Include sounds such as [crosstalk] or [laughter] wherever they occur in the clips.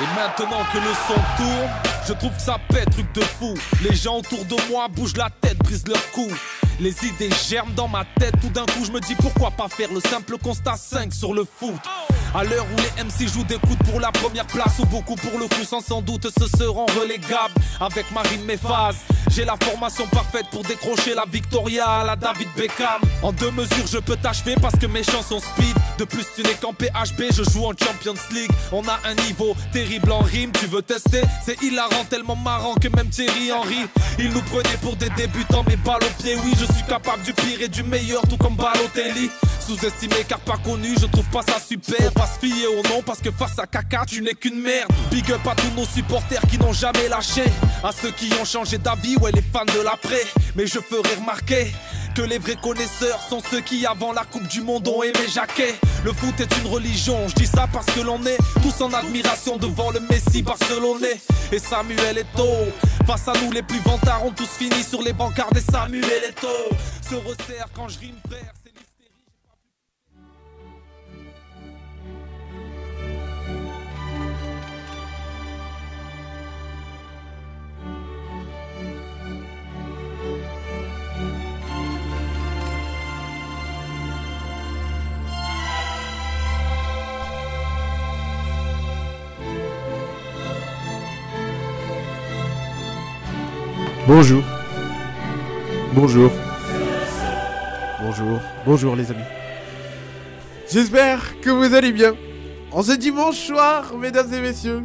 Et maintenant que le son tourne, je trouve que ça pète, truc de fou. Les gens autour de moi bougent la tête, brisent leur cou. Les idées germent dans ma tête, tout d'un coup je me dis pourquoi pas faire le simple constat 5 sur le foot. À l'heure où les MC jouent des coudes pour la première place ou beaucoup pour le coup sans sans doute se seront relégables avec Marine Méphase. J'ai la formation parfaite pour décrocher la Victoria à la David Beckham. En deux mesures, je peux t'achever parce que mes chansons speed. De plus, tu n'es qu'en PHB, je joue en Champions League. On a un niveau terrible en rime, tu veux tester C'est hilarant, tellement marrant que même Thierry Henry. Il nous prenait pour des débutants, mais balle au pied, oui, je suis capable du pire et du meilleur, tout comme Balotelli. Sous-estimé car pas connu, je trouve pas ça super. Faut pas se fier au nom parce que face à caca, tu n'es qu'une merde. Big up à tous nos supporters qui n'ont jamais lâché. À ceux qui ont changé d'avis, ouais, les fans de l'après. Mais je ferai remarquer que les vrais connaisseurs sont ceux qui, avant la Coupe du Monde, ont aimé Jacquet. Le foot est une religion, je dis ça parce que l'on est tous en admiration devant le Messi barcelonais. Et Samuel Eto'o, face à nous, les plus vantards ont tous fini sur les bancards des Samuel Eto'o. Se resserre quand je rime, frère, c'est l'hystérie. Bonjour. Bonjour. Bonjour. Bonjour les amis. J'espère que vous allez bien. En ce dimanche soir, mesdames et messieurs,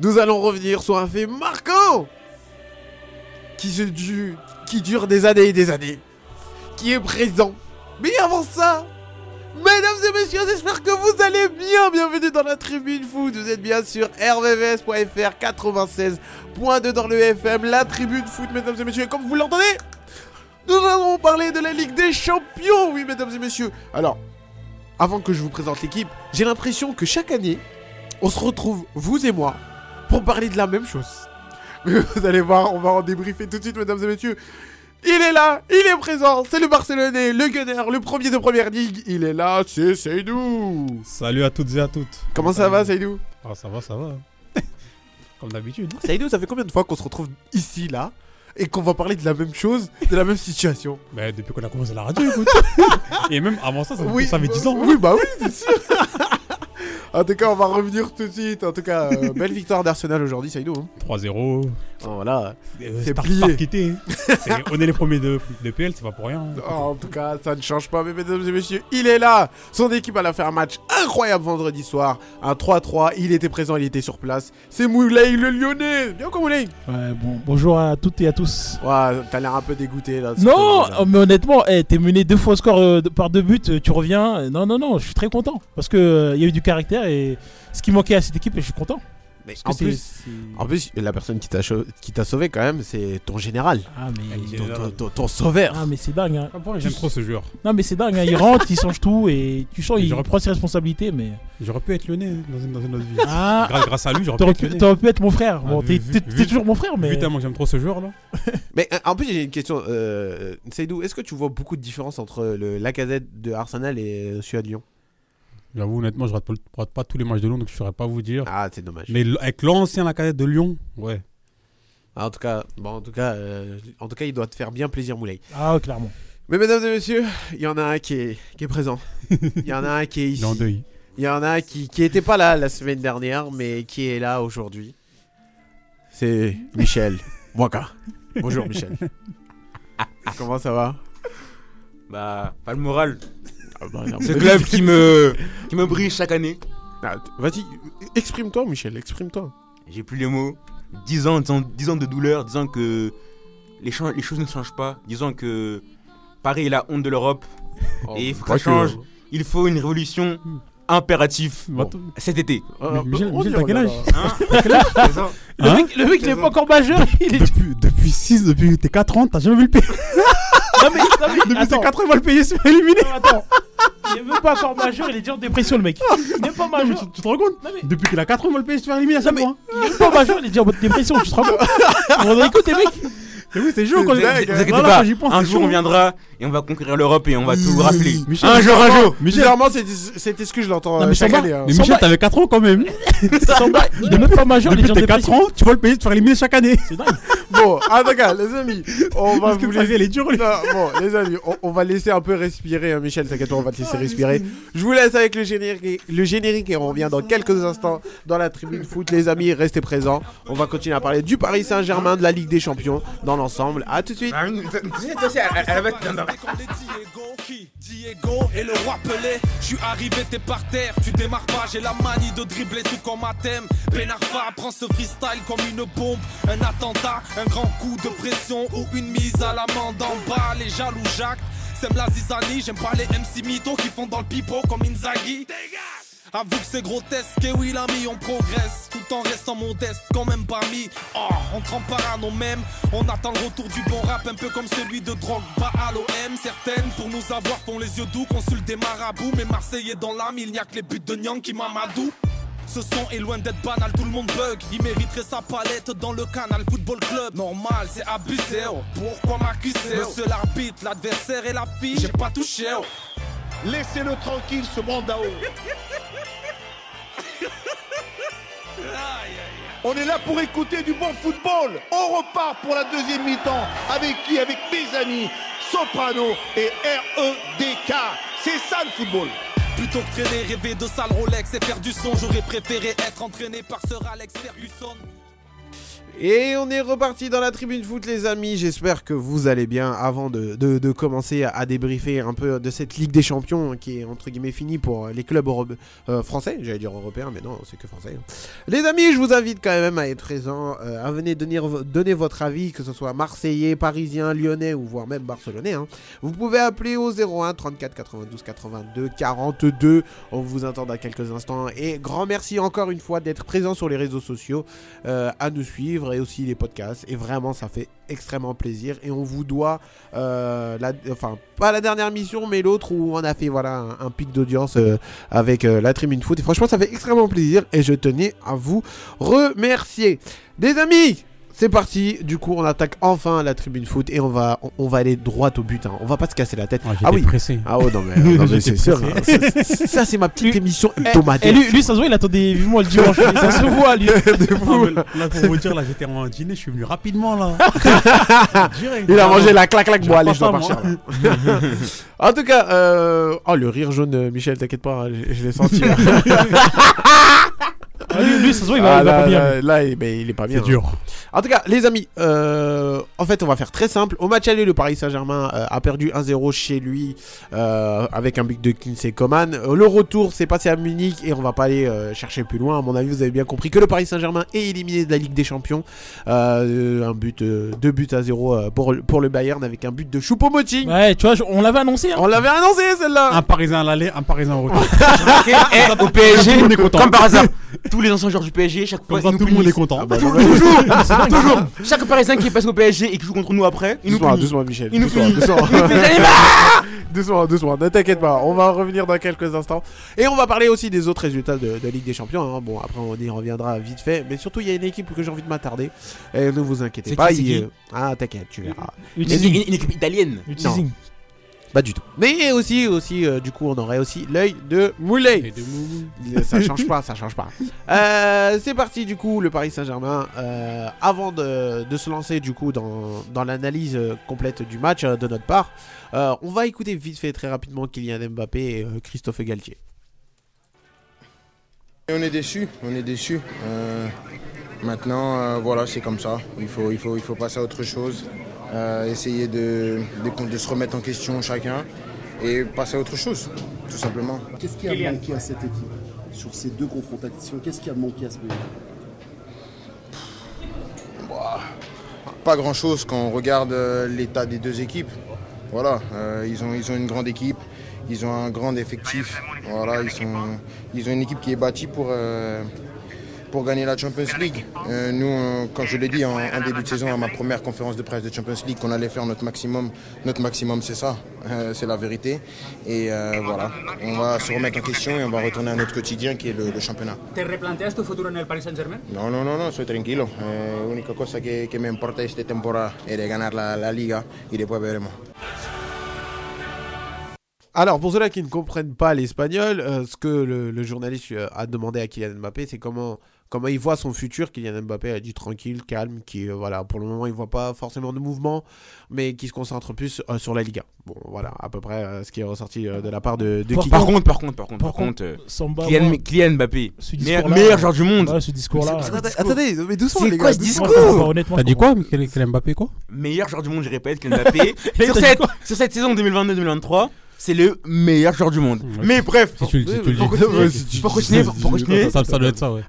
nous allons revenir sur un fait marquant qui, se du- qui dure des années et des années, qui est présent. Mais avant ça, mesdames et messieurs, j'espère que vous allez bien. Bienvenue dans la tribune foot. Vous êtes bien sur rvvs.fr 96 Point 2 dans le FM, la tribune foot, mesdames et messieurs. Et comme vous l'entendez, nous allons parler de la Ligue des Champions, oui, mesdames et messieurs. Alors, avant que je vous présente l'équipe, j'ai l'impression que chaque année, on se retrouve, vous et moi, pour parler de la même chose. [laughs] Mais vous allez voir, on va en débriefer tout de suite, mesdames et messieurs. Il est là, il est présent, c'est le Barcelonais, le Gunner, le premier de première ligue. Il est là, c'est Seydou. Salut à toutes et à toutes. Comment ça va, Seydou Ah, ça va, ça va. hein. [laughs] Comme d'habitude. Saïdou, ça fait combien de fois qu'on se retrouve ici, là, et qu'on va parler de la même chose, de la même situation Mais depuis qu'on a commencé la radio, [laughs] écoute. et même avant ça, ça, fait- ça fait 10 ans. hein. Oui, bah oui, c'est sûr. [laughs] en tout cas, on va revenir tout de suite. En tout cas, euh, belle victoire d'Arsenal aujourd'hui, Saïdou. hein. 3-0. Oh, voilà. euh, C'est Star- plié. Star [laughs] quitté, hein. C'est- On est les premiers de, de PL, c'est pas pour rien. Oh, en tout cas, ça ne change pas, mais mesdames et messieurs, il est là. Son équipe a fait un match incroyable vendredi soir. Un 3-3. Il était présent, il était sur place. C'est Moulay, le Lyonnais. Bien quoi, Moulay Ouais, bon, bonjour à toutes et à tous. Ouais, t'as l'air un peu dégoûté là. Non, surtout, là. oh, mais honnêtement, eh, t'es mené deux fois au score euh, de- par deux buts, euh, tu reviens. Euh, Non, non, non, je suis très content parce que euh, il y a eu du caractère et ce qui manquait à cette équipe et je suis content. Mais Parce que en c'est- plus, c'est- En plus, la personne qui t'a cho- qui t'a sauvé quand même, c'est ton général, ah mais, ton, ton- ton- ton sauveur. ah mais c'est dingue. hein. J'aime trop ce joueur. Non mais c'est dingue. hein. Il rentre, il change tout et tu sens Mais il j'aurais- reprend ses responsabilités. [laughs] Mais J'aurais pu être lyonnais hein, dans une, dans une autre vie. ah, Grâce, grâce à lui, j'aurais pu t'aurais être pu, lyonnais. t'aurais pu être mon frère. Ah, Bon, t'es, vu- vu- t'es- t'es vu- toujours mon frère, mais Vu tellement que j'aime trop ce joueur là. [laughs] Mais euh, en plus, j'ai une question. Euh, Seydou, est-ce que tu vois beaucoup de différence entre le Lacazette de Arsenal et euh, celui de Lyon J'avoue, honnêtement, je rate pas, le- rate pas tous les matchs de Lyon, donc je saurais pas vous dire. Ah, c'est dommage. Mais l- avec l'ancien la cadette de Lyon, ouais. Ah, en tout cas, bon, en tout cas, euh, en tout cas, il doit te faire bien plaisir, Moulay. ah ouais, clairement. Mais mesdames et messieurs, il y en a un qui est, qui est présent. [laughs] Il y en a un qui est Il ici. est en deuil. Il y en a qui qui était pas là la semaine dernière, mais qui est là aujourd'hui. C'est Michel Waka. Bonjour Michel. Comment ça va Ah. Bah, pas le moral. Ah bah, non, Ce mais- club qui me, qui me brise chaque année. Ah, t- Vas-y, exprime-toi, Michel, exprime-toi. J'ai plus les mots. 10 ans, 10 ans, 10 ans de douleur, disant que les, chan- les choses ne changent pas, disant que Paris est la honte de l'Europe. Oh, Et il faut que ça Quoique, change. Il faut une révolution impératif Bon. cet été. euh, Mais euh, Michel- on Michel, y t'as quel revient, âge là. Hein Présent. le Hein mec, le mec, il est pas encore majeur. Il est Depuis, [laughs] depuis 6, depuis tes 4 ans, t'as jamais vu le pays. non, mais, non, mais- [laughs] Depuis tes attends. 4 ans, il va le payer, se fait éliminer. Non, attends. Il est même pas encore majeur, il est déjà en dépression le mec. [laughs] Il n'est pas Non, mais majeur. tu, tu te rends compte Non, mais- Depuis qu'il a 4 ans, il va le payer, se fait éliminer à chaque mais- fois. hein. Il est même pas majeur, il est déjà en mode dépression, tu te rends compte [laughs] On en écoute les mecs hein. Mais oui, c'est chaud C'est quand dingue, Vous inquiétez Voilà, pas, quand j'y pense, Ah, un c'est jour chaud. hein. on viendra et on va conquérir l'europe et on va tout rappeler. Michel, un jour, un jour. Michel, Bizarrement, c'est- c'était ce que je l'entends Non, euh, mais ça chaque va. année. hein. [laughs] mais Michel, t'avais 4 ans quand même. Sans blague, il est même pas majeur, les Depuis gens tes 4 dépressifs. ans, tu vois le pays te faire éliminer chaque année. ah, [laughs] C'est dingue. Bon, en tout cas, les amis, on va Parce que vous ça, laisser. elle est dure, lui. Non, bon, les amis, on, on va laisser un peu respirer, hein, Michel. T'inquiète pas, on va te Ah, laisser respirer. Je vous laisse avec le générique, et- le générique et on revient dans quelques instants dans la tribune foot. Les amis, restez présents. On va continuer à parler du Paris Saint-Germain, de la Ligue des Champions, dans l'ensemble. À tout de Bah suite. Quand les Diego qui Diego et le roi Pelé Je suis arrivé t'es par terre Tu démarres pas j'ai la manie de dribbler tout comme thème Benarfa prend ce freestyle comme une bombe Un attentat un grand coup de pression Ou une mise à l'amende en bas Les jaloux Jacques Sème la zizanie J'aime pas les MC mythos qui font dans le pipeau comme Inzaghi Avoue Ah, que c'est grotesque et oui l'ami on progresse Tout en restant modeste quand même parmi Oh on trempe parano même On attend le retour du bon rap un peu comme celui de drogue Pas à l'OM certaines pour nous avoir font les yeux doux Consulte des marabouts mais Marseillais dans l'âme Il n'y a que les buts de Nyang qui m'amadou ce son est loin d'être banal, tout le monde bug. Il mériterait sa palette dans le canal Football Club. Normal, c'est abusé. oh. Pourquoi m'accuser oh Monsieur l'arbitre, l'adversaire et la fille, j'ai pas touché. oh. Laissez-le tranquille, ce oh. mandao. [laughs] On est là pour écouter du bon football. On repart pour la deuxième mi-temps. Avec qui Avec mes amis Soprano et REDK. C'est ça le football. Plutôt que traîner, rêver de sale Rolex et faire du son, j'aurais préféré être entraîné par Sir Alex Ferguson. Et on est reparti dans la tribune foot, les amis. J'espère que vous allez bien. Avant de, de- de commencer à, à débriefer un peu de cette Ligue des Champions qui est entre guillemets finie pour les clubs europe- euh, français, j'allais dire européens, mais non, c'est que français. Les amis, je vous invite quand même à être présents, euh, à venir donner, donner votre avis, que ce soit marseillais, parisien, lyonnais ou voire même barcelonais. hein. Vous pouvez appeler au 01 34 92 82 42. On vous attend dans quelques instants. Et grand merci encore une fois d'être présent sur les réseaux sociaux euh, à nous suivre et aussi les podcasts. Et vraiment, ça fait extrêmement plaisir. Et on vous doit, euh, la, enfin, pas la dernière mission, mais l'autre où on a fait voilà, un, un pic d'audience euh, avec euh, la Tribune Foot. Et franchement, ça fait extrêmement plaisir. Et je tenais à vous remercier. Les amis! C'est parti, du coup on attaque enfin la tribune foot et on va, on, on va aller droit au but, hein. on va pas se casser la tête. ah oui, pressé. ah oh non mais, non, [laughs] mais c'est J'étais sûr, hein. pressé. Eh, ça, c'est- ça, c'est ma petite Lui- émission Et hebdomadaire. Eh, lui, lui, ça se voit, il attendait vivement le [laughs] dimanche. ça se voit, [laughs] lui. Ah, Non, mais là, pour vous dire, là, j'étais en dîner, je suis venu rapidement, [laughs] là. Direct. Il a mangé la claque claque, Je bon allez pense je dois pas, partir. là. [laughs] [laughs] en tout cas, euh... oh le rire jaune euh, Michel t'inquiète pas, hein, je, je l'ai senti. hein. [laughs] Ah, lui, lui, ça se voit, il va, Ah, il va là, pas bien. lui. là, là, il, mais il est pas bien. C'est hein. dur. En tout cas, les amis, euh, en fait, on va faire très simple. Au match aller, le Paris Saint-Germain euh, a perdu 1-0 chez lui euh, avec un but de Kinsey Coman. Euh, le retour s'est passé à Munich et on va pas aller euh, chercher plus loin. À mon avis, vous avez bien compris que le Paris Saint-Germain est éliminé de la Ligue des Champions. Euh, un but, euh, deux buts à 0 euh, pour, le- pour le Bayern avec un but de Choupo-Moting. Ouais, tu vois, je- on l'avait annoncé. Hein. On l'avait annoncé celle-là. Un parisien à l'aller, un [laughs] parisien au retour. eh, au PSG, on est content. comme par hasard, Ah, bah, tous les anciens joueurs du PSG, chaque fois, Comme ça, ils nous [laughs] tout le monde est punissent. [laughs] content. Toujours, toujours. Chaque Parisien qui passe au PSG et qui joue contre nous après, ils nous Doucement, punissent. doucement, Michel. Il nous doucement, punit. doucement. Allez, Ah Doucement, doucement, ne t'inquiète pas, on va en revenir dans quelques instants. Et on va parler aussi des autres résultats de, de Ligue des Champions. hein. Bon, après on y reviendra vite fait. Mais surtout, il y a une équipe que j'ai envie de m'attarder. Et ne vous inquiétez C'est pas. qui, c'est il- qui Ah, t'inquiète, tu verras. Le Une, teasing. une- une équipe italienne. Le teasing. Pas du tout. Mais aussi, aussi euh, du coup, on aurait aussi l'œil de Moulay. Euh, ça change pas, ça change pas. Euh, c'est parti du coup, le Paris Saint-Germain. Euh, avant de, de se lancer du coup dans, dans l'analyse euh, complète du match euh, de notre part, euh, on va écouter vite fait très rapidement Kylian Mbappé et euh, Christophe Galtier. Et on est déçu, on est déçu. maintenant, euh, voilà, c'est comme ça. Il faut, il faut, il faut passer à autre chose. Euh, essayer de, de, de se remettre en question chacun et passer à autre chose, tout simplement. Qu'est-ce qui a manqué à cette équipe sur ces deux confrontations Qu'est-ce qui a manqué à ce moment Pas grand chose quand on regarde euh, l'état des deux équipes. Voilà, euh, ils, ont, ils ont une grande équipe, ils ont un grand effectif. Voilà, ils, sont, ils ont une équipe qui est bâtie pour, euh, pour gagner la Champions League. Euh, nous, on- quand je l'ai dit en, en début de saison à ma première conférence de presse de Champions League, qu'on allait faire notre maximum. Notre maximum, c'est ça, Euh, c'est la vérité. Et euh, voilà, on va se remettre en question et on va retourner à notre quotidien qui est le- le championnat. ¿Te replanteas tu futuro en el Paris Saint-Germain? No, no, no, no, soy tranquilo. Eh, La única cosa que, que me importa esta temporada es de ganar la, la liga y después veremos. Alors, pour ceux-là qui ne comprennent pas l'espagnol, euh, ce que le, le journaliste euh, a demandé à Kylian Mbappé, c'est comment, comment il voit son futur. Kylian Mbappé a dit tranquille, calme, qui, euh, voilà, pour le moment, il ne voit pas forcément de mouvement, mais qui se concentre plus euh, sur la Liga. Bon, voilà, à peu près euh, ce qui est ressorti euh, de la part de, de Par- Kylian. Par contre, par contre, par contre, Par par contre, euh, Samba, Kylian, moi, Kylian Mbappé, ce meilleur, discours-là, meilleur joueur du monde, ouais, ce discours-là. Attendez, attendez, mais doucement, C'est les quoi gars, ce doucement. Moi, discours je comprends pas, honnêtement, T'as je dit comprends quoi Quel quel Mbappé quoi meilleur joueur du monde, je répète, Kylian [laughs] Mbappé, pas. sur, cette, sur cette saison 2022-2023, c'est le meilleur joueur du monde. Mmh, Mais bref, Si tu le dis, tu le pour dis. continuer, Si tu- pour continuer, pour- pour continuer, Ça ça doit être ça, ouais.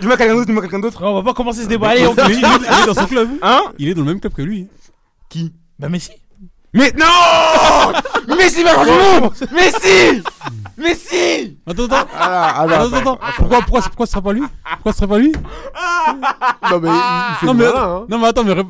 dis-moi quelqu'un d'autre, dis-moi quelqu'un d'autre, On va pas commencer Eh ce ben, débat. Allez, on Il [laughs] est- il est il est dans son club. hein Il est dans le même club que lui. Bah, mais si. Mais [laughs] non Messi, meilleur joueur du monde Messi Messi Attends, attends. Ah, ah, bah, Attends, attends, attends. Pourquoi, pourquoi, pourquoi ce serait pas lui Pourquoi ce serait pas lui Non, mais il fait non, le mais, malin, hein. non, mais attends, mais. rép-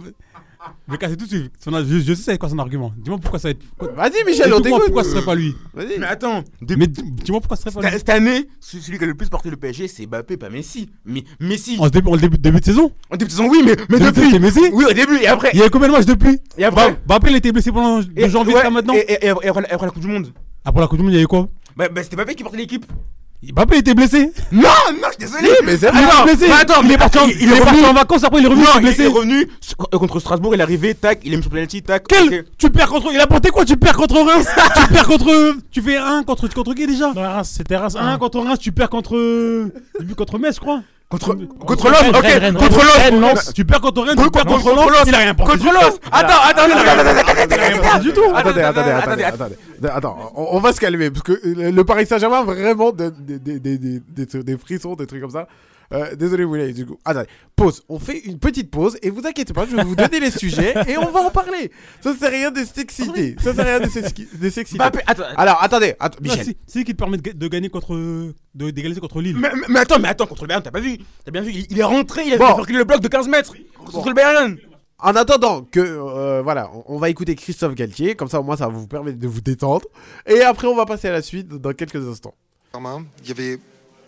Je vais casser tout de suite. Son- Je, je sais c'est quoi son argument. Dis-moi pourquoi ça va être. pourquoi- Vas-y, Michel, Dis-moi on t'écoute. pourquoi ce serait pas lui. Vas-y. Mais attends, de- Mais dis- dis-moi pourquoi ce serait pas cette lui. cette année, ce- celui qui a le plus porté le PSG, c'est Mbappé, pas Messi. Mais Messi, En, début, en début, début de saison en début de saison, oui, mais, mais Début de saison, depuis c'était Messi Oui, au début, et après Il y a eu combien de matchs depuis Et après Mbappé, il était blessé pendant de Et- janvier ouais, jusqu'à maintenant. et, et- et après, et après la- après la Coupe du Monde Après Ah, la Coupe du Monde, il y a eu quoi Bah, bah, c'était Mbappé qui portait l'équipe Mbappé était blessé Non, non, je suis désolé mais c'est Ah, Il non, était blessé mais attends, Il est parti en- il- il il est est parti revenu. en vacances, après il est revenu, il est il est blessé revenu sur- euh, contre Strasbourg, il est arrivé, tac, il est mis sur penalty, tac. Quel ok. Tu perds contre. Il a porté quoi Tu perds contre Reims Tu perds Ah, contre. Tu fais un contre, contre qui déjà Non, Reims, c'était Reims. Un hein. contre Reims, tu perds contre. Tu perds contre Metz, je crois. Contre Contre contre Lens, Rennes, ok, Rennes, Rennes, contre Lens, Rennes, contre Lens. Tu perds contre Rennes, tu Contre- perds contre contre Lens. Lens. Il a rien porté. Contre Lens. Attends, attends, attends, attends, attends, attends, attends, attends. du tout. Attendez, Attends, attendez, attends, attendez, attendez. Attends, on, on va se calmer parce que le le Paris Saint-Germain vraiment donne des, des, des, des, des- des frissons, des trucs comme ça. Euh, désolé, vous du coup. Attendez, pause. On fait une petite pause et vous inquiétez pas, je vais vous donner les sujets et on va en parler. Ça c'est rien de s'exciter. Ça c'est rien de s'exci- de s'exciter. Mbappé, Bah, attends. Bah, Alors attendez, attends, Non, Michel. C'est Ah, c'est lui qui te permet de ga- de gagner contre. de- d'égaliser contre Lille. Mais, mais- mais attends, mais attends, contre le Bayern, t'as pas vu T'as bien vu, il, il est rentré, il a Bon. fait reculer le bloc de 15 mètres contre le Bayern En attendant que euh, voilà, on, on va écouter Christophe Galtier. Comme ça, au moins, ça va vous permettre de vous détendre. Et après, on va passer à la suite dans quelques instants. Germain, il y avait,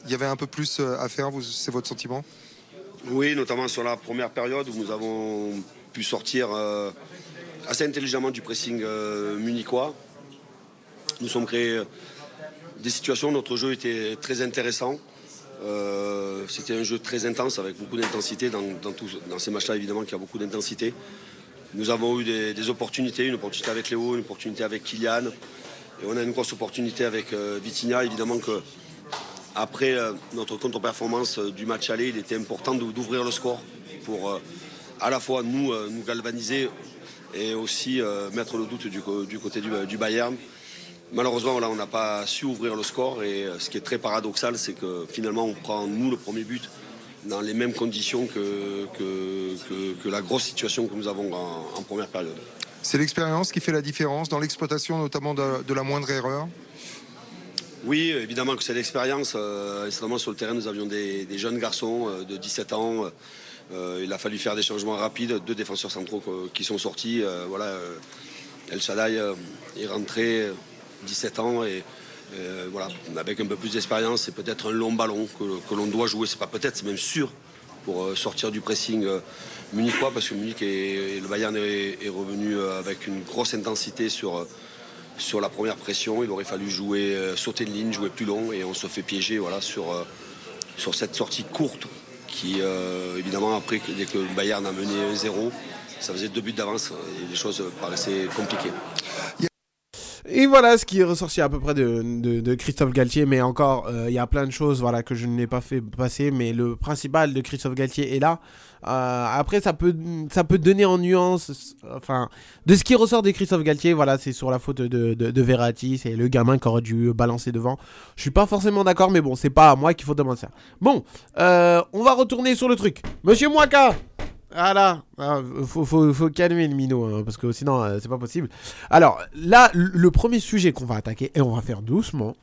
il y avait un peu plus euh, à faire, vous- c'est votre sentiment Oui, notamment sur la première période où nous avons pu sortir euh, assez intelligemment du pressing euh, munichois. Nous sommes créés euh, des situations, notre jeu était très intéressant. Euh, C'était un jeu très intense avec beaucoup d'intensité. Dans, dans tous- dans ces matchs-là, évidemment, qu'il y a beaucoup d'intensité. Nous avons eu des, des opportunités, une opportunité avec Léo, une opportunité avec Kylian. Et on a une grosse opportunité avec euh, Vitinha, évidemment que après euh, notre contre-performance euh, du match aller, il était important de- d'ouvrir le score pour euh, à la fois nous, euh, nous galvaniser et aussi euh, mettre le doute du, co- du côté du, du Bayern. Malheureusement, là, on n'a pas su ouvrir le score et euh, ce qui est très paradoxal, c'est que finalement, on prend nous le premier but dans les mêmes conditions que, que- que- que la grosse situation que nous avons en- en première période. C'est l'expérience qui fait la différence dans l'exploitation notamment de, de la moindre erreur. Oui, évidemment que c'est l'expérience. Euh, incidemment, sur le terrain, nous avions des, des jeunes garçons euh, de 17 ans. Euh, il a fallu faire des changements rapides. Deux défenseurs centraux euh, qui sont sortis. Euh, voilà, euh, El Shaddai euh, est rentré euh, 17 ans et euh, voilà, avec un peu plus d'expérience, c'est peut-être un long ballon que, que l'on doit jouer. C'est pas peut-être, c'est même sûr pour euh, sortir du pressing euh, munichois parce que Munich et, et le Bayern est, est revenu euh, avec une grosse intensité sur. euh, sur la première pression, il aurait fallu jouer, euh, sauter de ligne, jouer plus long et on se fait piéger voilà, sur, euh, sur cette sortie courte qui, euh, évidemment, après, que- dès que le Bayern a mené 1-0, ça faisait deux buts d'avance et les choses paraissaient compliquées. Et voilà ce qui est ressorti à peu près de, de- de Christophe Galtier. Mais encore, euh, il y a plein de choses voilà, que je n'ai pas fait passer. Mais le principal de Christophe Galtier est là. Euh, après, ça peut, ça peut donner en nuance. Enfin, de ce qui ressort de Christophe Galtier, voilà, c'est sur la faute de, de, de Verratti. C'est le gamin qui aurait dû balancer devant. Je suis pas forcément d'accord, mais bon, c'est pas à moi qu'il faut demander ça. Bon, euh, on va retourner sur le truc. Monsieur Moaka voilà, Ah, faut, faut, faut calmer le minot, hein, parce que sinon euh, c'est pas possible. Alors là, le- le premier sujet qu'on va attaquer, et on va faire doucement,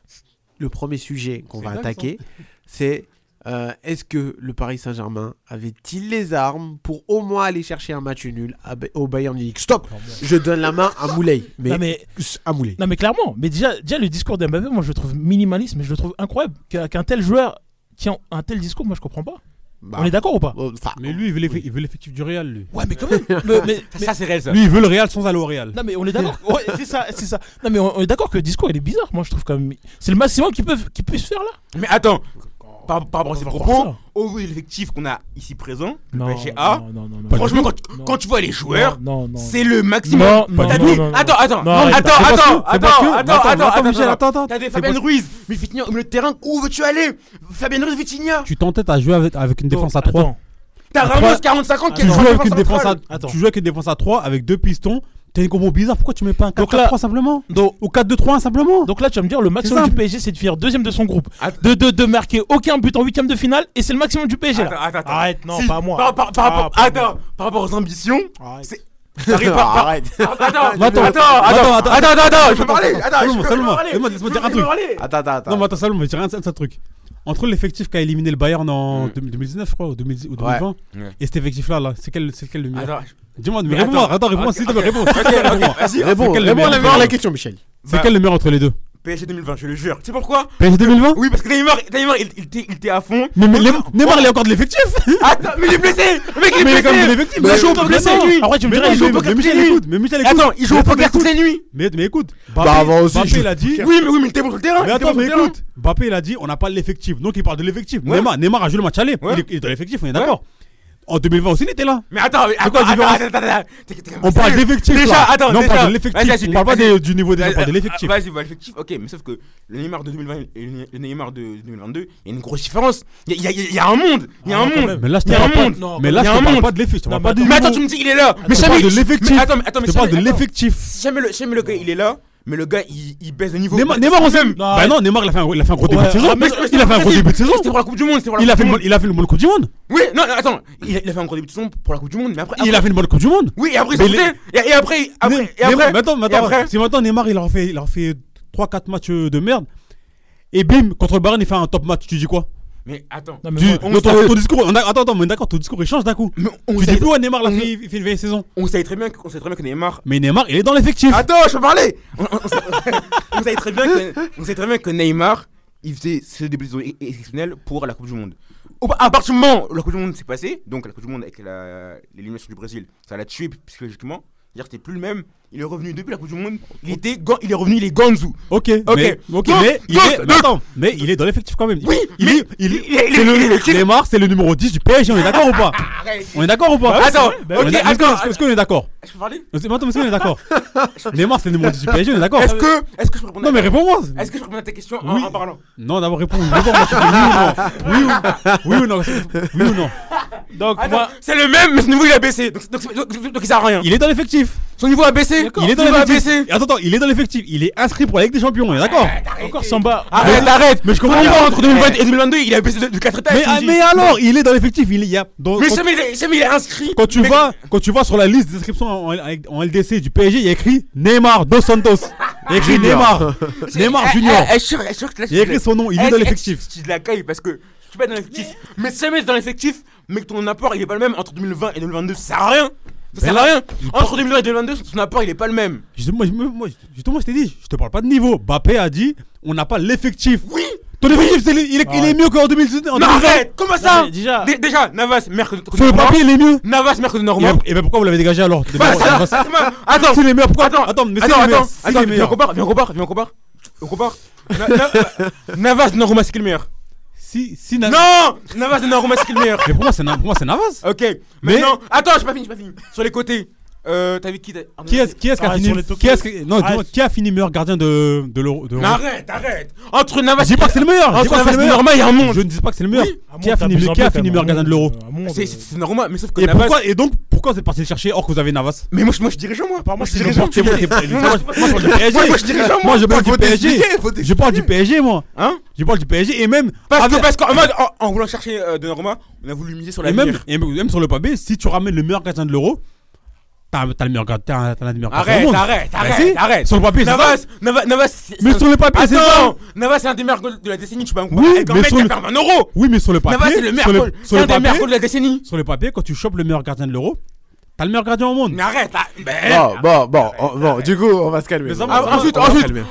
le premier sujet qu'on C'est va dingue, attaquer, [laughs] c'est euh, est-ce que le Paris Saint-Germain avait-il les armes pour au moins aller chercher un match nul à Ba- au Bayern Munich Stop Je donne la main à Moulay, mais, Non, mais à Moulay. Non mais clairement, mais déjà, déjà le discours d'Mbappé, moi je le trouve minimaliste, mais je le trouve incroyable qu'un qu'un tel joueur tient un tel discours, moi je comprends pas. Bah, On est d'accord ou pas euh, Mais lui, il veut l'effectif- il veut l'effectif du Real, lui. Ouais, mais quand même. [laughs] Mais- mais- mais- Lui, il veut le Real sans aller au Real. Non mais on [laughs] est d'accord. Ouais, c'est ça, c'est ça. Non mais on on est d'accord que le discours il est bizarre. Moi je trouve quand même. C'est le maximum qu'ils peuvent, qu'ils puissent faire là. Mais attends, par, par rapport à ces On va voir propos, ça. au vu de l'effectif qu'on a ici présent, Non, le PGA, franchement, quand, tu- quand tu vois les joueurs, Non, non, non. c'est le maximum. Non, non, T'as non, dit- non, non. attends, attends, Non, arrête, attends, c'est parce que- attends, c'est attends, parce que- attends, attends, attends, attends, Michel, attends, attends. T'as des C'est Fabien parce- Ruiz, mais Vitinha au milieu de terrain, où veux-tu aller Fabien Ruiz, Vitinha Tu t'entêtes à jouer avec, avec une défense à 3. T'as Ramos 40-50 qui Tu joue joues en avec une défense défense à centrale. Tu joues avec une défense à 3 avec deux pistons. T'as une combo bizarre, pourquoi tu mets pas un 4 Donc là- 3 simplement Donc- Ou 4-2-3 simplement Donc là tu vas me dire le maximum C'est du simple. PSG c'est de finir deuxième de son groupe, de, de, de marquer aucun but en huitième de finale et c'est le maximum du PSG. là. Attends, attends, attends. Arrête, non Si, pas moi. Par, par- par Ah, rapport, pas moi. attends, par rapport aux ambitions, c'est. [laughs] T'arrives Non, par- par- arrête. Ah, Attends, Va-t'en. attends, attends, Va-t'en, attends, attends. attends, attends, je peux Attends, parler. attends, Attends, je peux seulement, parler. Laisse-moi laisse-moi dire un Je peux truc. parler. Non, mais attends, Salom, je dirais un, un seul truc. Entre l'effectif qu'a éliminé le Bayern en 2019, je crois, ou 2010 ou 2020, Hmm. Ouais. et cet effectif-là, là, c'est quel, c'est lequel le meilleur Attends, Dis-moi, mais mais réponds-moi, attends. attends, réponds-moi, Ok, s'il te plaît, ok. réponds. Ok, s'il te plaît, ok, réponds-moi. vas-y. C'est Réponds, quel le réponds à la meilleur meilleure entre- question, Michel. C'est Bah- quel le meilleur entre les deux PSG 2020, je le jure. Tu sais pourquoi PSG 2020 Oui, parce que Neymar, Neymar, il, il, était- il était à fond. Mais, mais Neymar, Neymar, il est encore de l'effectif [laughs] Attends, mais il est blessé Le mec, il Mais il est est quand même de blessé l'effectif, Il mais joue au attends, poker mais toutes les nuits arrête, tu me Mais dirais, non, il joue au poker toutes les Mais Michel nuits. Attends, il joue au Mais poker écoute. toutes les nuits Mais, mais écoute, Bah, avant aussi, Mbappé, je- il a dit. Oui, mais oui, mais il était bon sur le terrain Mais il était bon attends, mais sur le terrain. écoute, Mbappé, il a dit, on n'a pas l'effectif. Donc il parle de l'effectif. Ouais. Neymar, Neymar a joué le match aller. Ouais. Il est- Il est dans l'effectif, on est d'accord. En 2020 aussi, il était là. Mais attends, mais C'est attends, quoi la attends, différence attends, attends, t'es- t'es- On parle sérieux d'effectif, Déjà, là. attends, Non, on déjà. parle de l'effectif. Vas-y, vas-y, On parle pas vas-y. des- du niveau des gens, on parle de Vas-y, l'effectif. Vas-y, bah, l'effectif, ok, mais sauf que le Neymar de 2020 et le- le Neymar de 2022, il y a une grosse différence. Il y a- il y a- il y a un monde, il y a Ah, un quand monde. même. Mais là, je te il y a un parle pas- monde. non, mais là, il y a je te un parle monde. pas de l'effectif, je te parle mais pas du attends, niveau. tu me dis, il est là. Mais Attends, jamais. je parle de l'effectif. mais Attends, mais attends, mais Je te parle jamais- de attends. l'effectif. Si Jamais le, si jamais le gars, il est là, mais le gars, il, il baisse le niveau. Neymar, Bah, Neymar, on c'est- s'aime. Bah non, Neymar, il a fait un il a fait un gros début Ouais, Ah, de saison. mais- mais Il a fait un gros c'était- début de saison. C'était pour la Coupe du Monde, c'était pour la Il a Coupe fait du une Monde. bonne- il a fait une bonne Coupe du Monde. Oui, non, attends, il a, il a fait un gros début de saison pour la Coupe du Monde, mais après. Il a fait une bonne Coupe du Monde. Oui, et après, Mais il s'est et, et après, après, et après. Neymar- mais attends, mais et attends, après- si maintenant Neymar il a fait, il a fait 3-4 matchs euh, de merde, et bim, contre le Bayern il fait un top match, tu dis quoi Mais attends. Non, mais Tu- moi- on non, ton, savait- ton discours, on a- attends, attends, mais d'accord, ton discours il change d'un coup. on tu savait- dis plus ouais, Neymar l'a fait, il fait une vieille saison. On savait très bien que, on savait très bien que Neymar. Mais Neymar il est dans l'effectif. Attends, je peux parler on, on- on savait- [laughs] on savait très bien que, on savait très bien que Neymar, il faisait ce début de saison ex- exceptionnel pour la Coupe du Monde. Au- à partir du moment où la Coupe du Monde s'est passée, donc la Coupe du Monde avec la- l'élimination du Brésil, ça l'a tué psychologiquement. C'est-à-dire que c'était plus le même. Il est revenu depuis la Coupe du Monde. Il était, gan- il est revenu, il est Ganzu. Ok, Ok. mais, ok, Donc- mais, il donc- est, mais donc- attends, mais il est dans l'effectif quand même. Oui, il mais est, il, il est- il est- c'est il est- le, Neymar, c'est le numéro 10 du PSG, on est d'accord ou pas [laughs] Arrête. On est d'accord ou pas Bah oui, Attends, On est- ok, est-ce qu'on- attends, est-ce qu'on est d'accord Je peux parler Mais Attends, mais est-ce qu'on [laughs] est d'accord Neymar, c'est le numéro 10 du PSG, on est d'accord Est-ce que, est-ce que je peux répondre à Non, mais ta- réponds-moi Est-ce que je peux répondre à ta question en- Oui. en parlant Non, d'abord réponds. Réponds-moi, tu dis oui ou non. Oui ou non. Oui ou, oui ou non. Donc Attends, moi, c'est le même, mais son niveau il a baissé. Donc, donc, donc, donc- donc il sert à rien. Il est dans l'effectif. Son niveau a baissé. Il est dans Son niveau a l'effectif. baissé. Attends, attends, il est dans l'effectif. Il est inscrit pour la Ligue des Champions, on est d'accord Ah, encore Samba. Arrête, arrête. mais je comprends Regarde, pas. Eh. Entre 2020 et 2022, il a baissé de, de 4 étages. Mais, tu me ah, dis. mais alors, il est dans l'effectif. Il est- il y a. dans- Mais quand, jamais il est- jamais il est inscrit. quand tu Mais- vas, quand tu vas sur la liste d'inscription en, en- en LDC du PSG, il y a écrit Neymar dos Santos. Il y a [laughs] écrit Neymar. Neymar Eh, Junior. eh, eh, je suis sûr- je suis sûr que là, Il y a écrit son nom. Il Eh, est dans eh, l'effectif. Je te la caille parce que je suis pas dans l'effectif. Mais jamais dans l'effectif, mais que ton apport il est pas le même entre 2020 et 2022, ça sert à rien. Ça Mais sert là, à rien. il part- Entre 2020 et 2022, ton apport il est pas le même. Justement, je, me- moi, justement, je t'ai dit, je te parle pas de niveau. Bappé a dit, on n'a pas l'effectif. Oui. Ton effectif, c'est le- il est, il est mieux qu'en 2019. en Non, 2020. arrête Comment ça mais déjà- Dé- Déjà, Navas, mercredi. Sur le papier, il est mieux. Navas, mercredi Et, normal. et ben pourquoi vous l'avez dégagé alors de- Bah, de- ça- [laughs] de- ça- Attends, Hein C'est les meilleurs, pourquoi attends, Attends, mais c'est attends, les meilleurs, attends, c'est les attends, viens, meilleurs. on compare, viens, on compare, viens, on compare, on compare. Na- Na- Navas, Donnarumma, c'est qui le meilleur Si, si, Nav- Non Navas, Donnarumma, c'est qui le meilleur [laughs] Mais pour moi, c'est Nav- pour moi, c'est Navas. Ok, Mais- maintenant, attends, j'ai pas fini, j'ai pas fini. Sur les côtés, euh, t'as vu qui t'as- Arnaud- Qui est-ce qui est-ce qui a Arrête fini sur les tokens. qui est-ce qui- non, dis-moi, Arrête. qui a fini meilleur gardien de de l'Euro de Mais arrête, arrête Entre Navas Je dis pas que c'est le meilleur. je dis Entre pas que Navas c'est et le meilleur. Donnarumma, il y a un Je monde ne dis pas que c'est le meilleur. Oui. Ah, Qui a bon, fini t'abuses un qui a peu, fini quand meilleur même, gardien de l'Euro euh, un monde, C'est- euh, C'est c'est Donnarumma, mais sauf que Et Navas... pourquoi et donc pourquoi vous êtes parti le chercher or que vous avez Navas Mais moi, je- moi, je suis dirigeant, moi Par moi, c'est dirigeant, Moi, moi, tu- moi, moi, Moi, moi, je parle du PSG. moi, je dirigeante, moi. Moi, je parle Faut du PSG. t'expliquer, faut Je parle du PSG, moi. Hein Je parle du PSG et même Parce que, avec- parce qu'en mode, en, en voulant chercher euh, Donnarumma, on a voulu miser sur la Et même, et même même sur le papier, si tu ramènes le meilleur gardien de l'euro, t'as t'as le meilleur gardien, t'as l'un des meilleurs gardiens Arrête, du monde. arrête, Bah arrête, si, arrête. Sur le papier, c'est ça. Navas, Navas, Navas. c'est- Mais c'est- sur le papier, c'est ça. Attends, Navas, c'est un des meilleurs goals de la décennie, tu peux pas me Oui, comparer avec un mais mec sur qui a le- fait un euro. Oui, mais sur le papier, Navas, c'est le sur meilleur le, goal. sur C'est le un des meilleurs papier, goals de la décennie. sur le papier, quand tu chopes le meilleur gardien de l'euro, t'as le meilleur gardien au monde. Mais arrête, ah, ben, Bon, bon, bon, on- bon, du coup, on va se calmer. Mais ça On va, va Ah, se ensuite, calmer. ensuite, Mais ça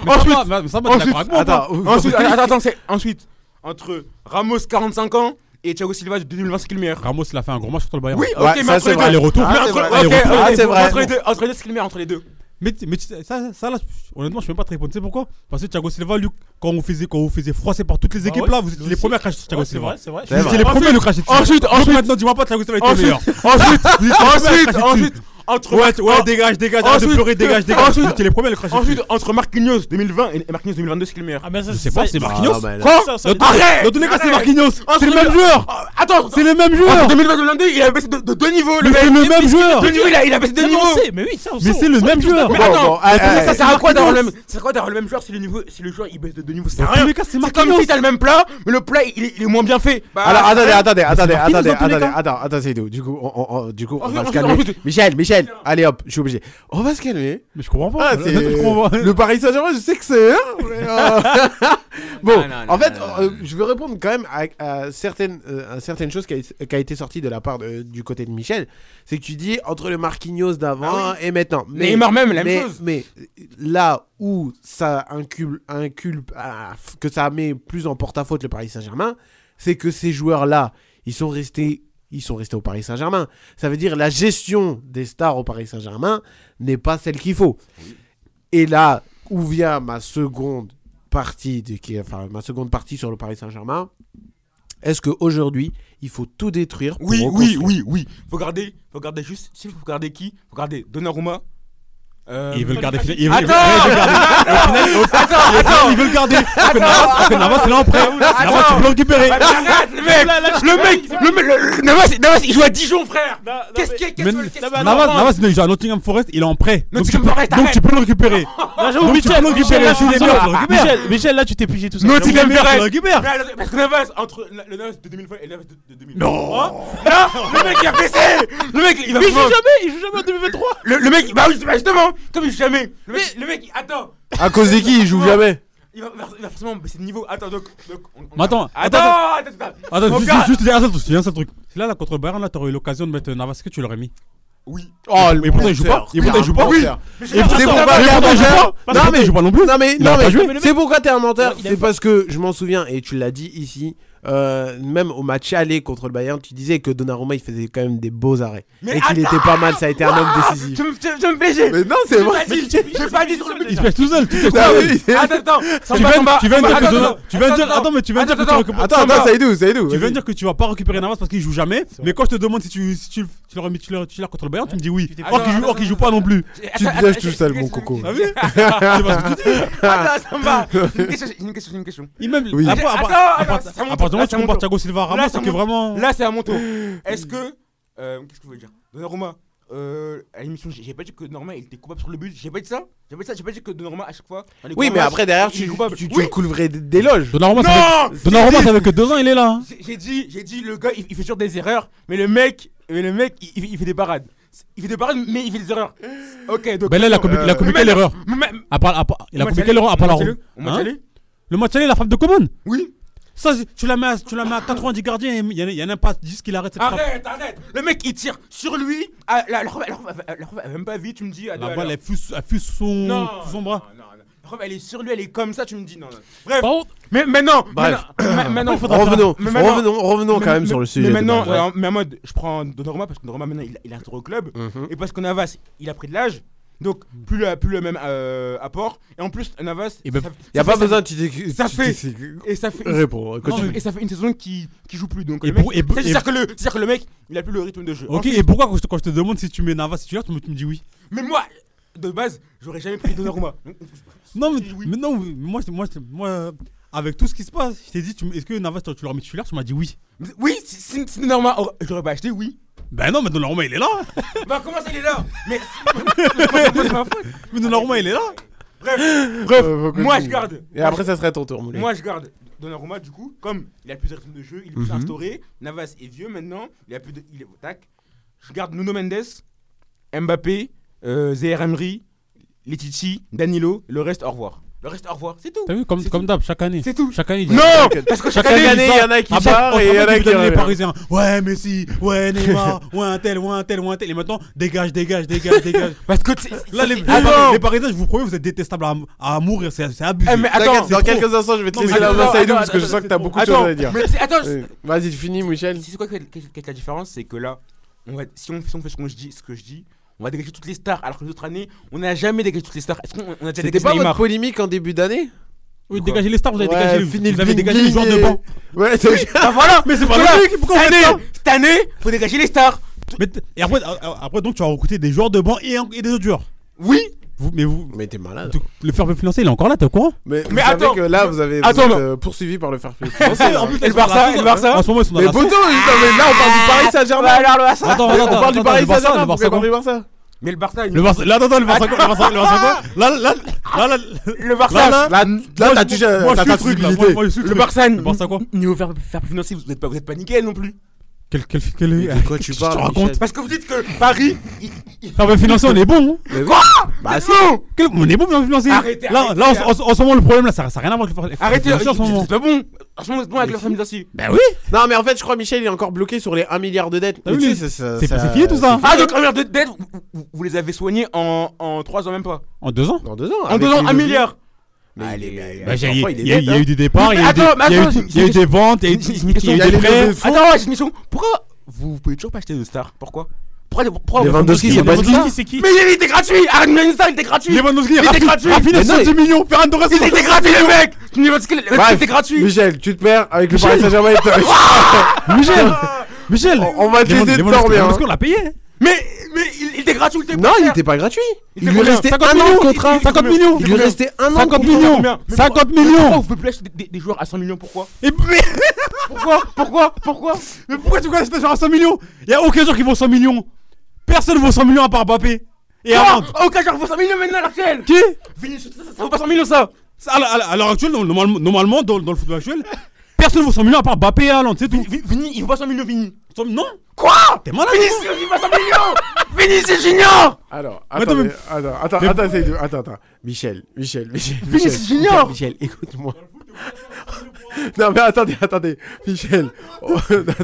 va, mais ça va, t'es d'accord avec moi, Attends, toi ensuite, attends, attends, c'est ensuite entre Ramos 45 ans et Thiago Silva de 2020 c'est le meilleur. Ramos, il a fait un gros match contre le Bayern. Oui, ok, mais entre les deux. Aller-retour. Mais entre- ok, entre les deux, Entre les deux, entre les deux, c'est le meilleur, entre les deux. Mais, tu- mais tu sais, ça, ça là, honnêtement, je ne peux même pas te répondre. Tu sais pourquoi Parce que Thiago Silva, lui, quand vous faisiez, quand vous faisiez froisser par toutes les équipes ouais, là, vous étiez nous les aussi. premiers à cracher sur Thiago Ouais, c'est Silva. vrai, c'est vrai. Vous étiez les Ouais. premiers à le cracher dessus. Ensuite, Donc ensuite. maintenant, dis-moi pas que Thiago Silva était le Ensuite, meilleur. ensuite, Vous étiez les premiers à le ensuite, cracher ensuite, dessus. entre Ouais, ouais, entre- dégage, dégage, arrête de ensuite- pleurer, dégage, dégage. ensuite- Vous étiez les premiers à le cracher Ensuite, entre Marquinhos 2020 et et Marquinhos 2022, c'est qui le meilleur. Ah, mais ça, Je sais pas, c'est Marquinhos. Quoi Dans tous- Dans tous les cas, c'est Marquinhos. C'est le même joueur. Attends, c'est le même joueur. En 2020 2022, il a baissé de, de deux niveaux. Mais mec. c'est le Et même puis, joueur. de niveau, il a, il a baissé de Non, mais niveau. on sait, mais oui, ça, on Mais sait, c'est on le sait, même on est joueur. tous Mais d'accord. attends, bon, allez, ça- allez, ça sert à allez, quoi d'avoir le Marquinhos. même C'est quoi d'avoir le même joueur si le niveau, si le joueur il baisse de deux niveaux C'est Dans tous rien. les cas, c'est comme Marquinhos. si t'as le même plat, mais le plat il est, il est moins bien fait. Bah, Alors attendez, rien. attendez, attendez, Marquinhos, attendez, dans tous les attendez, cas. attends, attends, c'est tout. Du coup, on, on- on- du coup, on Ensuite, va se ensuite, calmer. ensuite. Michel, Michel, allez hop, je suis obligé. On va se calmer. Mais je comprends pas. Ah, [laughs] Je- c'est- je comprends pas. Le Paris Saint-Germain, je sais que c'est. hein, mais, [laughs] euh, bon, Non, non, non, en fait, non, euh, je veux répondre quand même à, à certaines, euh, à certaines choses qui a, qui a été sortie de la part de- du côté de Michel. C'est que tu dis entre le Marquinhos d'avant Ah et maintenant. Neymar même, la même mais- chose. Mais là où ça inculpe, inculpe ah, f- que ça met plus en porte-à-faux le Paris Saint-Germain, c'est que ces joueurs-là, ils sont restés. Ils sont restés au Paris Saint-Germain. Ça veut dire la gestion des stars au Paris Saint-Germain n'est pas celle qu'il faut. Et là où vient ma seconde partie, de, qui, enfin ma seconde partie sur le Paris Saint-Germain, est-ce qu'aujourd'hui il faut tout détruire pour Oui, oui, reconstruire oui, oui. Faut garder, faut garder juste, tu sais, faut garder qui Faut garder Donnarumma. Euh... Ils veulent garder. Attends Ils veulent Attends garder. Ils veulent garder. Parce que Navas- parce que Navas, c'est là en prêt. Navas, tu peux le récupérer. Bah, mais arrête, le mec Le mec Le mec le- le- Navas, Navas, il joue à Dijon, frère Qu'est-ce qu'il y a Mais Qu'est-ce qu'il y a Navas, Navas, il est à Nottingham Forest, il est en prêt. Donc tu Nottingham peux- Forest, donc tu peux le récupérer. Non, Donc tu j'avoue, peux Michel, le Michel, récupérer. là, Je suis je suis désolé, tu sûr. le récupères. Michel, Michel, là, tu t'es pigé tout ça. Nottingham J'avoue, Forest. tu le récupères. Mais alors, Parce que Navas, entre le le Navas de 2020 et le Navas de de 2023... Oh, Là, le mec, il a baissé Le mec, il va Mais il joue pouvoir- jamais, il joue jamais en 2023. le, le mec, bah oui, bah justement, comme il joue jamais. Le mec, le mec, il- attends, À cause de qui il joue jamais il va, il va forcément baisser de niveau. Attends, donc, donc on, on- Mais attends, attends, attends, attends, attends, Attends, Mon juste, gars, juste, juste, un seul truc, c'est un seul truc. Là, là, contre le Bayern, là, t'aurais eu l'occasion de mettre Navas. Est-ce que tu l'aurais mis Oui. Oh, le Mais pourtant, il joue pas. menteur. Et pourtant, il joue pas. Oui. Mais Et pourtant, C'est il joue pourquoi pas. t'es un il joue menteur. pas. Parce que il joue pas non plus. Non mais, Il a non, pas mais joué. c'est pourquoi t'es un menteur. Non, il a C'est pas- parce que je m'en souviens et tu l'as dit ici. euh, même au match aller contre le Bayern, tu disais que Donnarumma il faisait quand même des beaux arrêts Mais Ah, et qu'il était pas mal. Ça a été un homme Ah, décisif. Je me, je, je me fléchais. Mais non, c'est vrai. [laughs] J'ai pas dit sur le Il but. se pèse tout seul. Tu fais Ah quoi oui. Attends, attends, Tu viens, tu viens de dire que Donnarumma- tu viens de dire, attends, mais tu viens de dire que tu récupères- Attends, attends, Saïdou, Saïdou. Tu viens vas-y. de dire que tu vas pas récupérer Navas parce qu'il joue jamais, mais quand je te demande si tu, si tu, tu l'aurais mis tu l'aurais- tu l'as contre le Bayern, tu me dis oui. t'es- Or qu'il joue, or qu'il joue pas non plus. Tu te lèves tout seul, mon coco. T'as vu C'est parce que tu dis. Attends, Samba. Une question, j'ai une question, j'ai une question. Il même. Oui. Après, Attends, après, attends, après, ça monte, à partir du là, moment où tu ça monte. compares Thiago Silva à Là, Ramos, ça c'est que monte. vraiment. euh. Là, c'est à mon tour. Est-ce que. euh, Qu'est-ce que je voulais dire Donnarumma, euh, à l'émission, j'ai j'ai pas dit que Donnarumma il était coupable sur le but. J'ai pas dit ça. J'ai pas dit ça. J'ai pas dit que Donnarumma à chaque fois. dans les Oui, grands mais matchs, après derrière il est tu coupable. tu Oui, tu coulerais des des loges. Donnarumma, ça Non fait- Donnarumma, ça fait que deux ans, il est là. hein. J'ai- J'ai dit, j'ai dit, le gars, il, il fait toujours des erreurs, mais le mec, mais le mec, il, il- il fait des parades. Il fait des parades, mais il fait des erreurs. Ok, donc. euh, Ben là, il a commis, il a commis quelle erreur Mais- mais- à part, à part- Il a Mathieu, commis quelle erreur à part la Mathieu, Rome on m'a Hein dit- Le match aller, la frappe de Coman Oui. Ça, c'est- tu la mets à, tu la mets à 90 gardiens et il y en a- il y en a pas 10 qui l'arrête cette frappe. Arrête, arrête. Le mec, il tire sur lui. Ah, la, la, la- la- la- la- même pas vite, tu me dis. La balle, elle fuse, elle fuse son, non, sous son bras. Non, non, non. La preuve, elle est sur lui, elle est comme ça, tu me dis. Non, non. Bref. Par contre, Mais maintenant, Bref. [coughs] maintenant, maintenant, Revenons, mais maintenant- revenons, revenons Mais- quand même mais- sur le sujet. Mais de maintenant, base. euh, mais en mode, je prends Donnarumma parce que Donnarumma maintenant il, il est retour au club Mhm. et parce que Navas il a pris de l'âge, donc plus le, plus le même euh, apport et en plus Navas. Et ben, ça- y a ça pas fait- besoin de tu Ça tu- fait- tu- tu- Et ça fait. Réponds, non, continue. mais- et ça fait une saison qui qui joue plus donc. Et le mec- pour- et pour- C'est-à-dire et- que le c'est-à-dire que le mec il a plus le rythme de jeu. Ok, En et pourquoi quand je, te, quand je te demande si tu mets Navas titulaire, tu me, tu me dis oui plus- Mais moi de base j'aurais jamais pris Donnarumma. Non, mais, Je dis oui. mais non, mais moi, je- moi, je- moi, euh, avec tout ce qui se passe, je t'ai dit, tu m- est-ce que Navas, tu, tu l'aurais mis titulaire Tu m'as dit oui. oui, si- si si Donnarumma aurait- Oh, j'aurais pas acheté, oui. Ben non, mais Donnarumma, il est là Bah comment ça il est là Mais c'est ma faute. [laughs] Mais Donnarumma, il est là Bref, Euh, faut moi continuer. je garde. Et après, ça serait ton tour, Moulay. Moi, je garde Donnarumma, du coup, comme il a plus de rythme de jeu, il est plus Mhm. instauré. Navas est vieux maintenant, il a plus de. Il est au tac. Je garde Nuno Mendes, Mbappé, euh, Zaire Emery, Letici, Danilo, le reste, au revoir. Le reste, au revoir. C'est tout. T'as vu, comme, comme d'hab, chaque année. C'est tout. Chaque année, Non, parce que chaque année, il y en a qui partent et il y en a qui Les reviennent. Parisiens, ouais, Messi, ouais, Neymar, ouais, un tel, ouais, un tel, ouais, un tel. Et maintenant, dégage, dégage, dégage, dégage. [laughs] Parce que là, les, les- Ah non. les Parisiens, je vous promets, vous êtes détestables à, à mourir, c'est c'est abusé. Eh, mais attends, T'inquiète, dans quelques instants, je vais te laisser la main, Saïdou, parce que je sens que t'as beaucoup de choses à dire. Mais c'est- attends, Euh, Vas-y, finis, Michel. C'est quoi quelle, quelle- quelle est la différence C'est que là, on va, si, on, si on fait ce, qu'on je dis, ce que je dis, on va dégager toutes les stars. Alors que les autres années, on n'a jamais dégagé toutes les stars. Est-ce qu'on on a déjà C'était dégagé pas Neymar votre polémique en début d'année Oui, dégager les stars, vous avez Ouais, dégagé, fini vous le avez bling dégagé les bling joueurs de et- banc. Ouais, Oui, bah voilà, mais c'est pas voilà. logique, pourquoi vous Cette faites ça année- Cette année, faut dégager les stars. Mais t- et après, a- a- après, donc, tu vas recruter des joueurs de banc et, en- et des autres joueurs. Oui. Vous, mais vous. Mais t'es malade. Le fair play financier, il est encore là, t'es au courant Mais, vous Mais savez attends. que là, vous avez vous Attends, êtes, non. euh, poursuivi par le [laughs] fair play. [laughs] En plus, Financier, là, ils sont dans la Ah, sauce, hein. En ce moment, ils sont dans Mais la sauce. Boto, il- non, mais là, on parle du Paris Saint-Germain. Bah alors, le Barça. Attends, Mais attends, on parle du attends, Paris le Barça, Saint-Germain. le pourquoi Barça, pas du Barça Mais le Barça, il- Le Barça, là, attends, le Barça quoi Le Barça, le Barça quoi [laughs] Là, là, là, là, là, Le Barça, là, là, là, moi, t'as je- touché à moi, ta je suis le truc, là, sensibilité. moi, moi, je suis le le truc. Barça, Le Barça quoi niveau faire, faire plus financier, vous n'êtes pas, vous êtes pas nickel non plus. Quel, quel, quel, De quoi tu parles racontes Parce que vous dites que Paris, il- il- Fair play financier, on est bon. hein. Mais oui. Bah non Quel- On est bon, fair play financier. Arrêtez, Là, arrêtez, là, en- en en ce moment, le problème, là, ça n'a rien à voir avec le fair play Arrêtez, financier en ce moment. c'est pas bon. En ce moment, vous êtes bon avec le famille d'acier. Bah oui Ben Non, mais en fait, je crois Michel il est encore bloqué sur les 1 milliard de dettes. T'as Mais vu, tu les- sais, ça- c'est- Euh, ça- c'est fini, tout ça. hein. Ah donc, un milliard de dettes, vous- vous- vous les avez soignés en en trois ans même pas. En deux ans Dans deux ans. En avec donnant les un leviers. milliard. Mais il est- Bah, j'ai- mais Il y parfois, a- il est il y a net, hein. eu des départs, il y Mais a eu des- attends, mais il y a eu attends, des- il y a eu j'ai- des ventes, il y a J'ai- eu- j'ai une il y question. a eu Il y a des les prêts. levées de fonds. Attends, j'ai une question. Pourquoi vous pouvez toujours pas acheter de stars Pourquoi Pourquoi pourquoi Les vous- Lewandowski, vous- c'est pas vous- ça. Ah, Qui c'est qui Mais il était gratuit Armin Einstein était gratuit Lewandowski, était Rafi- gratuit. Rafinha, Mais non, 70 millions, Ferran Torres, Il était gratuit, le mec Lewandowski, Bref, était gratuit Michel, tu te perds avec le Paris [laughs] Saint-Germain. et te- Michel Michel On- on va te Lewand- laisser Lewandowski, dormir, hein. Lewandowski, on l'a payé Mais mais il il était gratuit, le Non, il était pas gratuit. Il Il était lui combien restait 50 un an de millions. contrat. 50 millions. Il lui restait un an de 50 contrat. millions Combien Mais 50 pourquoi- mais Pourquoi millions vous pouvez plus acheter des- des des joueurs à 100 millions Pourquoi Et- mais, Pourquoi Pourquoi Pourquoi mais pourquoi tu connais ce joueur à 100 millions Il n'y a aucun joueur qui vaut 100 millions Personne vaut 100 millions à part Mbappé Et Haaland Oh, ok, genre, vaut 100 millions maintenant à l'heure actuelle Qui Vinicius, ça, ça, ça vaut pas 100 millions ça Ça, À l'heure- à l'heure actuelle, normalement, normalement, dans, dans le football actuel, personne vaut 100 millions à part Mbappé et Haaland, c'est tout Vi- Vini, il vaut pas 100 millions Vini Cent- Non Quoi T'es malade Vinicius, il vaut pas 100 millions Vinicius Junior Alors, Mais attends, attends, mais- attends, attends, mais- attends, Seydou, attends, attends. Michel, Michel, Michel. Vinicius Michel, Junior Michel, écoute-moi. [laughs] non, mais attendez, attendez. [laughs] Michel. Oh,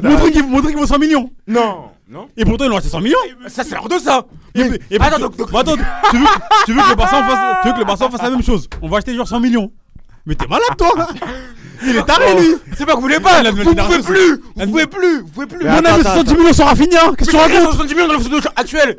Mon truc, [laughs] il- mon truc, il vaut 100 millions Non Non Et pourtant, ils ont acheté 100 millions Ça, c'est leur dos ça Et- et- Attends, tu- donc- donc- mais attends, tu veux, tu veux que le Barça en fasse, tu veux que le Barça en fasse la même chose On va acheter genre 100 millions. Mais t'es malade [laughs] toi Il est taré lui C'est pas que vous voulez pas La nouvelle Vous pouvez génération, plus la Vous pouvez plus Vous pouvez plus Mais on a attends, mis attends, 70 millions sur Rafinha hein. Qu'est-ce que tu Mais racontes 70 millions dans le football actuel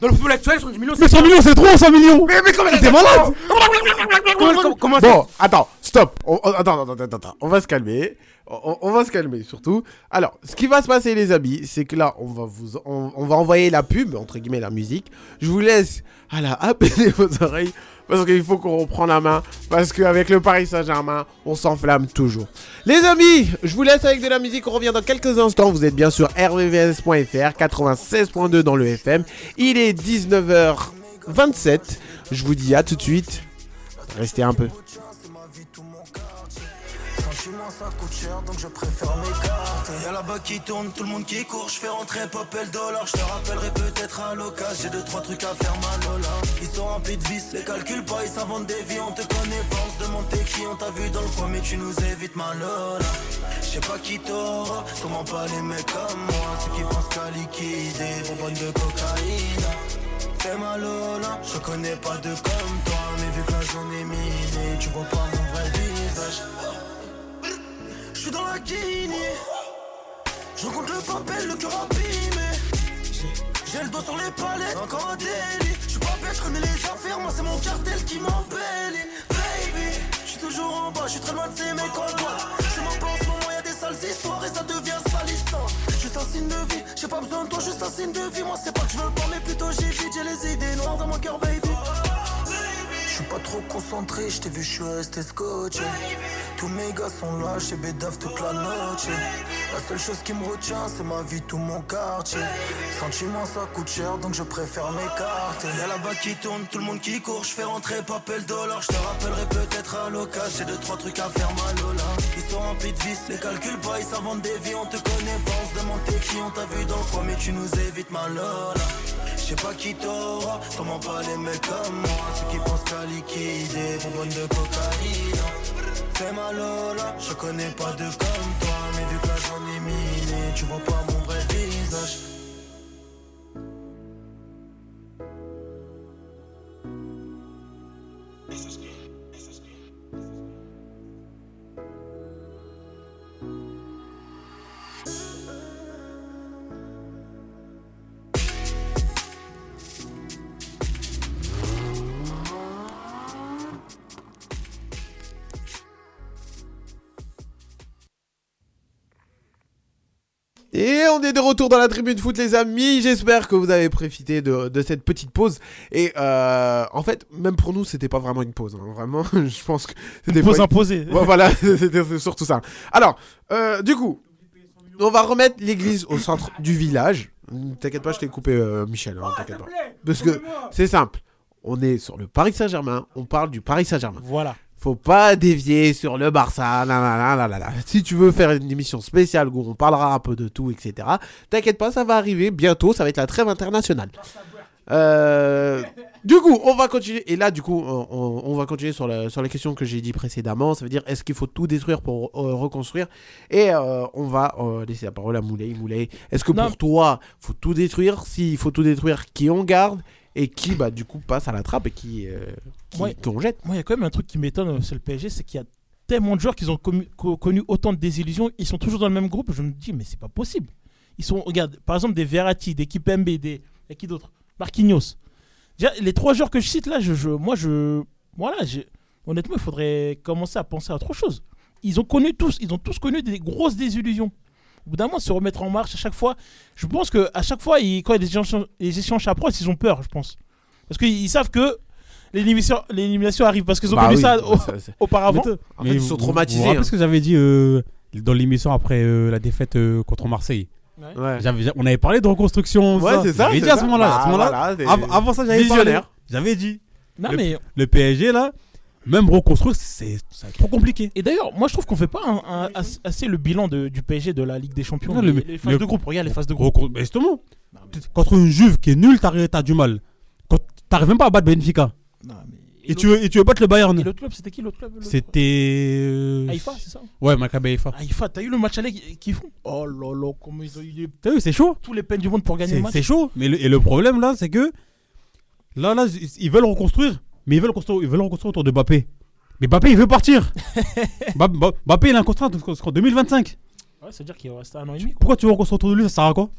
Dans le football actuel, 70 millions Mais 100 millions c'est trop 100 millions Mais, mais comment T'es malade Comment, comment, comment Bon, attends, stop. On, on- attends, attends, attends, attends. On va se calmer. On, on va se calmer surtout. Alors, ce qui va se passer, les amis, c'est que là, on va vous, on, on va envoyer la pub entre guillemets la musique. Je vous laisse à la [laughs] apaiser vos oreilles parce qu'il faut qu'on reprend la main parce qu'avec le Paris Saint-Germain, on s'enflamme toujours. Les amis, je vous laisse avec de la musique. On revient dans quelques instants. Vous êtes bien sur rvvs.fr 96.2 dans le FM. Il est 19h27. Je vous dis à tout de suite. Restez un peu. Franchement ça coûte cher donc je préfère m'écarter Y'a là-bas qui tourne, tout le monde qui court, je fais rentrer pop et le dollar Je te rappellerai peut-être à l'occasion, j'ai deux trois trucs à faire malola Ils sont remplis de vis, les calculs pas, ils s'inventent des vies, on te connaît pas On se demande t'es qui, on t'a vu dans le coin mais tu nous évites malola Je sais pas qui t'aura, sûrement pas les mecs comme moi Ceux qui pensent qu'à liquider, bonbonne de cocaïne Fais malola, je connais pas de comme toi Mais vu que la zone est minée, tu vois pas mon vrai visage je suis dans la Guinée. Je rencontre le papel, le cœur abîmé. J'ai- J'ai le dos sur les palettes, encore un délit. Je suis pas bête, je connais les affaires, moi c'est mon cartel qui m'embellit. Baby, je suis toujours en bas, je suis très loin de ces mecs en bas. Je m'en pas en ce moment, y'a des sales histoires et ça devient salissant. Juste un signe de vie, j'ai pas besoin de toi, juste un signe de vie. Moi c'est pas que je veux pas, mais plutôt j'évite, j'ai les idées noires dans mon cœur, baby. Je suis pas trop concentré, je t'ai vu, je suis resté scotché. Tous mes gars sont là chez Bédave toute la noche La seule chose qui me retient c'est ma vie, tout mon quartier Sentiment ça coûte cher donc je préfère m'écarter Y'a là-bas qui tourne, tout le monde qui court, je fais rentrer papel dollar Je te rappellerai peut-être à l'occasion, j'ai deux trois trucs à faire malola Ils sont remplis de vis, les calculs pas, ils s'inventent des vies, on te connaît pas On se demande t'es qui, on t'a vu dans quoi mais tu nous évites malola je sais pas qui t'aura, sûrement pas les mecs comme moi Ceux qui pensent qu'à liquider, bonbonne de cocaïne hein. Fais ma lola, je connais pas de comme toi Mais vu que là j'en ai miné, tu vois pas mon vrai visage Et on est de retour dans la tribune foot, les amis. J'espère que vous avez profité de, de cette petite pause. Et euh, en fait, même pour nous, c'était pas vraiment une pause. hein. Vraiment, [laughs] je pense que c'était pause pas imposée. Ouais, voilà, [laughs] c'était surtout ça. Alors, euh, du coup, on va remettre l'église au centre du village. Hum, T'inquiète pas, je t'ai coupé, euh, Michel. hein, t'inquiète pas. Parce que c'est simple. On est sur le Paris Saint-Germain. On parle du Paris Saint-Germain. Voilà. Faut pas dévier sur le Barça, nanana, nanana. Si tu veux faire une émission spéciale où on parlera un peu de tout, etc., t'inquiète pas, ça va arriver bientôt, ça va être la trêve internationale. Euh, du coup, on va continuer. Et là, du coup, on, on- on va continuer sur, la- sur la question que j'ai dit précédemment. Ça veut dire, est-ce qu'il faut tout détruire pour euh, reconstruire Et euh, on va euh, laisser la parole à Moulay. Moulay, est-ce que Non. pour toi, faut tout détruire S'il faut tout détruire, qui on garde et qui, bah, du coup, passe à la trappe et qui, euh, qui- Ouais. qu'on jette Moi, il y a quand même un truc qui m'étonne euh, sur le PSG, c'est qu'il y a tellement de joueurs qui ont commu- co- connu autant de désillusions. Ils sont toujours dans le même groupe. Je me dis, mais c'est pas possible. Ils sont, regarde, par exemple, des Verratti, des Kipembe, des. Et qui d'autre Marquinhos. Déjà, les trois joueurs que je cite là, je, je- moi, je. Voilà, j'ai- honnêtement, il faudrait commencer à penser à autre chose. Ils ont connu tous, ils ont tous connu des grosses désillusions. Au bout d'un moment, se remettre en marche à chaque fois. Je pense que à chaque fois, ils- quand il y a des échanges, des échanges atroces, ils ont peur, je pense. Parce qu'ils ils savent que l'élimination l'élimination arrive. Parce qu'ils ont Bah connu oui, ça, au- ça, c'est- auparavant. Mais- en fait, ils sont vous- traumatisés, Vous vous rappelez hein. ce que j'avais dit euh, dans l'émission après euh, la défaite euh, contre Marseille Ouais. J'avais- On avait parlé de reconstruction. tout Ouais, c'est ça, J'avais c'est dit à ça. ce moment-là. à ce Bah, moment-là, voilà, t'es av- avant ça, j'avais parlé. visionnaire. J'avais dit. Non, le, mais- le PSG, là, même reconstruire, c'est ça va être trop compliqué. Et d'ailleurs, moi je trouve qu'on fait pas un- un- as- assez le bilan de- du PSG de la Ligue des Champions. Non, les, le- les phases le- de groupe, regarde les phases de groupe. Recon- mais Justement, contre une Juve qui est nulle, t'arrives- t'as du mal. Quand T'arrives même pas à battre Benfica. et, tu veux, et tu veux battre le Bayern. Et l'autre club, c'était qui l'autre club le- C'était. euh, Haïfa, c'est ça Ouais, Maccabi Haïfa. Haïfa, t'as eu le match aller qui- qu'ils font Oh là là, comment ils ont eu les- T'as vu, c'est chaud. tous les peines du monde pour gagner C'est le match. c'est chaud. Mais le, et le problème là, c'est que là, là, ils- ils veulent reconstruire, mais ils veulent construire, ils veulent reconstruire autour de Mbappé. Mais Mbappé, il veut [laughs] partir. Ba- Ba- Mbappé, il a un contrat jusqu'en jusqu'en 2025. Ouais, ça veut dire qu'il reste un an et demi. Pourquoi tu veux reconstruire autour de lui Ça sert à quoi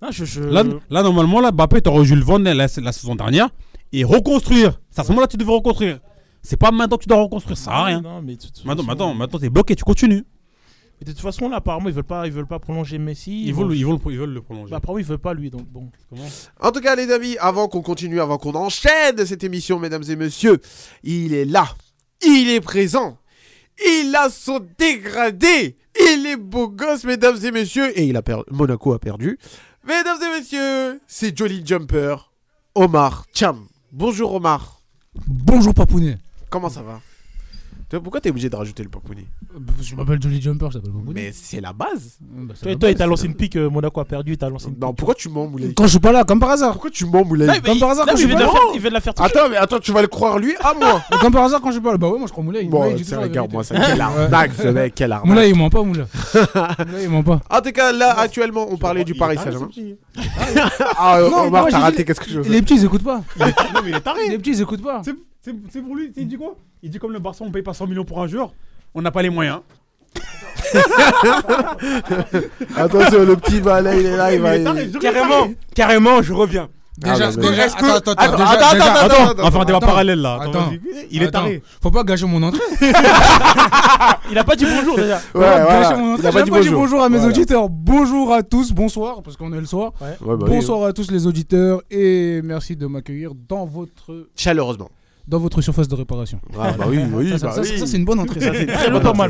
Non, je, je- là, là, normalement, là, Mbappé, t'aurais dû le vendre la, la saison dernière et reconstruire. C'est à ce moment-là que tu devais reconstruire. C'est pas maintenant que tu dois reconstruire, ça sert à rien. Non, mais de toute maintenant, façon- maintenant, maintenant, t'es bloqué, tu continues. Et de toute façon, là, apparemment, ils veulent pas, ils veulent pas prolonger Messi. Ils veulent- ils veulent- ils veulent le prolonger. Bah, apparemment, ils veulent pas lui, donc bon. En tout cas, les amis, avant qu'on continue, avant qu'on enchaîne cette émission, mesdames et messieurs, il est là, il est présent, il a son dégradé, il est beau gosse, mesdames et messieurs, et il a per- Monaco a perdu. Mesdames et messieurs, c'est Jolly Jumper, Omar Cham. Bonjour Omar. Bonjour Papounet. Comment ça va Toi, Pourquoi t'es obligé de rajouter le Papouni Bah, Je m'appelle Jolly Jumper, Bah, je t'appelle Bobo. Mais c'est la base. Toi, toi, il t'a lancé une pique, euh, Monaco a perdu, t'as lancé une Non, pourquoi tu mens, Moulay Quand je suis pas là, comme par hasard. Pourquoi tu mens, Moulay mais il- non, mais il vient de la faire- il vient de la faire tout Attends, mais attends, tu vas le croire lui à [laughs] moi. Comme par hasard, quand je suis pas là, bah ouais, moi je crois Moulay. Bon, Moulay, il dit c'est toujours la regarde, vérité. moi, [laughs] ça, quelle arnaque, ce mec, quelle arnaque. Ah, Moulay, il ment pas, [laughs] Moulay. Moulay, il ment pas. En tout cas, là, actuellement, on parlait du Paris Saint-Germain. [laughs] Ah, Non, Omar, moi, t'as j'ai raté dit- qu'est-ce que je Les petits, ils écoutent pas. Non, mais il est taré. Les petits, ils écoutent pas. C'est pour lui, il dit quoi Il dit comme le Barça, on paye pas 100 millions pour un joueur, on n'a pas [laughs] les moyens. Attention, le petit balai, il est là, il va. Ah, Carrément, carrément, je reviens. Déjà, mais- déjà, Est-ce que- attends, attends, Attends, déjà, attends, déjà- attends, attends, on va faire un débat attends, parallèle, là. Attends, Attends, vas-y. Il est attends. taré. Faut pas gâcher mon entrée. Il a pas dit [laughs] bonjour déjà. Faut pas gâcher mon entrée. bah, J'ai pas dit bonjour à mes Voilà. auditeurs. Bonjour à tous, bonsoir, parce qu'on est le soir. Ouais, bah oui. Bonsoir à tous les auditeurs et merci de m'accueillir dans votre Chaleureusement. dans votre surface de réparation. Ah, bah oui, oui, Ça, ça, bah ça, oui. ça, c'est une bonne entrée. Ça, c'est une très bonne entrée.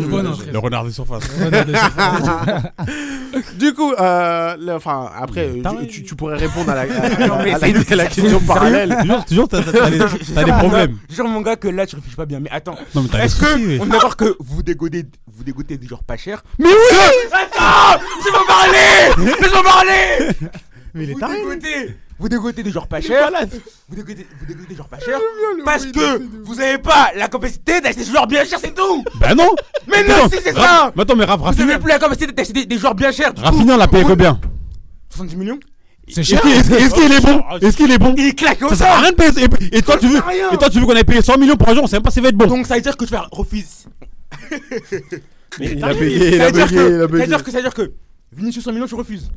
Une bonne entrée. Le renard des surfaces. Le renard des surfaces. [laughs] du coup, euh, le- enfin, après, euh, tu, tu- tu pourrais répondre à la, à- [laughs] [laughs] à- Non, mais à la- c'est- à la question sérieux parallèle. Toujours- toujours, t'as- t'as- t'as [laughs] des- t'as des problèmes. Jure mon gars que là tu réfléchis pas bien. Mais attends, Non, mais t'as est-ce des que soucis, oui. on est d'accord que vous dégodez, vous dégotez des genres pas chers Mais oui Attends, je vais en parler, je vais en parler. Mais il est taré. Vous dégotez, Ah, vous dégotez des genres pas Il est chers. malade. Vous dégotez, vous dégotez des genres pas chers parce que vous avez pas la capacité d'acheter des genres bien chers, c'est tout. Bah non Mais Ben non, Attends, si c'est Raph- ça. Mais attends, mais Raph, Vous avez Rafinha, plus la capacité d'acheter des, des genres bien chers. du coup, Rafinha, on l'a payé vous- combien 70 millions Est-ce qu'il- Est-ce est-ce qu'il est bon Ah, Ah, Est-ce qu'il est bon Il claque Ça sert à rien de payer. Et, et toi, tu veux, sert à rien. et toi, tu veux qu'on ait payé 100 millions pour un jour On sait même pas si ça va être bon. Donc ça veut dire que tu vas refuser. [laughs] Mais il Ça a veut bugué, dire- il a ça veut dire bugué, que- il a bugué. Ça veut dire que, ça veut dire que, Vinicius 100 millions, tu refuses.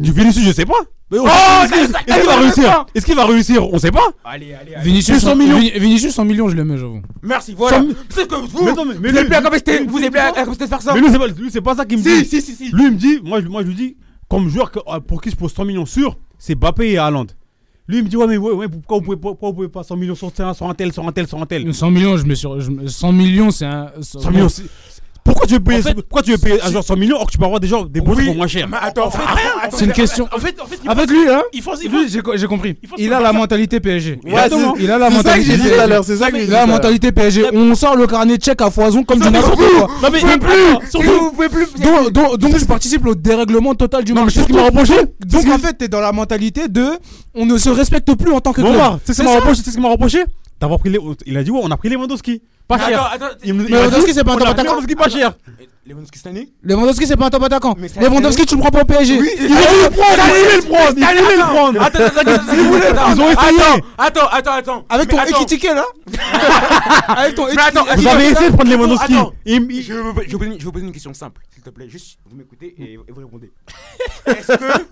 Du Vinicius, je sais pas. Ah, Mais on- Oh, est-ce ça- qu'il- ça- est-ce qu'il va ça- réussir Est-ce qu'il va réussir On sait pas. Allez, allez, Vinicius 100 100 millions. millions. Vinicius 100 millions, je le mets, j'avoue. Merci, voilà. Cent mi- C'est que vous, Mais non, mais- mais vous avez lui- plus la capacité, lui- vous avez plus la la capacité de faire ça. Mais lui, c'est pas, lui, c'est pas ça qui me Si, dit. si, si, si. Lui, il me dit, moi, je- moi je lui dis, comme joueur que- ah, pour qui je pose 100 millions sûr, c'est Bappé et Haaland. Lui, il me dit, ouais, mais ouais, ouais, pourquoi, vous pouvez pas, pourquoi vous pouvez pas 100 millions sur un, sur un tel, sur un tel, sur un tel 100 millions, je mets sur. je mets- 100 millions, c'est un. 100 millions, c'est- Pourquoi tu veux payer, En fait, pourquoi tu veux payer un si- joueur 100 millions alors que tu peux avoir des gens, des bons joueurs pour moins cher Mais attends, en fait, attends, C'est une question. En fait, en fait, il Avec faut- lui, hein il faut- il faut- Lui, j'ai co- j'ai compris. il faut se Il a faire la ça. mentalité PSG. Ouais, Exactement. Il a la c'est ça que mentalité j'ai dit tout à PSG. l'heure, c'est ça que j'ai dit Il a la tout à mentalité PSG. On sort le carnet de chèque à foison comme du n'importe quoi. Non, mais- Vous pouvez attends, plus surtout- Vous pouvez plus Donc- Donc donc je participe au dérèglement total du Non, mais marché. c'est ce qui m'a reproché. Donc en fait, t'es dans la mentalité de. On ne se respecte plus en tant que Bon, club. Omar, tu sais ce qu'il m'a reproché, tu sais ce qu'il m'a reproché D'avoir pris les. Il a dit, ouais, on a pris les Lewandowski. Pas Mais cher. attends, attends, Il me- Mais il m'a dit, Lewandowski, c'est pas un on top a pris attaquant. Lewandowski pas cher. Lewandowski cette année Lewandowski, c'est pas un top attaquant. Mais ça- Lewandowski, tu le prends pas au PSG. Il voulait le prendre, il voulait le prendre, il voulait le prendre. Attends, attends, attends, attends, Ils voulaient, attends, ils ont essayé. Attends, attends, attends. Avec Mais ton attends. équitiquet [laughs] là Avec ton Mais attends, équitiquet. Vous avez essayé de prendre les Attends, Lewandowski. attends. Et- Je, vais vous- je vais vous poser- je vais vous poser une question simple, s'il te plaît. Juste, vous m'écoutez et, et vous répondez. [laughs] Est-ce que.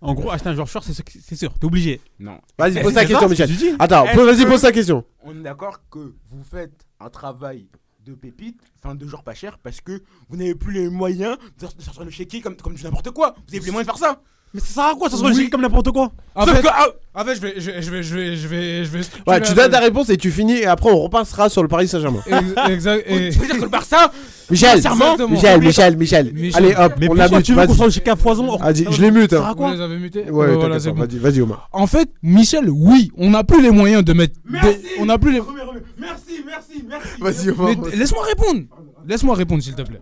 En gros, acheter un joueur cher, c'est sûr, c'est sûr, t'es obligé. Non. Vas-y, pose Eh, ta c'est question, ça, Michel. je dis. Eh, Attends, Est-ce pose- vas-y, que- pose ta question. On est d'accord que vous faites un travail de pépite, enfin de genre pas cher, parce que vous n'avez plus les moyens de de sortir le chéquier comme, comme du n'importe quoi. Vous avez plus les moyens de faire ça. Mais ça sert à quoi Ça Oui. comme n'importe quoi. En Sauf fait, que, ah, en fait, je vais, je vais, je vais, je vais, je vais, je vais Ouais, structurer tu un donnes peu. ta réponse et tu finis, et après, on repassera sur le Paris Saint-Germain. Ex- Exact. et- je veux dire que le Barça, Michel, Sincèrement, Michel, Michel, Michel, Michel. Allez, hop, Mais on la pourquoi mute. tu veux qu'on Vas-y, sorte jusqu'à foison or- Vas-y, je les mute. Ça sert Hein. à quoi Vous les avez mutés Ouais, Bon, t'inquiète Ben voilà, c'est pas, bon. vas-y, vas-y, Omar. En fait, Michel, oui, on n'a plus les moyens de mettre. des- On n'a plus les. Remets, remets. Merci, merci, merci. Vas-y, Omar. Mais vas-y. laisse-moi répondre. Laisse-moi répondre, s'il te plaît.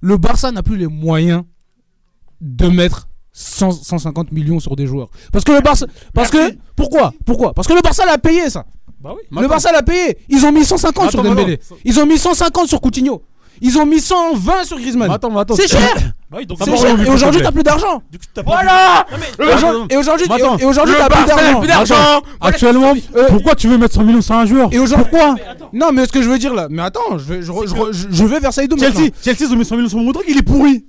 Le Barça n'a plus les moyens de mettre 100 150 millions sur des joueurs. Parce que le Barça. Parce que. Pourquoi Pourquoi Parce que le Barça l'a payé, ça. Bah oui. Le Barça l'a payé. Ils ont mis 150 sur Attends, Dembélé. Ils ont mis 150 sur Coutinho. Ils ont mis 120 sur Griezmann. Attends, mais attends. C'est cher. Bah oui, donc Ça C'est va, on cher. oublie, Et s'il te aujourd'hui, plaît. t'as plus d'argent. Du coup, t'as pas- Voilà Et aujourd'hui- Attends, Et aujourd'hui, mais attends. et aujourd'hui, Le t'as plus Barça a d'argent. plus d'argent Voilà, Actuellement, Euh, pourquoi tu veux mettre 100 millions sur un joueur Et aujourd'hui, pourquoi Non, mais ce que je veux dire là, mais attends, je vais, je, re- je re- je- je vais vers Saïdou maintenant. Chelsea, Chelsea, ils ont mis 100 millions sur Modric, il est pourri.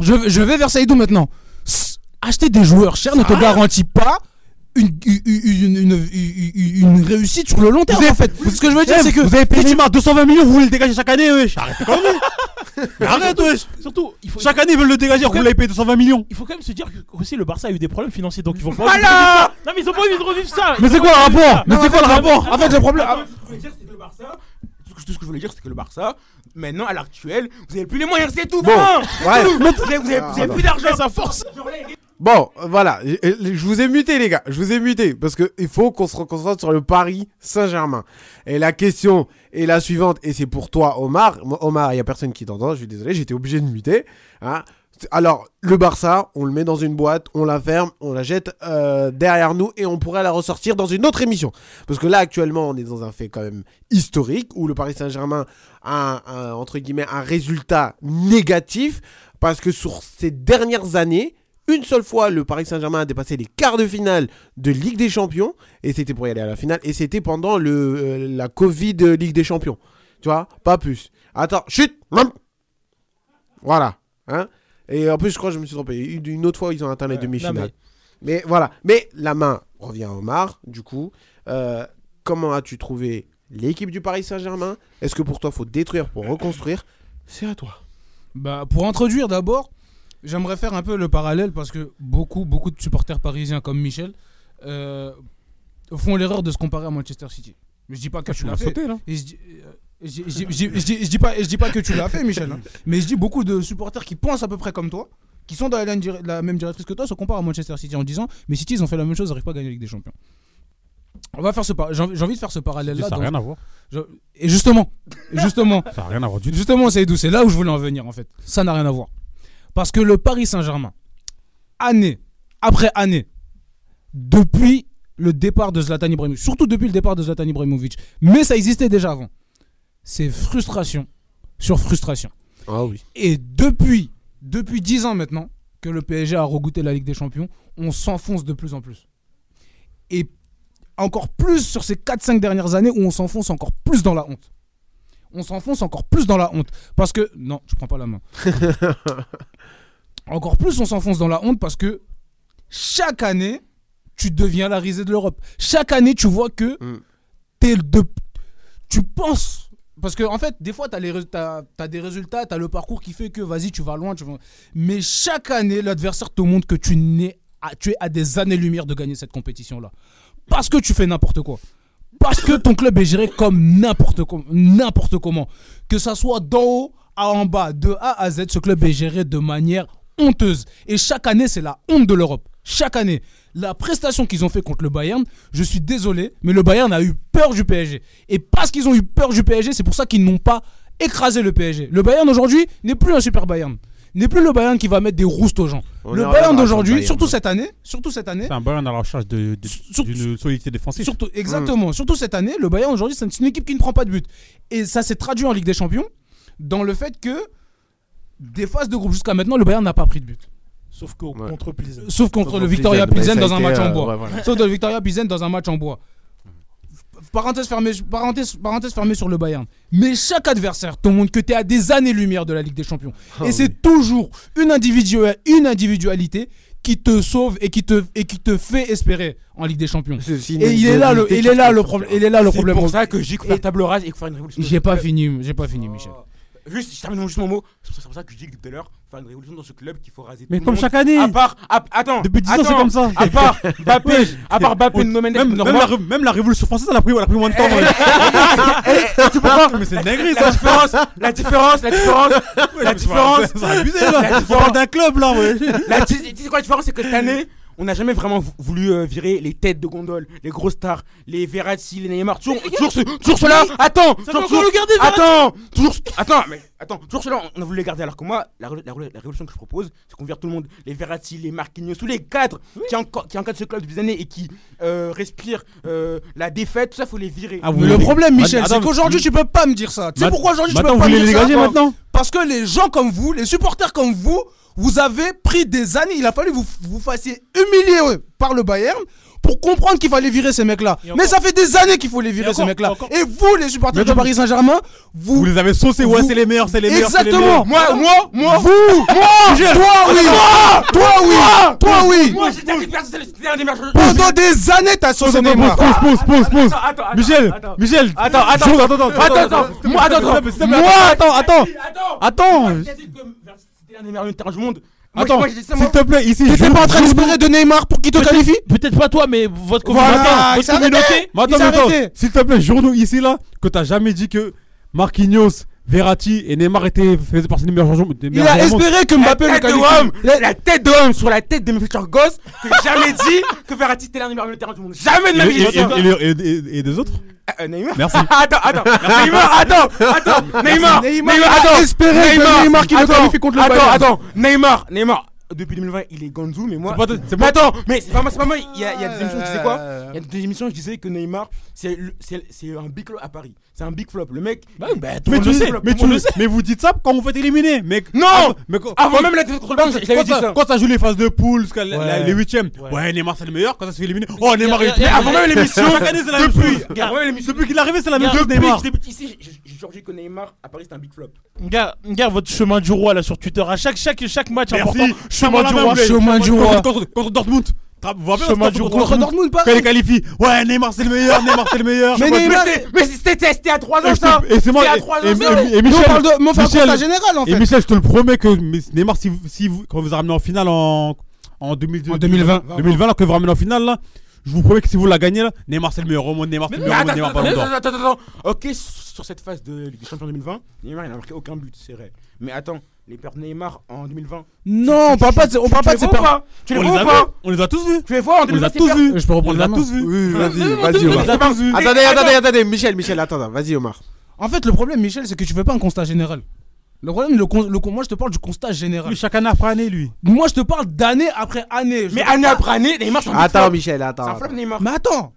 Je, je vais vers Saïdou maintenant. S- Acheter des joueurs chers ne te garantit pas une, une, une- une- une- une réussite sur le long terme. en fait, ce que je veux dire, c'est que vous avez payé Neymar 220 millions, vous voulez le dégager chaque année, wesh. Arrête, quand même. [laughs] Mais Arrête, wesh. Surtout, il faut, Chaque année, ils veulent le dégager, vous l'avez payé 220 millions. il faut quand même se dire que aussi le Barça a eu des problèmes financiers, donc ils vont pas. Voilà Non, mais ils ont pas envie de revivre ça. Mais c'est quoi le rapport Mais Non, c'est quoi le Ah, attends, rapport En fait, le problème. Attends, ce que je voulais dire, c'est que le Barça. Tout ce Ah, que je voulais dire, c'est que le Barça, maintenant, à l'heure actuelle, vous avez plus les moyens, c'est tout. Bon, ouais. vous avez, vous avez- Ah, vous avez plus d'argent. Ça force. Bon, euh, voilà, je je- je vous ai muté les gars, je vous ai muté parce que il faut qu'on se reconcentre sur le Paris Saint-Germain. Et la question est la suivante, et c'est pour toi Omar. Moi, Omar, il y a personne qui t'entend, je suis désolé, j'étais obligé de muter. hein. C'est- Alors, le Barça, on le met dans une boîte, on la ferme, on la jette euh, derrière nous et on pourrait la ressortir dans une autre émission. Parce que là, actuellement, on est dans un fait quand même historique où le Paris Saint-Germain a, un- un, entre guillemets, un résultat négatif parce que sur ces dernières années, une seule fois, le Paris Saint-Germain a dépassé les quarts de finale de Ligue des Champions, et c'était pour y aller à la finale, et c'était pendant le, euh, la Covid euh, Ligue des Champions. Tu vois, pas plus. Attends, chut hum. Voilà. Hein et en plus, je crois que je me suis trompé. Une une autre fois, ils ont atteint les demi-finales. non, mais... voilà. Mais la main revient à Omar, du coup. Euh, comment as-tu trouvé l'équipe du Paris Saint-Germain Est-ce que pour toi, faut détruire pour reconstruire C'est à toi. Bah, pour introduire d'abord, j'aimerais faire un peu le parallèle parce que beaucoup, beaucoup de supporters parisiens comme Michel euh, font l'erreur de se comparer à Manchester City. Mais je dis pas que Ah, tu tu l'as l'as fait. sauté, là. Et je dis- euh, je dis- je dis- je dis- je dis- je dis pas, et je dis pas que tu l'as fait, Michel. [laughs] hein. Mais je dis beaucoup de supporters qui pensent à peu près comme toi, qui sont dans la, ligne dir- la même directrice que toi, se comparent à Manchester City en disant Mais City, ils ont fait la même chose, ils n'arrivent pas à gagner la Ligue des Champions. On va faire ce par- J'ai envie j'ai envie de faire ce parallèle-là. Ça a dans- rien à voir. Je- Et justement, et justement, [laughs] Ça n'a rien à voir du tout. justement, c'est d'où c'est là où je voulais en venir en fait. Ça n'a rien à voir. Parce que le Paris Saint-Germain, année après année, depuis le départ de Zlatan Ibrahimovic, surtout depuis le départ de Zlatan Ibrahimovic, mais ça existait déjà avant. C'est frustration sur frustration. Ah oui. Et depuis, depuis 10 ans maintenant que le PSG a regoûté la Ligue des Champions, on s'enfonce de plus en plus. Et encore plus sur ces 4-5 dernières années où on s'enfonce encore plus dans la honte. On s'enfonce encore plus dans la honte. Parce que... Non, je prends pas la main. encore plus on s'enfonce dans la honte parce que chaque année, tu deviens la risée de l'Europe. Chaque année, tu vois que t'es de... tu penses. Parce que, en fait, des fois, tu as, des résultats, tu as le parcours qui fait que, vas-y, tu vas loin. Tu vas... Mais chaque année, l'adversaire te montre que tu, n'es à- tu es à des années-lumière de gagner cette compétition-là. Parce que tu fais n'importe quoi. Parce que ton club est géré comme n'importe com- n'importe comment. Que ça soit d'en haut à en bas, de A à Z, ce club est géré de manière honteuse. Et chaque année, c'est la honte de l'Europe. Chaque année. La prestation qu'ils ont fait contre le Bayern, je suis désolé, mais le Bayern a eu peur du PSG. Et parce qu'ils ont eu peur du PSG, c'est pour ça qu'ils n'ont pas écrasé le PSG. Le Bayern aujourd'hui n'est plus un super Bayern. N'est plus le Bayern qui va mettre des roustes aux gens. On le y reviendra Bayern sur le d'aujourd'hui, Bayern. surtout cette année, surtout cette année, C'est un Bayern à la recherche de- de- d'une solidité défensive. Surtout, exactement. Mm. Surtout cette année, le Bayern aujourd'hui, c'est une équipe qui ne prend pas de but. Et ça s'est traduit en Ligue des Champions dans le fait que des phases de groupe jusqu'à maintenant, le Bayern n'a pas pris de but. Sauf qu'au- contre Pilsen. Sauf contre le Victoria Pilsen dans un match euh, en bois. Sauf le Victoria Pilsen dans un match en bois. Parenthèse fermée, parenthèse, parenthèse fermée sur le Bayern. Mais chaque adversaire te montre que tu es à des années-lumière de la Ligue des Champions. Ah et oui. c'est toujours une, individua- une individualité qui te sauve et qui te, et qui te fait espérer en Ligue des Champions. Et il est là le, il est là le problème. Il est là le problème. C'est pour ça que j'ai qu'on Et- faire table rase et qu'on faire une révolution. J'ai pas fini, j'ai pas fini, Michel. Juste, je termine juste mon mot. C'est pour ça- c'est pour ça que je dis depuis tout à l'heure, faire une révolution dans ce club qu'il faut raser. Mais tout le comme monde. chaque année. À part, à- attends. Depuis 10 ans, c'est attends, comme ça. Eh, À part Mbappé, Ouais. à part Mbappé, Nomenech, même, même, Normand. la, ré- même la révolution française, elle a pris, elle a pris moins de temps. eh, Tu comprends Mais c'est une dinguerie, La ça. différence, la différence, la différence, Ouais, la mais c'est pas- différence. c'est- c'est abusé, là. On parle d'un club, là, ouais. La- Tu tu sais quoi la différence, c'est que cette année, on n'a jamais vraiment vou- voulu euh, virer les têtes de gondole, les gros stars, les Verratti, les Neymar, toujours, toujours, ce- toujours cela. Attends, toujours, Ça va encore toujours- le garder, Verratti. attends, toujours, attends, mais attends, toujours cela. On a voulu les garder. Alors que moi, la, ré- la ré- la révolution que je propose, c'est qu'on vire tout le monde, les Verratti, les Marquinhos, tous les cadres qui, enco- qui encadrent ce club depuis des années et qui euh, respirent euh, la défaite. Tout ça, faut les virer. Ah Mais le problème, Michel, c'est qu'aujourd'hui, tu peux pas me dire ça. Tu sais Mat- pourquoi aujourd'hui, tu peux Maintenant, pas vous me voulez dire les ça dégager maintenant Parce que les gens comme vous, les supporters comme vous, vous avez pris des années. Il a fallu vous vous fassiez humilier euh, par le Bayern pour comprendre qu'il fallait virer ces mecs-là. Mais ça fait des années qu'il faut les virer, ces mecs-là. Et vous, les supporters Mais du comme- Paris Saint-Germain, vous. Vous les avez saucés, ouais, vous- c'est les meilleurs, c'est les meilleurs. c'est les Exactement. meilleurs. moi, moi. Vous, Je jure. toi, oui. Moi Toi, oui. Toi, oui. Moi, j'ai dit que c'était un des meilleurs. Pendant des années, t'as sauté Attends, Neymar. pause, pause, pause, pause, pause. attends, attends, Michel, attends. Michel. Attends, attends, Joe, attends, attends, attends, moi, attends, attends, moi, attends, attends, attends, C'était un des meilleurs terrain du monde. Moi, attends, moi, j'ai dit ça, moi. s'il te plaît, ici. T'étais Joe- pas en train Joe- d'espérer de Neymar pour qu'il te qualifie Peut-être pas toi, mais votre Voilà, communauté- il votre s'est arrêté. communauté. Mais attends, mais attends, s'il te plaît, jure-nous ici là que t'as jamais dit que Marquinhos, Verratti et Neymar étaient faisaient partie des meilleurs joueurs. des meilleurs joueurs du monde. la tête de homme, la tête de homme sur la tête de mes futurs gosses que j'ai jamais dit que Verratti était l'un des meilleurs milieux de terrain du monde. Jamais de ma vie. Et- j'ai dit ça. et- et- et- et- et- et des autres Euh, Neymar. Merci. [laughs] attends, attends. Neymar, attends, attends. Neymar, Merci. Neymar, Neymar attends. a espéré que Neymar qui le attends, qualifie contre le Attends, Bayern. attends. Neymar, Neymar. Depuis 2020, il est Ganzou, mais moi. C'est pas attends, mais c'est pas moi, c'est pas moi. Il y a, il y a des émissions, je disais quoi Il y a des émissions, je disais que Neymar, c'est le- c'est- c'est un big flop à Paris. C'est un big flop. Le mec. tout le monde le sait, mais tu- mais vous dites ça quand vous faites éliminer, mais Non mais quand- Avant quand- même la défaite contre le quand- Bayern, je l'avais quand dit ça- ça. Quand ça joue les phases de poule, jusqu'à la- la- Ouais. les huitièmes, ouais, Neymar c'est le meilleur. Quand ça se fait éliminer, oh Neymar Mais il est trop avant fort. même l'émission, Chaque année, c'est la même depuis- chose. avant même l'émission- Depuis qu'il est arrivé, c'est la même Depuis chose que Neymar. je débute ici, j'ai- j'ai j'ai que Neymar à Paris, c'est un big flop. Regarde, regarde votre chemin du roi là sur Twitter. À chaque, chaque, chaque match Merci. important, chemin Voilà, du même roi. les- Contre, contre Dortmund. Tra- Vous vous rappelez, Chemin contre- du contre roi. Dortmund, Contre Dortmund, Quand il pareil. est qualifié. Ouais, Neymar c'est le meilleur, Neymar c'est le meilleur. Mais Je sais Neymar- pas, mais- Mais c'était c'était à 3 Ah, Et ans je te- ça et c'est moi. C'était à et- 3 et- ans ça et- et Michel, on parle de- mais on fait un Michel- constat général, en Et fait. Michel, je te le promets que Neymar, si, vous- si vous, quand vous ramenez en finale en, en, 2000 En 2020. 2020, alors que vous ramenez en finale là, je vous promets que si vous la gagnez là, Neymar c'est le meilleur au monde, Neymar c'est Mais le non, meilleur au attends, monde, Neymar attends, Ballon d'Or. attends, attends, attends. Ok, sur cette phase de Ligue des Champions 2020, Neymar il n'a marqué aucun but, c'est vrai. Mais attends, les pertes Neymar en 2020. Non, on parle pas de, ces- on parle tu pas les de ces vois ou pertes. pas Tu les vois ou pas On les a tous vus. Tu les vois en On les a 2020 tous vus. Je peux reprendre On la les main. a tous vus. Oui, vas-y, Non, non, vas-y, non, Omar. non, non, non. Attendez, attendez, attendez, Michel, Michel, attends, attends, vas-y, Omar. En fait, le problème, Michel, c'est que tu fais pas un constat général. Le problème, le, con- le con- moi, je te parle du constat général. Lui, chaque année après année, lui. Moi, je te parle d'année après année. Mais année après année, Neymar, c'est un Attends, flop. Michel, attends, C'est un flop, Neymar. Mais attends,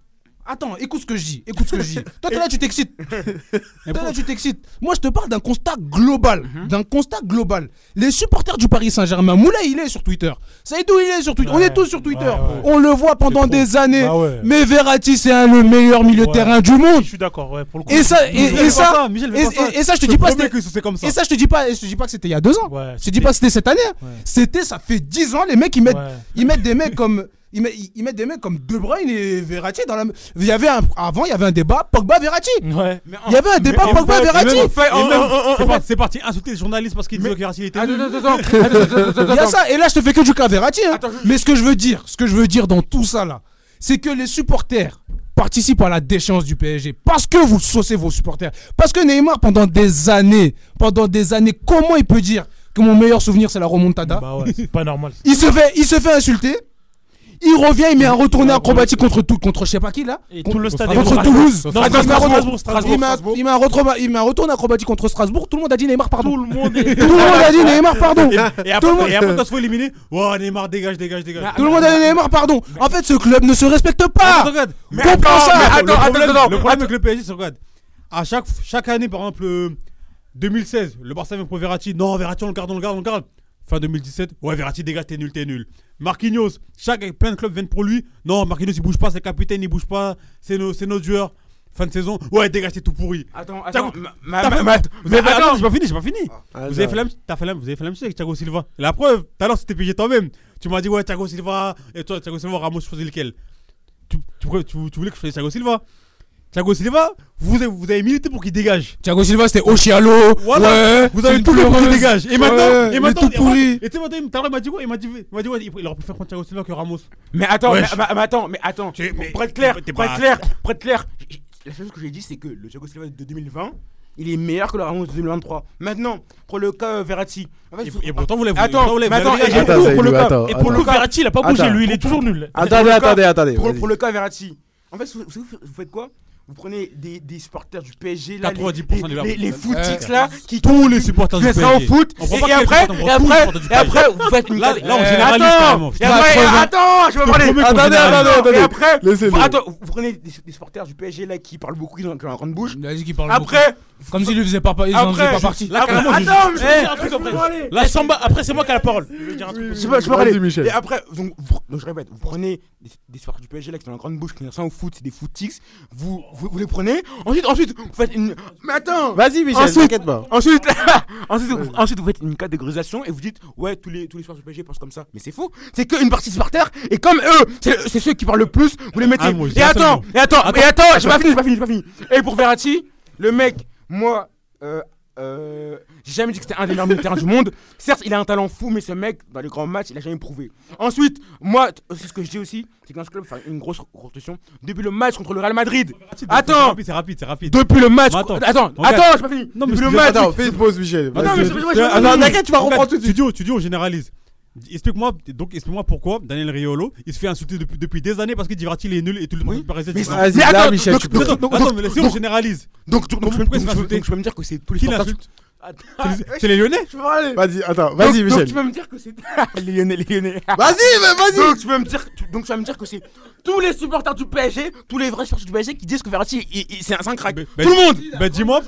attends, écoute ce que je dis, écoute ce que je dis. Toi, t'es là, tu [laughs] t'excites. Toi, t'es là, tu t'excites. Moi, je te parle d'un constat global, Mhm. d'un constat global. Les supporters du Paris Saint-Germain, Moulay, il est sur Twitter. Saïdou, il est sur Twitter. On est tous sur Twitter. On le voit pendant des années. Mais Verratti, c'est un le meilleur milieu de terrain du monde. Je suis d'accord, ouais, pour le coup. Et ça, et, Michel, et fais ça, pas Michel, fais et, pas ça. et- et ça, je te te dis pas, promets c'était- que c'est comme ça. Et ça, je te dis pas, je te dis pas que c'était il y a deux ans. je te dis pas que c'était cette année. hein. C'était, ça fait dix ans, les mecs, ils mettent, ils mettent des mecs comme, ils, met- ils mettent des mecs comme De Bruyne et Verratti dans la. Il y avait un, avant, il y avait un débat Pogba Verratti. Il y avait un débat Pogba Verratti. Et même- c'est [laughs] parti- C'est parti insulter les journalistes parce qu'ils disent que Verratti il était. nul. [laughs] Il y a ça, et là je te fais que du cas Verratti. hein. Mais ce que je veux dire, ce que je veux dire dans tout ça là, c'est que les supporters participent à la déchéance du PSG parce que vous saucez vos supporters. Parce que Neymar pendant des années, pendant des années, comment il peut dire que mon meilleur souvenir c'est la remontada Bah ouais, c'est pas normal. Il se fait, il se fait insulter. Il revient, il met un retourné acrobatique contre tout, contre je sais pas qui là. Et Con- tout le stade est contre contre- Toulouse. Non, Ah, Strasbourg, il met un retour- Strasbourg, Strasbourg, il met un- Strasbourg. Il met un retourné- il met un retourné acrobatique contre Strasbourg. Tout le monde a dit Neymar pardon. Tout le monde, a dit Neymar pardon. Et, et après, Tout le monde- et après, quand on se fait éliminer, Ouah, Neymar, dégage, dégage, dégage. tout le monde a les Neymar, pardon. En fait, ce club ne se respecte pas. Regarde, Mais Comprends ça. le problème, le problème avec le PSG, c'est regarde. À chaque, chaque année, par exemple, euh, 2016, le Barça vient pour Verratti. Non, Verratti, on le garde, on le garde, on le garde. Fin 2017, ouais, Verratti, dégage, t'es nul, t'es nul. Marquinhos, chaque, plein de clubs viennent pour lui. Non, Marquinhos, il bouge pas, c'est le capitaine, il bouge pas, c'est nos, c'est nos joueurs. Fin de saison, ouais, dégage, t'es tout pourri. Attends, T'as- attends, ma- t'as ma- fait- ma- Vous avez fait- ma- attends, attends. j'ai pas fini, j'ai pas fini. Ah, Vous avez ça. fait la même- t'as fait la même- vous avez fait la même chose avec Thiago Silva. La preuve, tout à l'heure, c'était pigé toi-même. Tu m'as dit, ouais, Thiago Silva, et toi, Thiago Silva, Ramos, choisis lequel tu, tu, tu- tu voulais que je choisisse Thiago Silva Thiago Silva, vous avez, vous avez milité pour qu'il dégage. Thiago Silva, c'était Oshialo. Voilà, Ouais, vous avez c'est tout fait pour qu'il Torres. dégage. Et Ouais, maintenant, et il maintenant, est tout pourri. Et tu sais, maintenant, tout à l'heure, il m'a dit quoi Il m'a dit, il m'a dit, ouais, il aurait préféré prendre Thiago Silva que Ramos. Mais attends, Wesh. mais, mais attends, mais attends. pour être clair, t'es pour pas- être clair, pour être clair, j- la seule chose que j'ai dit, c'est que le Thiago Silva de 2020, il est meilleur que le Ramos de 2023. Maintenant, pour le cas euh, Verratti. et pourtant, vous l'avez- Attends, pourtant, vous l'avez- mais vous attends, l'avez- et j'ai Attends, tout Saïdou, pour le cas- attends, et pour le attends. cas Verratti, il a pas bougé, lui, il est toujours nul. pour- Attendez, pour le attendez, cas- attendez, Pour, vas-y. pour le cas Verratti, en fait, vous, vous- vous faites quoi vous prenez des, des supporters du PSG, là, les- 90% les, des les, les Liverpool. footix Ouais. là, qui Tous les supporters qui du laissent ça au PSG. foot, On prend et, pas et que les après, supporters, et on prend tous les après, supporters du et après, PSG. vous faites une Là- là, on Et généralise carrément. attends, et Je te après, promets. attends, je Je vais te parler. promets qu'on généralise. Et Attendez, après, laissez-le. vous- attends, vous prenez des, des supporters du PSG là qui parlent beaucoup, ils ont un grande bouche. parlent après, Comme s'il ne faisait pas, ils en après, faisaient pas partie. Là, carrément, je- attends, je vais dire un truc après. Là, Samba, après, c'est moi qui ai la parole. Je veux dire un truc. Je peux, je peux parler. Et après, donc, vous- donc, je répète, vous prenez des, des supporters du PSG là qui sont dans la grande bouche, qui sont au foot, c'est des footix, vous, vous, vous les prenez, ensuite, ensuite, vous faites une. Mais attends Vas-y, Michel, ensuite, t'inquiète pas. Ensuite, [laughs] ensuite, vous, ensuite, vous faites une catégorisation et vous dites, ouais, tous les, tous les supporters du PSG pensent comme ça. Mais c'est faux C'est qu'une partie des supporters, et comme eux, c'est c'est ceux qui parlent le plus, vous les mettez. Ah, moi, je dis et, un seul attends, mot. et attends, Attends, et attends, j'ai attends. pas fini, j'ai pas fini, j'ai pas fini. Et pour Verratti, le mec, moi, euh, euh, j'ai jamais dit que c'était un des meilleurs milieux de terrain du monde. Certes, il a un talent fou, mais ce mec, dans les grands matchs, il a jamais prouvé. Ensuite, moi, t- c'est ce que je dis aussi, c'est que dans ce club, enfin, une grosse rotation. Depuis le match contre le Real Madrid. Attends, C'est rapide, c'est rapide. depuis le match. Mais Attends, attends, regarde. j'ai pas fini. Non, mais Depuis je le te- match. Attends, fais une pause, Michel. Attends, vas-y. mais je- je- je- je- Attends, t'inquiète, tu vas Regarde, reprendre tout de tu suite. dis, tu dis, on généralise. Explique-moi, donc explique-moi pourquoi Daniel Riolo il se fait insulter depuis, depuis des années parce qu'il dit Verratti il est nul et tout le monde paraissait. Mais c'est- mais attends, donc- donc- donc- Attends, donc- mais si on donc- généralise. Donc, donc, donc, Pourquoi il se fait donc, insulter donc, je peux me dire que c'est tous les Qui supporters- l'insulte Ah, C'est les- c'est les Lyonnais Je peux parler. Vas-y, attends, Donc- vas-y, donc Michel. tu vas me dire que c'est les Lyonnais, les Lyonnais. Vas-y, mais vas-y. Donc tu vas me dire, tu- donc tu vas me dire que c'est tous les supporters du PSG, tous les vrais supporters du PSG qui disent que Verratti, il- il- c'est un c'est un crack. mais- Tout le monde. Bah dis-moi.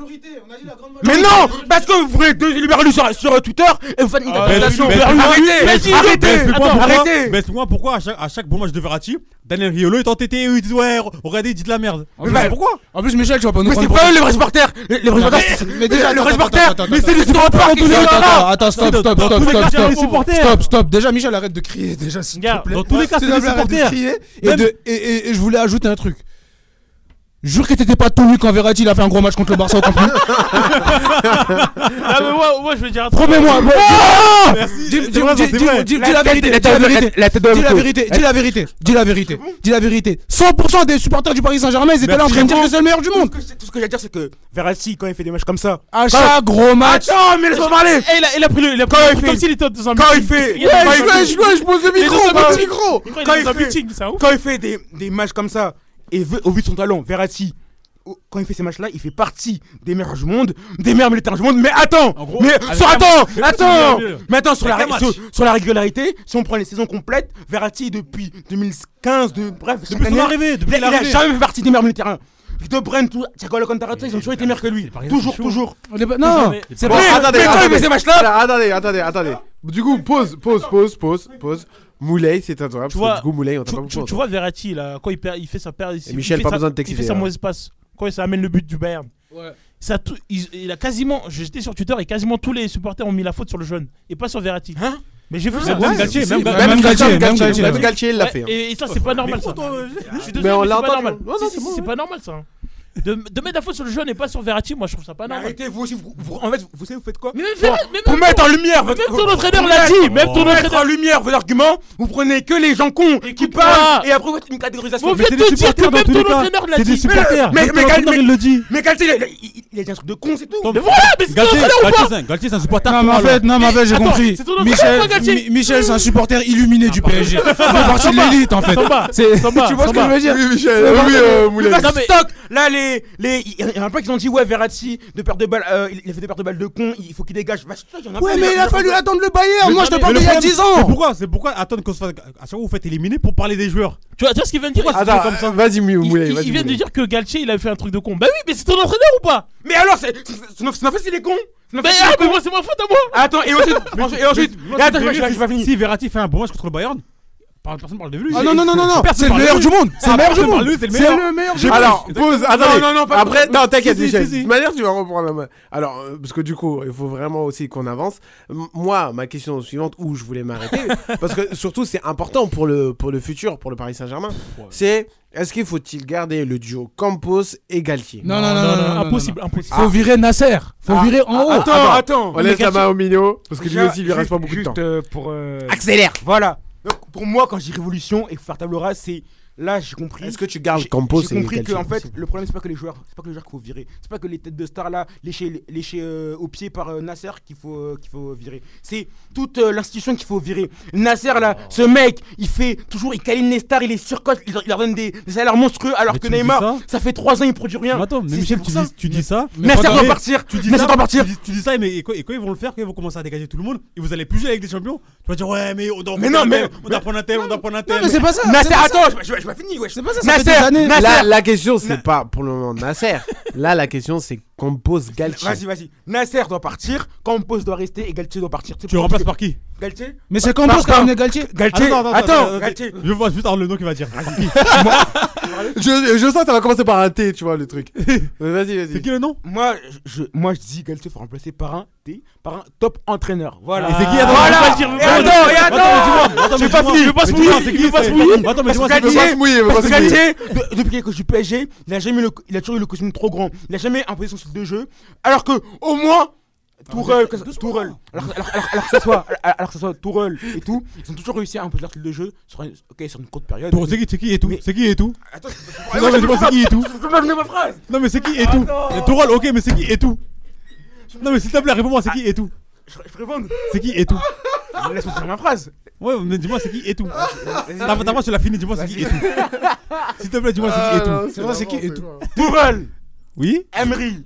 Mais non, parce que vous voulez deux libéraux sur, sur Twitter et vous faites une Ben, capitalisation. ben, arrêtez, ben, ben, arrêtez, ben, ben, arrêtez, explique-moi attends, pourquoi- arrêtez. ben, Explique-moi pourquoi à chaque, à chaque bon match de Verratti, Daniel Riolo est entêté et eux ils disent ouais, regardez, il dit de la merde. plus, Mais c'est- pourquoi En plus, Michel, tu vas pas nous Mais c'est prendre. pas eux les vrais supporters. Les les vrais Non, supporters, mais- c'est- mais déjà, les vrais attends, supporters, attends, attends, mais c'est des attends, supporters qui attends, sont attends, là. attends, stop, Dans- stop, dans stop, tous les stop, cas, il y a stop, les supporters. stop, stop. Déjà, Michel, arrête de crier, déjà, s'il te Regarde, plaît. dans tous les cas, S'il c'est te des plaît, arrête de supporters. crier. Et Même- de- et- et- et je voulais ajouter un truc. Jure que t'étais pas tout nu quand Verratti il a fait un gros match contre le Barça au Camp Nou. Ah, mais moi, moi, je vais dire un truc. Promets-moi. bon, Ah dis- dis- dis- dis- dis- Dis dis la tête- vérité. la Dis la tête- vérité. la tête de Dis la l'homme, vérité. quoi. Dis la vérité. Dis la vérité. Dis la vérité. 100% des supporters du Paris Saint-Germain, ils étaient là en train de dire que c'est le meilleur du monde. Tout ce que j'ai à dire, c'est que Verratti, quand il fait des matchs comme ça. Ah, À quand- chaque gros match. Attends, mais laisse-moi parler Et il a, il a pris le. Il a pris Quand le- il Comme fait- s'il était dans un quand il meeting. fait, Il est dans un quand meeting. Il est dans un meeting. Il est dans Quand un il fait, meeting, c'est un ouf. quand il fait des, des matchs comme ça, et vu- au vu de son talent, Verratti, au- quand il fait ces matchs-là, il fait partie des meilleurs du monde, des meilleurs militaires du monde. Mais attends, mais avec sur, un- attends, mais attends, c'est mieux. mais attends sur Avec la, un sur, match. sur la régularité, si on prend les saisons complètes, Verratti depuis 2015, de, bref, chaque son année, arrivée, depuis il, a- il a l'arrivée. jamais fait partie des meilleurs militaires. De Bruyne, tout, Thiago Alcantara, tout ça, ils ont toujours été meilleurs que lui. Toujours, toujours. Bah, Non, c'est pas. Attendez, mais quand il fait ces matchs-là, Attendez, attendez, attendez. Du coup, pause, pause, pause, pause, pause. Moulay, c'est adorable. Tu parce que vois, Du coup, Moulay, on t'a tu, pas tu- beaucoup. tu vois Verratti là, quand il, perd, il fait sa perte ici. Et Michel, pas besoin de Il t'exciter, fait sa hein. mauvaise passe. Quand ça amène le but du Bayern. Ça, a tout- il, il a quasiment. J'étais sur Twitter et quasiment tous les supporters ont mis la faute sur le jeune et pas sur Verratti. Mais j'ai vu Hein ça. Même Ouais, Galtier, c'est même possible. Ga- même Galtier, même Galtier, même Galtier, il l'a Ouais, fait, hein. Et, et ça, c'est pas normal. Ça. Je suis désolé, Mais on mais l'a c'est pas entendu. normal. Ouais, non, Si, c'est si, si, bon, C'est pas normal ça. hein. De, de mettre la faute sur le jeune et pas sur Verratti, moi je trouve ça pas Mais normal. Arrêtez, vous aussi, vous, vous- en fait, vous savez, vous faites quoi Mais même Pour, Ferret, mais même pour ton- mettre en lumière mais votre. même ton entraîneur pour l'a mettre- dit, même ton pour mettre entraîneur- en lumière vos arguments, vous prenez que les gens cons qui parlent et après vous faites une catégorisation. Mais on vient de te dire que même ton entraîneur l'a dit. Mais- mais- Mais mais Gal- Galtier, mais- le dit. Mais Galtier, il a- il il a dit un truc de con, c'est tout. Mais voilà, mais c'est ton entraîneur ou pas Galtier, c'est un supporter. Non, mais en fait, non, mais en fait, j'ai Attends, compris. c'est ton entraîneur ou Michel, pas, Galtier Mi- Michel, c'est un supporter illuminé du PSG. Il fait Samba, partie de Samba, l'élite, en fait. Samba, C'est- Samba, Tu vois ce que je Samba. veux dire Oui, Michel, Mais oui, parce que- euh, Moulay. Moulay. Non, mais- stock Là, les. les- Il y en a plein qui ont dit, ouais, Verratti, de perte de balle, euh, il il a fait des pertes de balles de con, il faut qu'il dégage. Bah, stock, il y en a Ouais, plein, mais il a plein. fallu attendre le Bayern. Mais Moi, je te attendez, parle mais d'il y le a problème, 10 C'est ans. pourquoi, c'est pourquoi attendre qu'on se fasse. À chaque fois, vous faites éliminer pour parler des joueurs. Tu vois, tu vois ce qu'il vient de dire Pourquoi Attends, c'est comme ça Vas-y, Moulay. Il, vas-y, il vient de Moulay. dire que Galtier il a fait un truc de con. Bah oui, mais c'est ton entraîneur ou pas Mais alors, c'est c'est- c'est ma c'est ma faute, il est con. C'est ma Mais faute, il est ah, con. mais moi c'est ma faute à moi Attends, et [laughs] ensuite, ensuite- et ensuite, Mais- et attends, je moi, vais- ce je qui me vais- je vais dérive, finir. Si Verratti fait un bon match contre le Bayern, parle- personne parle de lui. Ah non, non, non, non, non. Personne C'est le parle de meilleur lui. Ah, du monde. C'est le meilleur du Personne parle monde. de lui, C'est le C'est meilleur. le meilleur du J'ai- monde. Alors, pause, attendez. Non, non, non, pas- Après, non, t'inquiète, Si, si, Michel. si, si. De toute manière, tu vas reprendre la main. Alors, euh, parce que du coup, il faut vraiment aussi qu'on avance. M- Moi, ma question suivante, où je voulais m'arrêter, parce que surtout, c'est important pour le, pour le futur, pour le Paris Saint-Germain, c'est est-ce qu'il faut-il garder le duo Campos et Galtier Non, non, non, non, non, non, Impossible, impossible. Faut virer Nasser. Faut Ah, virer en haut. bah. Attends, attends. On laisse la main au Mino, parce que lui Déjà, aussi, il lui reste juste- pas beaucoup de temps. Juste euh, pour. euh, Accélère. Voilà. Donc, pour moi, quand je dis révolution et faire table rase, c'est. Là, j'ai compris. Est-ce que tu gardes J'ai- Campos J'ai et compris que, Galtier en fait, le problème, c'est pas que les joueurs. C'est pas que les joueurs qu'il faut virer. C'est pas que les têtes de stars, là, léchées, léchées euh, au pied par euh, Nasser qu'il faut, euh, qu'il faut virer. C'est toute euh, l'institution qu'il faut virer. Nasser, là, Oh. ce mec, il fait toujours. Il câline les stars, il les surcote, il, leur- il leur donne des, des salaires monstrueux, alors Mais que tu me dis Neymar, ça, ça fait 3 ans, il produit rien. Mais attends, mais C'est- Michel, c'est tu pour dis, tu dis ça. Mais Nasser attends, doit mais partir. Tu dis Nasser ça, doit partir. Tu dis, tu dis ça, mais et quand, et quand ils vont le faire, quand ils vont commencer à dégager tout le monde, et vous allez plus jouer avec des champions, tu vas dire ouais, mais on doit Mais on non, doit- mais- on doit prendre un tel, on doit prendre un tel. mais c'est pas ça. Nasser, c'est pas ça. attends, je, je, je vais finir, wesh. C'est pas ça. ça fait Nasser, des années. Nasser, Là, la question, c'est pas pour le moment Nasser. Là, la question, c'est Campos Vas-y, Galtier. vas-y. Nasser doit partir, Campos doit rester et Galtier doit partir. Tu le remplaces par qui Galtier Mais c'est Campos qui a ramené Galtier. Galtier Ah, non, non, attends, Attends, attends, Galtier Je vois juste Arnaud le nom qu'il va dire. Par [laughs] qui [laughs] Je, je sens que ça va commencer par un T, tu vois, le truc. [laughs] Mais vas-y, vas-y. C'est qui le nom moi je, je- moi, je dis Galtier faut remplacer par un T, par un top entraîneur. Voilà. Et c'est qui attends, Voilà. je vais pas le dire, Et attends, et attends Attends, mais dis-moi, attends, je vais pas le dire. J'ai mais pas dis-moi, fini. je veux pas se mouiller, je veux pas se mouiller. Attends, mais Parce que dis-moi, c'est- Galtier- pas se mouiller, il veut parce pas que se mouiller. Galtier, de- depuis qu'il est coach du PSG, il a jamais eu le, il a toujours eu le costume trop grand. Il a jamais imposé son style de jeu. Alors que, au moins, Tourelle, que- Tourelle, alors, alors, alors- alors que ce soit, alors, alors que ce soit Tourelle et tout, ils ont toujours réussi à imposer leur style de jeu sur une, ok, sur une courte période. Pour- C'est qui, c'est qui et tout Mais- C'est qui et tout Attends, Non, mais dis-moi, c'est qui et tout je peux pas venir ma phrase. Non, mais c'est qui et tout Attends. Toral, ok, mais c'est qui et tout Non, mais s'il te plaît, réponds-moi, c'est qui et tout Je, je réponds. C'est qui et tout Laisse-moi finir ma phrase. Ah, Ouais, mais dis-moi, c'est qui et tout T'as t'as pas, tu l'as fini, dis-moi, c'est qui et tout S'il te plaît, dis-moi, c'est qui Euh, et tout C'est vrai, c'est qui et tout. Tourelle, Oui Emery,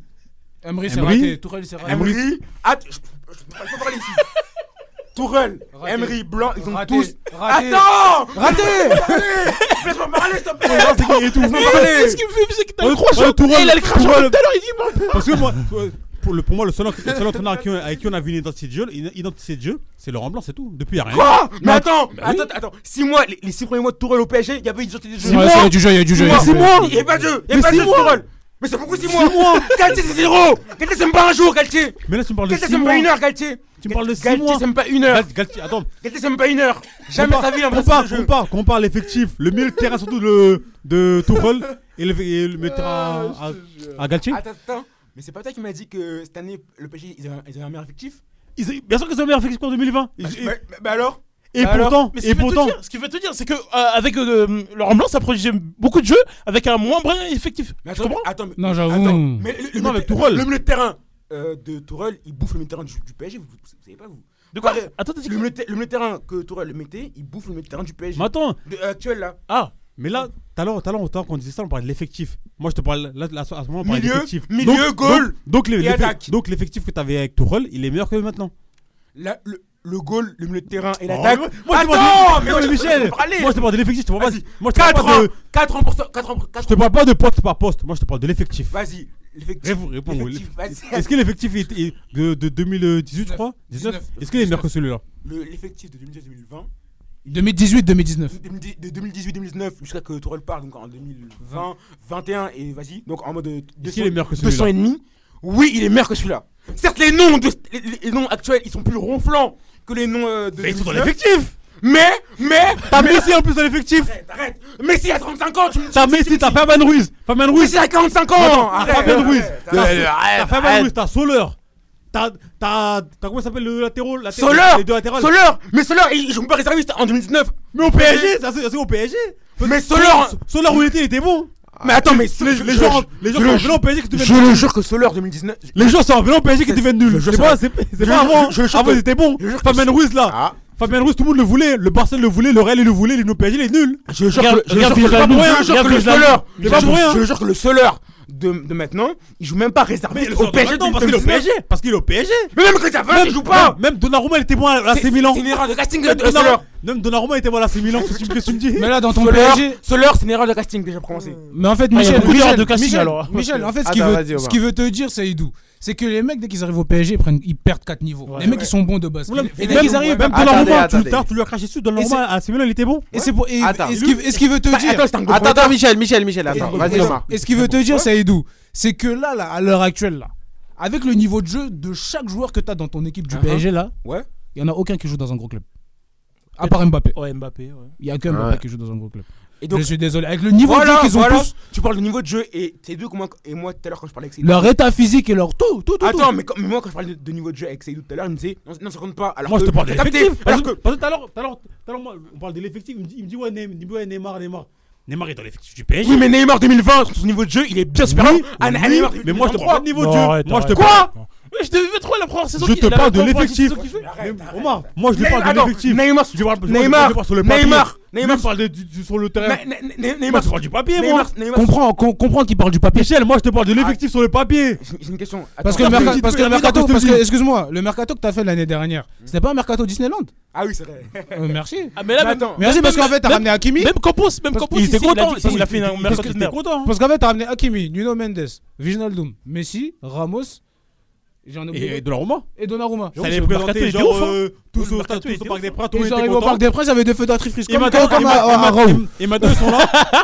Emery, c'est Emery raté. Tourelle, c'est raté. Emery, Att- je, je, je peux pas- je peux pas [laughs] parler ici. Tourelle, Emery, Blanc, ils ont Raté. tous. Raté. Attends Raté. Laisse-moi parler, s'il te plaît. Non, c'est qui et tout Mais ce qui me fait c'est que t'as le Ouais, croix ouais, chaude Tourelle, et il a le crachat tout à Tourelle. l'heure, il dit moi Parce que moi, pour, le, pour moi, le seul, le seul entraîneur avec qui, on- avec qui on a vu une identité de jeu, une identité de jeu, c'est Laurent Blanc, c'est tout. Depuis, y a rien. Quoi Mais Non, attends, bah oui. attends, attends. 6 mois, les 6 premiers mois de Tourelle au PSG, il y avait une sortie de jeu. Ouais, c'est vrai, du jeu, il y a du jeu. il y a du C'est jeu. moi Il n'y a pas de jeu Il n'y a pas de jeu sur Tourelle Mais c'est beaucoup 6 mois Galtier, c'est zéro Galtier, c'est même pas un jour, Galtier Mais là, tu me parles de Galtier, 6 c'est même mois. pas une heure, Galtier Tu me parles de six mois. Galtier, c'est même pas une heure Gal- Galtier, attends, Galtier, c'est même pas une heure Jamais compare- sa vie, il a un vrai compare, style de jeu compare, compare l'effectif, le milieu de terrain surtout de, de Tourelle et le, et le mettra Ah, à, à, à Galtier Attends, attends. Mais c'est pas toi qui m'as dit que cette année, le PSG, ils avaient, ils avaient un meilleur effectif Ils avaient- Bien sûr qu'ils ont le meilleur effectif en 2020. Bah, Ils- bah, bah alors Et Bah alors pourtant, Mais ce et qui veut tout pourtant, dire- ce qui veut te dire, c'est que euh, avec euh, Laurent Blanc, ça produisait beaucoup de jeux avec un moins brin effectif. Mais tu attends, comprends attends, mais- Non, j'avoue. attends, mais le, le Non, milieu mais de- Tourelle. le milieu de terrain euh, de Tourelle, il bouffe le milieu de terrain du, du PSG, vous, vous- vous savez pas vous. De quoi Pareil, Attends, le milieu, de ter- le milieu de terrain que Tourelle mettait, il bouffe le milieu de terrain du PSG. Mais attends. De- euh, actuel là. Ah Mais là, tout à l'heure, tout à l'heure, on t'entend qu'on disait ça, on parlait de l'effectif. Moi, je te parle là, là, à ce moment, on parlait de Milieu, l'effectif. milieu, Donc- goal Donc, donc, les- et l'effe- attaque. donc l'effectif que t'avais avec Tourelle, il est meilleur que maintenant. La- le, le goal, le milieu de terrain et Oh, l'attaque. mais moi, je te attends, parle de- non, mais Michel, moi, je te parle de l'effectif, tu vois, vas-y. Moi, je te parle 4 pas ans, de- 4 ans pour ça, 4 ans pour 4 Je te parle pas de poste par poste, moi je te parle de l'effectif. Vas-y, l'effectif. Réponds, réponds. L'effectif, vas-y. [laughs] Est-ce que l'effectif est, est de, de 2018, je crois 19 19. Est-ce qu'il est meilleur que celui-là Le- L'effectif de 2018-2020. 2018-2019. De 2018-2019 jusqu'à que Tourelle parle, donc en 2020, 21 et vas-y, donc en mode euh, de- Est-ce qu'il est meilleur que 200 celui-là et demi. Oui, il est meilleur que celui-là. Certes, les noms, de- les, les noms actuels, ils sont plus ronflants que les noms euh, de. Mais ils sont dans 2019. l'effectif Mais, mais. T'as mais- Messi en plus dans l'effectif Arrête, arrête Messi a 35 ans, tu me T'as Messi, t'as Fabian Ruiz Fabian Ruiz Messi a 45 ans Attends, T'as Arrête, Fabian arrête, Ruiz arrête, T'as- arrête, T'as Euh, arrête. Fabian Ruiz, t'as Soler T'as. T'as. T'as comment ça s'appelle le latéral latéral- Soler Les deux latérales Soler Mais Soler, il il joue pas réserviste en 2019 Mais au PSG ça, C'est c'est au PSG Mais Soler Soler hein. Ah, Soler où il était, il était bon Mais attends, mais Les- les gens- les gens sont en vélo au PSG qui que deviennent Je le nuls. jure que Soler 2019. Les gens sont en vélo au PSG qui C'est- deviennent nuls je C'est sais pas pas. c'est- Je- c'est pas avant je- je- je- Avant je- ils étaient bons je- je- Fabian Ruiz Ah. là Fabian Ruiz tout le monde le voulait Le Barça le voulait Le Real il le voulait Le PSG il est nul Je jure que- je jure que- c'est pas pour rien je jure que le Soler Soler, C'est pas hein. pour rien hein. je jure que le Soler de de maintenant, il joue même pas réserviste le au Soler de PSG. maintenant, parce qu'il est au PSG, parce qu'il est au PSG. Mais même quand il a 20, il joue pas. Même Donnarumma il était bon à l'AC C'est- Milan c'est une erreur de casting, euh, Même le- le Donnarumma- Soler. Même Donnarumma était bon à l'AC Milan Qu'est-ce que tu- qu'est-ce que tu me dis Mais là, dans ton Soler, PSG. Soler, c'est une erreur de casting déjà pour commencer. Mm. Mais en fait, Ah, il y a Michel, beaucoup Michel, d'erreurs de casting, Michel, alors, hein, parce Michel, que- en fait, ce Ah, qu'il bah, veut, vas-y, Omar. ce qu'il veut te dire, c'est Idou. C'est que les mecs, dès qu'ils arrivent au PSG, ils, prennent, ils perdent 4 niveaux. les mecs, Ouais. ils sont bons de base. Même- et dès qu'ils arrivent, Même Attendez, Donnarumma tu attendez. t'as- tu lui as craché dessus Et c'est- Donnarumma à l'AC Milan il était bon Et c'est pour. Et, Attends. et ce qu'il- et ce qu'il veut te Bah, dire. attends, c'est un gros Attends, attends, problème. Michel, Michel, Michel, Et- attends, vas-y, et- Omar. Et ce qu'il veut te dire, Saïdou, c'est que là, là, à l'heure actuelle, là, avec le niveau de jeu de chaque joueur que t'as dans ton équipe du Uh-huh. PSG, là, Ouais. il y en a aucun qui joue dans un gros club. À part Mbappé. Ouais, Mbappé, ouais. Il y a que Mbappé Ouais. qui joue dans un gros club. Et donc- je suis désolé. Avec le niveau de Voilà, jeu qu'ils ont voilà. tous, Tu parles de niveau de jeu et tes deux, comment- et moi tout à l'heure quand je parlais avec Seydou- leur état physique et leur tout, tout, tout. Attends, tout. mais, quand- mais moi quand je parlais de, de niveau de jeu avec Seydou tout à l'heure, il me disait non, non, ça compte pas. Alors Moi je que- te parle de T'as capté l'effectif Parce Alors que que. parce que tout à l'heure- tout à l'heure- tout à l'heure moi, on parle de l'effectif il me dit- il me dit ouais Neym- il me dit, ouais, Neymar Neymar Neymar est dans l'effectif du PSG Oui, mais Neymar 2020, son niveau de jeu, il est bien supérieur à à oui, Neymar. mais moi, je te 2023. parle pas de niveau de Non, jeu. arrête, Moi, je te arrête. parle- Quoi Ah Mais je te vu trop la première saison. Je qu'il- te la parle de première l'effectif. saison qu'il fait. Mais Omar, moi je lui Mais parle de attends, l'effectif. Neymar, je lui parle, je lui parle- Neymar, je lui parle sur le papier. Neymar, Neymar. je parle de- du- du- sur le terrain. Ne- ne- ne- moi Neymar, je te parle du papier, moi. Neymar, Neymar. Comprends, com- comprends qu'il parle du papier. Michel, moi je te parle de l'effectif sur le papier. J'ai une question. Parce que, Attends, le merca- attends, parce que le attends, attends, mercato, attends, parce attends, que, excuse-moi, le mercato que t'as fait l'année dernière, c'était pas un mercato Disneyland Hmm. Ah oui, c'est vrai. Euh, Merci. Ah, mais là, Mais même- attends. Merci même- parce qu'en fait, t'as même- ramené Hakimi. Même Campos, même Campos, il était ici, il a content, dit- parce Il a fait qu'il un était- mercato parce qu'il de était merde. Content. Parce qu'en fait, t'as ramené Hakimi, Nuno Mendes, Viginaldum, Messi, Ramos, j'en ai oublié. Et de la Roma. Et Donnarumma. Ça les Le mercato présenter était genre ouf, hein. euh, tous au stade, tous au parc des Princes, tout le Et monde genre, était au content. Parc des Princes, j'avais deux feux d'artifice Et comme, maintenant- comme, comme et à, à, à maintenant- Rome. et maintenant ils sont [laughs] là.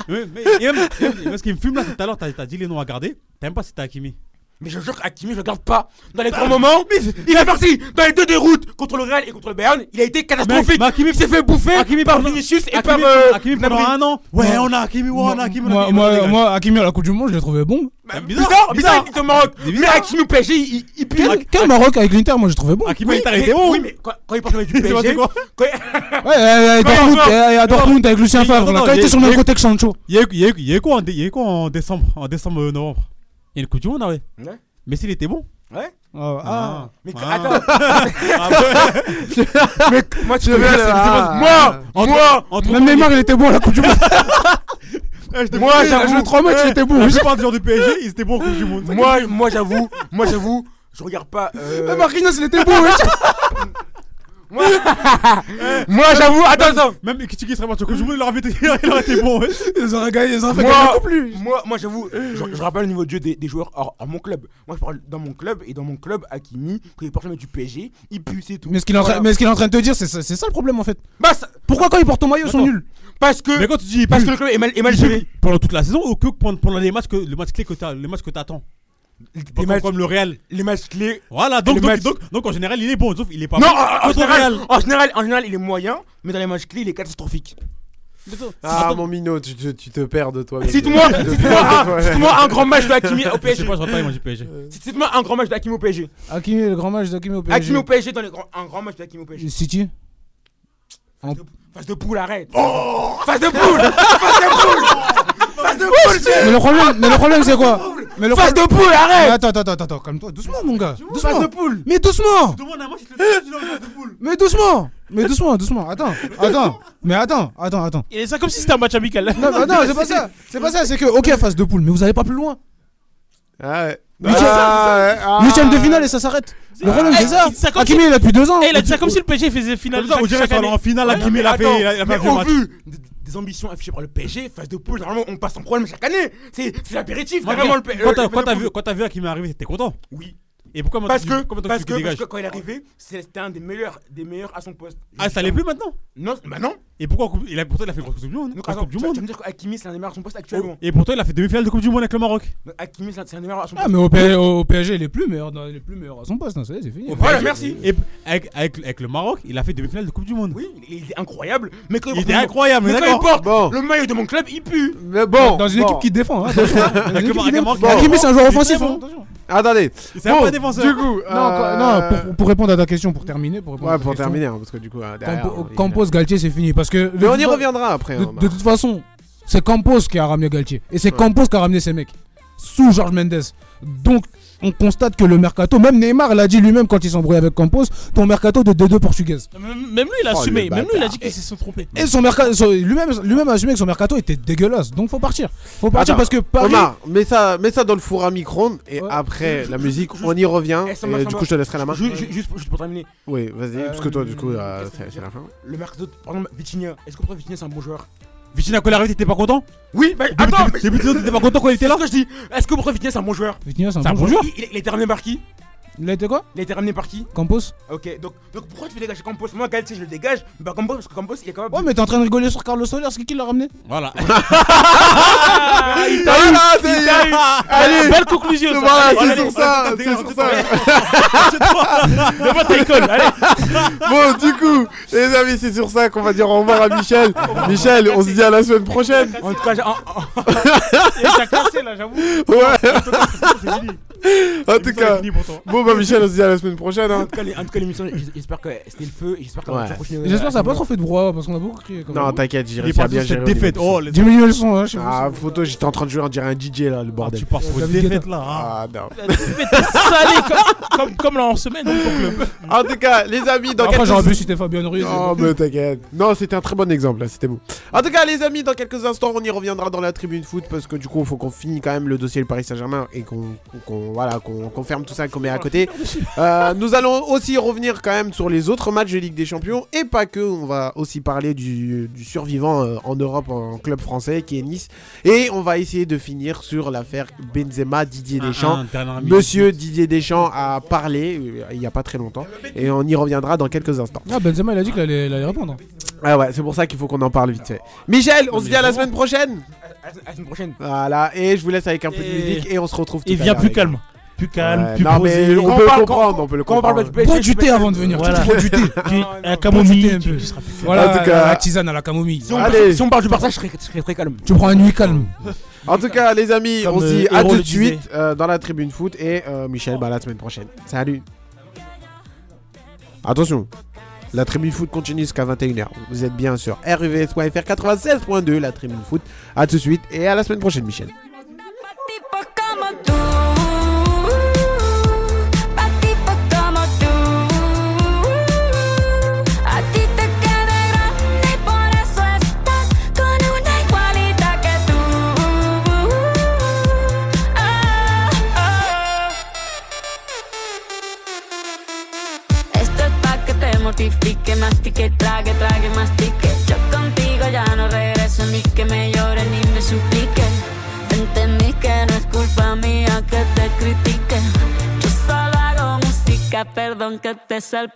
Mais- mais- et même- et même- moi, ce qui me fume là, tout à l'heure, t'as t'as dit les noms à garder. T'as même pas si t'as Hakimi. Mais je jure qu'Akimi, je le garde pas. Dans les grands moments, il est parti dans les deux déroutes contre le Real et contre le Bayern. Il a été Mais- catastrophique. mais Hakimi- Il s'est fait bouffer Hakimi par pendant- Vinicius et par. Hakimi- euh, Hakimi pendant Gnabry. un an. Ouais, on a Hakimi, ouais, on a Hakimi. on a Moi, Hakimi, on moi, a Hakimi. moi, Hakimi à la Coupe du Monde, je le trouvais bon. Bah, Bizarre, bizarre, il te manque. Mais Hakimi au PSG, il il pue. Quel, quel Maroc avec l'Inter, moi, je le trouvais bon. Hakimi, Oui, il t'a mais- arrêté haut. Oui, mais quand quand il parle du s'est passé PSG. quoi quand- Ouais, euh, à Comment Dortmund, encore euh, à Dortmund avec Lucien Mais Favre, là, attends, quand il était j'ai- sur le même j'ai- côté que Sancho. Il y a eu- il y a eu- il y a eu quoi en dé- il y a eu quoi en décembre, en décembre euh, novembre Il y a eu le coup du monde, ah ouais. Ouais. Mais s'il était bon. Ouais. Ah, Mais Ah. attends. [laughs] Ah ouais. [laughs] Mais moi, tu te veux veux, le- c'est- ah. c'est- Moi, Entre- moi, entre- Même Neymar, il était bon à la Coupe du [laughs] Monde. Ah, je te moi, fais- j'avoue, je- Le 3 matchs, il était bon. La plupart des gens du PSG, ils étaient bons en Coupe du Monde. moi, moi, j'avoue, moi, j'avoue, je regarde pas. euh, Ah, Même Marquinhos, il était bon. wesh. [laughs] [laughs] Moi, moi, j'avoue, attends, attends. hein. Même Ekitiki serait parti en Coupe du Monde, il aurait été- il aurait été bon. ouais. Ils auraient gagné, ils auraient fait gagner la Moi, Coupe, lui. moi, moi j'avoue, je, je rappelle le niveau de jeu des, des joueurs hors, hors mon club. Moi, je parle dans mon club et dans mon club, Hakimi, quand il est jamais du PSG, il pue, c'est tout. eh, Mais ce qu'il est en train- Voilà. mais ce qu'il est en train de te dire, c'est ça c'est ça le problème, en fait. Bah, ça- Pourquoi quand ils portent Oh, ton maillot, ils sont Attends. nuls parce que, Mais quand tu dis parce plus- que le club est mal, est mal plus géré. pendant toute la saison ou que pendant, pendant les matchs que le match clé que t'as- les matchs que t'attends. Les Comme- matchs, Comme le Real. les matchs clés. Voilà, donc, Les donc, matchs- donc, donc, en général, il est bon, sauf il est pas Non, bon. en, en Contre le général, Real. en général, en général, il est moyen, mais dans les matchs clés, il est catastrophique. Ah, Attends. mon minot, tu, tu- tu te perds de toi. [laughs] Cite-moi cite-moi un- cite-moi un grand match de Hakimi [laughs] au Je sais PSG. pas, je regarde pas les matchs du PSG. Euh, Cite-moi un grand match de Hakimi au PSG. Hakimi, le grand match d'Hakimi au PSG. Hakimi au PSG dans les grands- un grand match de Hakimi au PSG. City En- Face de poule, arrête. Oh Face de poule [laughs] Face de poule Face de poule chef Mais le problème, mais le problème c'est quoi mais le Face pro- de poule, arrête Mais Attends, attends, attends, attends, calme-toi, doucement mon gars. Doucement. face de poule. Mais doucement. Demande à moi si tu le de poule. Mais doucement. Mais doucement, doucement. Attends, attends. Mais attends, attends, attends. Il est ça comme si c'était un match amical. Non, non, non, c'est [laughs] pas ça. C'est pas ça, c'est que ok, phase de poule, mais vous allez pas plus loin. Ah ouais. Bah, Ah Huitième ah. Huitième de finale et ça s'arrête. Le problème c'est ça. ah, Eh, Il dit ça comme Hakimi si- il a plus deux ans. Eh, il a dit ça comme si le PSG faisait finale. ça, on chaque- dirait chaque qu'il fallait année. en finale, Ouais. Hakimi, il a fait- il a- il a mais pas vu le au match. vu des, des ambitions affichées par le PSG, face de poule, normalement on passe sans problème chaque année. C'est c'est l'apéritif, Moi, vraiment le quand- P- quand euh, t'as- le Quand t'as poule. vu, quand t'as vu Hakimi arriver, t'es content Oui. Et pourquoi maintenant parce tu- que, comment parce tu que, le parce dégages que quand il est arrivé, c'était un des meilleurs, des meilleurs à son poste. Ah, ça l'est plus maintenant Non, bah non. Et pourquoi en coupe- il a, pourtant, il a fait une grosse Coupe du Monde Donc, grosse attends, coupe du tu vas- monde. Tu Oh. vas me dire qu'Akimi c'est un des meilleurs à son poste actuellement. Et pourtant, il a fait demi-finale de Coupe du Monde avec le Maroc. Donc, Hakimi c'est un- c'est un des meilleurs à son poste. Ah mais au, P- au PSG il est plus meilleur, dans- il est plus meilleur à son poste, non, ça y est, c'est fini. Voilà, merci. Et avec, avec, avec le Maroc, il a fait demi-finale de Coupe du Monde. Oui, il est incroyable. Mais quand Il était incroyable, mais quand d'accord. il porte Bon. le maillot de mon club, il pue. Mais bon. Dans une bon. équipe qui défend. hein, attention. Dans une Avec le équipe qui Maroc, défend. Maroc, Maroc. Hakimi c'est un joueur offensif. Il est hein. très bon. Attendez. C'est un Bon, vrai défenseur. Du coup, Non, quoi- non, euh, pour, pour- pour répondre à ta question, pour terminer, pour répondre à Ouais, ta pour question, terminer, hein, parce que du coup, euh, derrière, Campo- il- Campos Galtier c'est fini parce que Mais on y de- reviendra après. de, hein, de bah. toute façon, c'est Campos qui a ramené Galtier et c'est Ouais. Campos qui a ramené ces mecs sous Georges Mendes. Donc on constate que le mercato, même Neymar l'a dit lui-même quand il s'embrouille avec Campos, ton mercato de D2 portugaise. Même même lui, il a Oh, assumé. le Même lui, il a bâtard. dit qu'ils se sont trompés. Et son mercato, son- lui-même, lui-même a assumé que son mercato était dégueulasse. Donc faut partir. Faut partir Attends, parce que Paris. Ah Omar, mets ça, mets ça dans le four à micro-ondes et après la musique, on y revient. Eh, ça et marche, du ça coup, je te laisserai la main. Ju- ju- Juste pour- juste pour terminer, Oui, vas-y, Euh, parce que toi, du coup, euh, qu'est-ce que c'est je c'est la fin. le mercato, par exemple, Vitinha, est-ce que pour toi Vitinha c'est un bon joueur Vitina Colari, t'étais pas content Oui, mais Début- attends, début- mais- Début de saison, t'étais pas content quand il c'est était ce là que je dis. Est-ce que pour toi Vitinha c'est un bon joueur Vitinha, c'est un, C'est un bon bon joueur. joueur. il, il- il a été ramené par qui Il a été quoi Il a été ramené par qui Campos Ok, donc, donc pourquoi tu veux dégager Campos Moi, Galtier, je le dégage. Bah, Campos, parce que Campos, il est capable. Ouais, mais t'es en train de rigoler sur Carlos Soler, c'est qui qui l'a ramené [laughs] Voilà. Ah, Ah, Voilà, c'est Allez, Belle conclusion. ça. voilà, Allez, c'est sur ça, c'est sur ça. [laughs] Devant ta école, allez. Bon, du coup, les amis, c'est sur ça qu'on va dire au revoir à Michel. Michel, on se dit à la semaine prochaine. En tout cas, j'ai- en- en- [laughs] Et t'as cassé là, j'avoue. Ouais, C'est fini. en tout cas. fini pour toi. Bon, bah, Michel, on se dit à la semaine prochaine. en hein. tout cas, les- en tout cas, l'émission, j- j'espère que c'était le feu. et J'espère qu'on Ouais. va toujours continuer. euh, J'espère que ça a pas à- trop fait de brouhaha parce qu'on a beaucoup crié. Quand Non, même. t'inquiète, Il j'irai est faire parti bien sur gérer. cette au niveau défaite. de Oh, les Diminuer le son, hein, je sais pas. Ah, photo, j'étais en train de jouer, on dirait un DJ là, le Ah, bordel. Tu pars sur une David Guetta. défaite là. hein. Ah, non. Mais t'es salé comme- comme comme là en semaine. donc, pour le- En tout cas, les amis, dans Après, quelques j'aurais pu citer Fabien Ruiz. Non, mais t'inquiète. Non, c'était un très bon exemple, là, c'était bon. En tout cas, les amis, dans quelques instants, on y reviendra dans la tribune foot parce que du coup, il faut qu'on finisse quand même le dossier du Paris Saint-Germain et qu'on qu'on- voilà, qu'on qu'on ferme tout ça, qu'on met à [laughs] côté. Euh, nous allons aussi revenir quand même sur les autres matchs de Ligue des Champions et pas que. On va aussi parler du, du survivant euh, en Europe, en club français qui est Nice. Et on va essayer de finir sur l'affaire Benzema, Didier Deschamps. Un- un dernier ami. Monsieur Didier Deschamps a parlé euh, il n'y a pas très longtemps et on y reviendra dans quelques instants. Ah, Benzema, il a dit qu'il allait, il allait répondre. hein. Ah ouais, c'est pour ça qu'il faut qu'on en parle vite fait. Michel, on se dit à la semaine prochaine. à- à la semaine prochaine. Voilà, et je vous laisse avec un peu de Et- musique et on se retrouve tout Il à vient l'heure, plus les calme. Plus gars. calme, Ouais, plus non mais posé. on Quand on peut parle- comprendre, on peut le Quand on parle comprendre. du Bois PSG, du je thé vais- avant de venir. Voilà. Tu te [laughs] bois du thé. Tu- non, à non, Camomille, profitez un tu- peu. tu seras plus fort. Voilà, En tout cas- la, la tisane à la camomille. Si on, Allez. si on parle du Barça, je serais, je serais très calme. Tu prends [laughs] un nuit calme. En tout cas, les amis, Comme, on se dit euh, à Héro tout le de suite disait. euh, dans la tribune foot et euh, Michel, bah, à la semaine prochaine. Salut. Attention, la tribune foot continue jusqu'à 21h. Vous êtes bien sur ruvs.fr 96.2, la tribune foot. À tout de suite et à la semaine prochaine, Michel. tipo como tú, pa tipo como tú. A ti te queda grande y por eso estás con una igualita que tú. Ah, ah. Esto es pa' que te mortifique, mastique, trague, trague, mastique. Yo contigo ya no regreso ni que me llore ni me suplique. Entendí que no es culpa mía que te critique. Yo solo hago música, perdón que te salpique.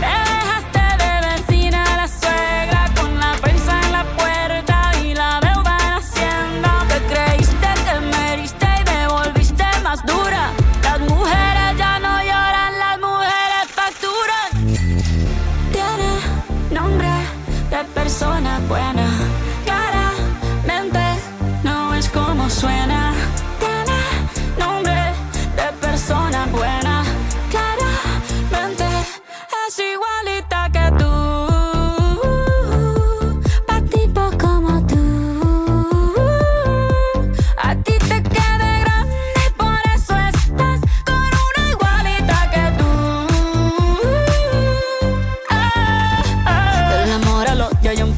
Te dejaste de vecina a la suegra con la prensa en la puerta y la deuda en hacienda. Te creíste que me heriste y me volviste más dura. Las mujeres ya no lloran, las mujeres facturan. Tiene nombre de persona buena.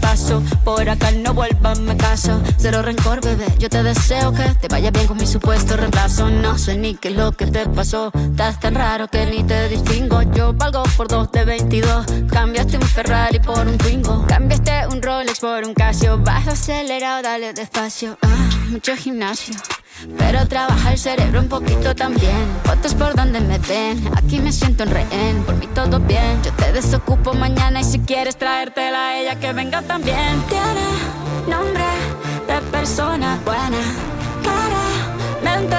paso. Por acá no vuelvas, me caso. Cero rencor, bebé. Yo te deseo que te vaya bien con mi supuesto reemplazo. No sé ni qué es lo que te pasó. Estás tan raro que ni te distingo. Yo valgo por dos de 22. Cambiaste un Ferrari por un Twingo. Cambiaste un Rolex por un Casio. Vas acelerado, dale despacio. Ah, mucho gimnasio. Pero trabaja el cerebro un poquito también. Fotos por donde me ven, aquí me siento en rehén. Por mí todo bien, yo te desocupo mañana y si quieres traértela a ella que venga también. Tiene nombre de persona buena, claramente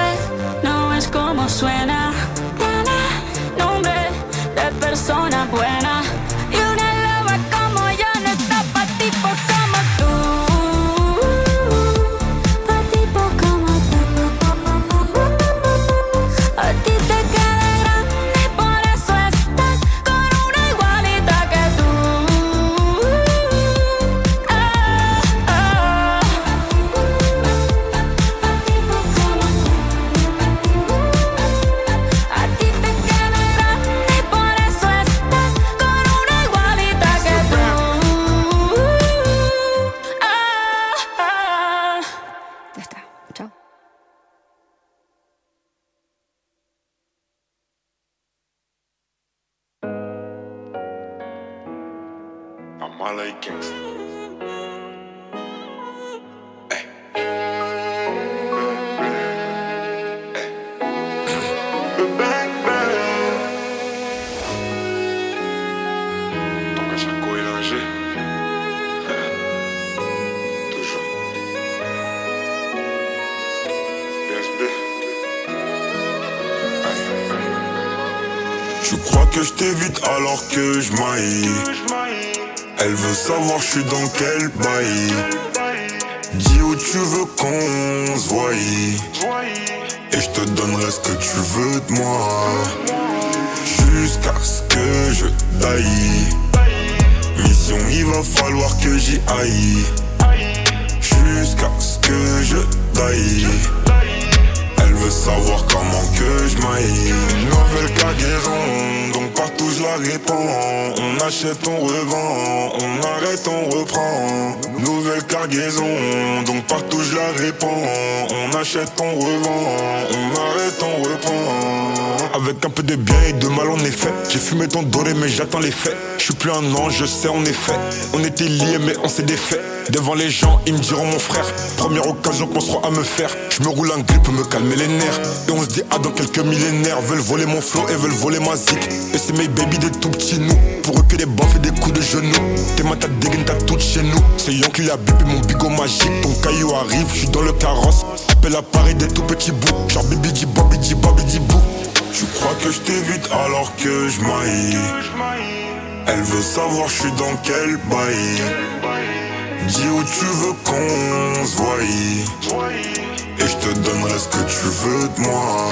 no es como suena. Tiene nombre de persona buena. Y una loba como yo no está pa' tipos como tú. Pa' tipos como tú. A ti te queda grande, por eso estás con una igualita que tú. Ah, ah. A ti te queda grande, por eso estás con una igualita que tú. Ah, ah. Ya está, chao. I'm my LA gangster. Tu crois que je t'évite alors que je maille Elle veut savoir je suis dans quel bail Dis où tu veux qu'on se voie Et je te donnerai ce que tu veux de moi Jusqu'à ce que je taille Mission il va falloir que j'y aille Jusqu'à ce que je taille elle veut savoir comment que je maille Nouvelle cargaison, donc partout je la répands On achète, on revend, on arrête, on reprend Nouvelle cargaison, donc partout je la répands On achète, on revend, on arrête, on reprend Avec un peu de bien et de mal en effet J'ai fumé ton doré mais j'attends les faits Je suis plus un ange, je sais en effet On était liés mais on s'est défaits Devant les gens, ils me diront mon frère. Première occasion qu'on se rend à me faire. Je me roule un grip pour me calmer les nerfs. Et on se dit, ah, dans quelques millénaires, veulent voler mon flow et veulent voler ma zik. Et c'est mes baby des tout petits nous. Pour eux que des bofs et des coups de genoux. T'es ma tête dégaine, t'as tout chez nous. C'est Yon qui l'a bipé mon bigot magique. Ton caillou arrive, je suis dans le carrosse. Appelle à Paris des tout petits bouts. Genre bibi di bobi di bobi di bou. Tu crois que je t'évite alors que je maille. Elle veut savoir, je suis dans quel bail. Dis où tu veux qu'on se voie Et je te donnerai ce que tu veux de moi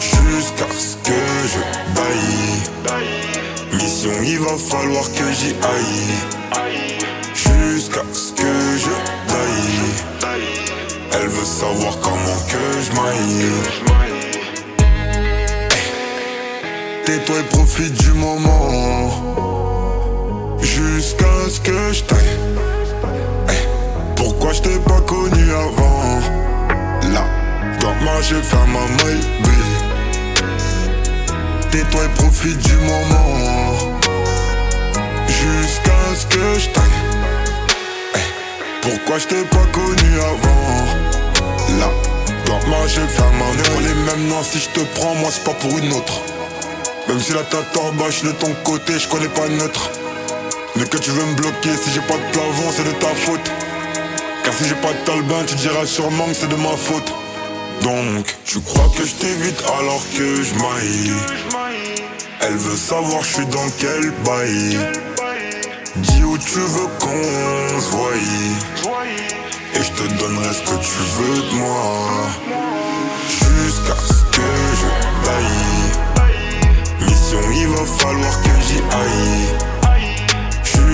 Jusqu'à ce que je baille Mission il va falloir que j'y aille Jusqu'à ce que je taille Elle veut savoir comment que je maille Eh. Tais-toi et profite du moment Jusqu'à ce que je taille Eh, pourquoi je t'ai pas connu avant Là, dans ma je ferme ma maille Tais-toi et profite du moment Jusqu'à ce que je taille Eh, Pourquoi je t'ai pas connu avant Là, dans ma je ferme ma maille les mêmes noirs si je te prends, moi c'est pas pour une autre Même si la tata bah, je suis de ton côté, je connais pas neutre mais que tu veux me bloquer si j'ai pas de plafond, c'est de ta faute. Car si j'ai pas de talbin, tu diras sûrement que c'est de ma faute. Donc, tu crois que je t'évite alors que je maille. Elle veut savoir je suis dans quel bail. Dis où tu veux qu'on se voie. Et je te donnerai ce que tu veux de moi. Jusqu'à ce que je taille. Mission, il va falloir que j'y aille.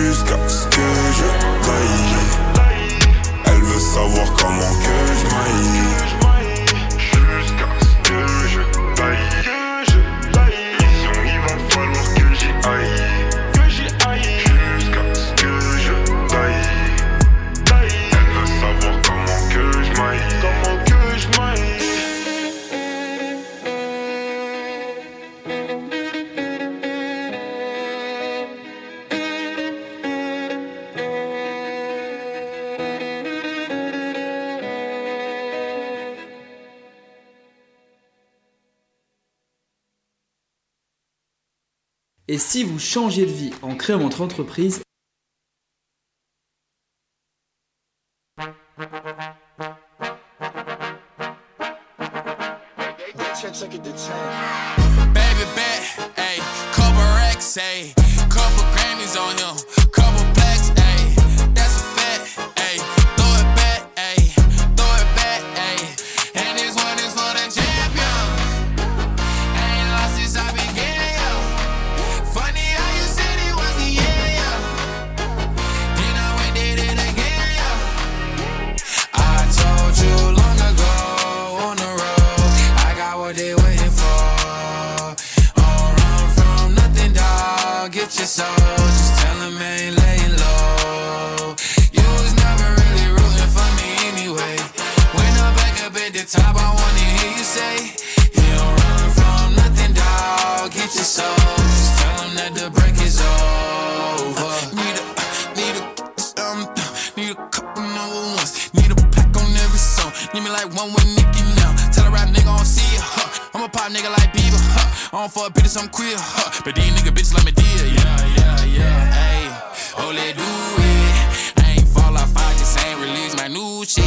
Jusqu'à ce que je taille. Elle veut savoir comment que je maille Jusqu'à ce que je taille Mission il va falloir que j'y aille Que j'y aille Jusqu'à ce que je taille Et si vous changez de vie en créant votre entreprise, Baby bet, ayy, couple racks, ayy, couple Grammys on him, couple plaques, ayy, that's a fact, ayy, throw it back, ayy, throw it back, ayy, and this one is for the champion. Ain't lost since I began, yo. Funny how you said it was the yeah, yo. Then I went did it again, yo. I told you long ago on the road, I got what they waiting for. Don't run from nothing, dog. Get your soul. Just tell 'em I ain't laying low. You was never really rooting for me anyway. When I'm back up at the top, I wanna hear you say, You don't run from nothing, dog. Get your soul. Just tell 'em that the break is over. Need a, need a, um, need a couple number ones. Need a pack on every song. Need me like one with Nicky now. Tell a rap nigga I don't see you, huh? I'm a pop nigga like Bieber, huh? I don't fuck bitches, I'm queer, huh? But these nigga bitches like me dear, yeah, yeah, yeah. Hey, oh let do it. I ain't fall off, I just ain't release my new shit.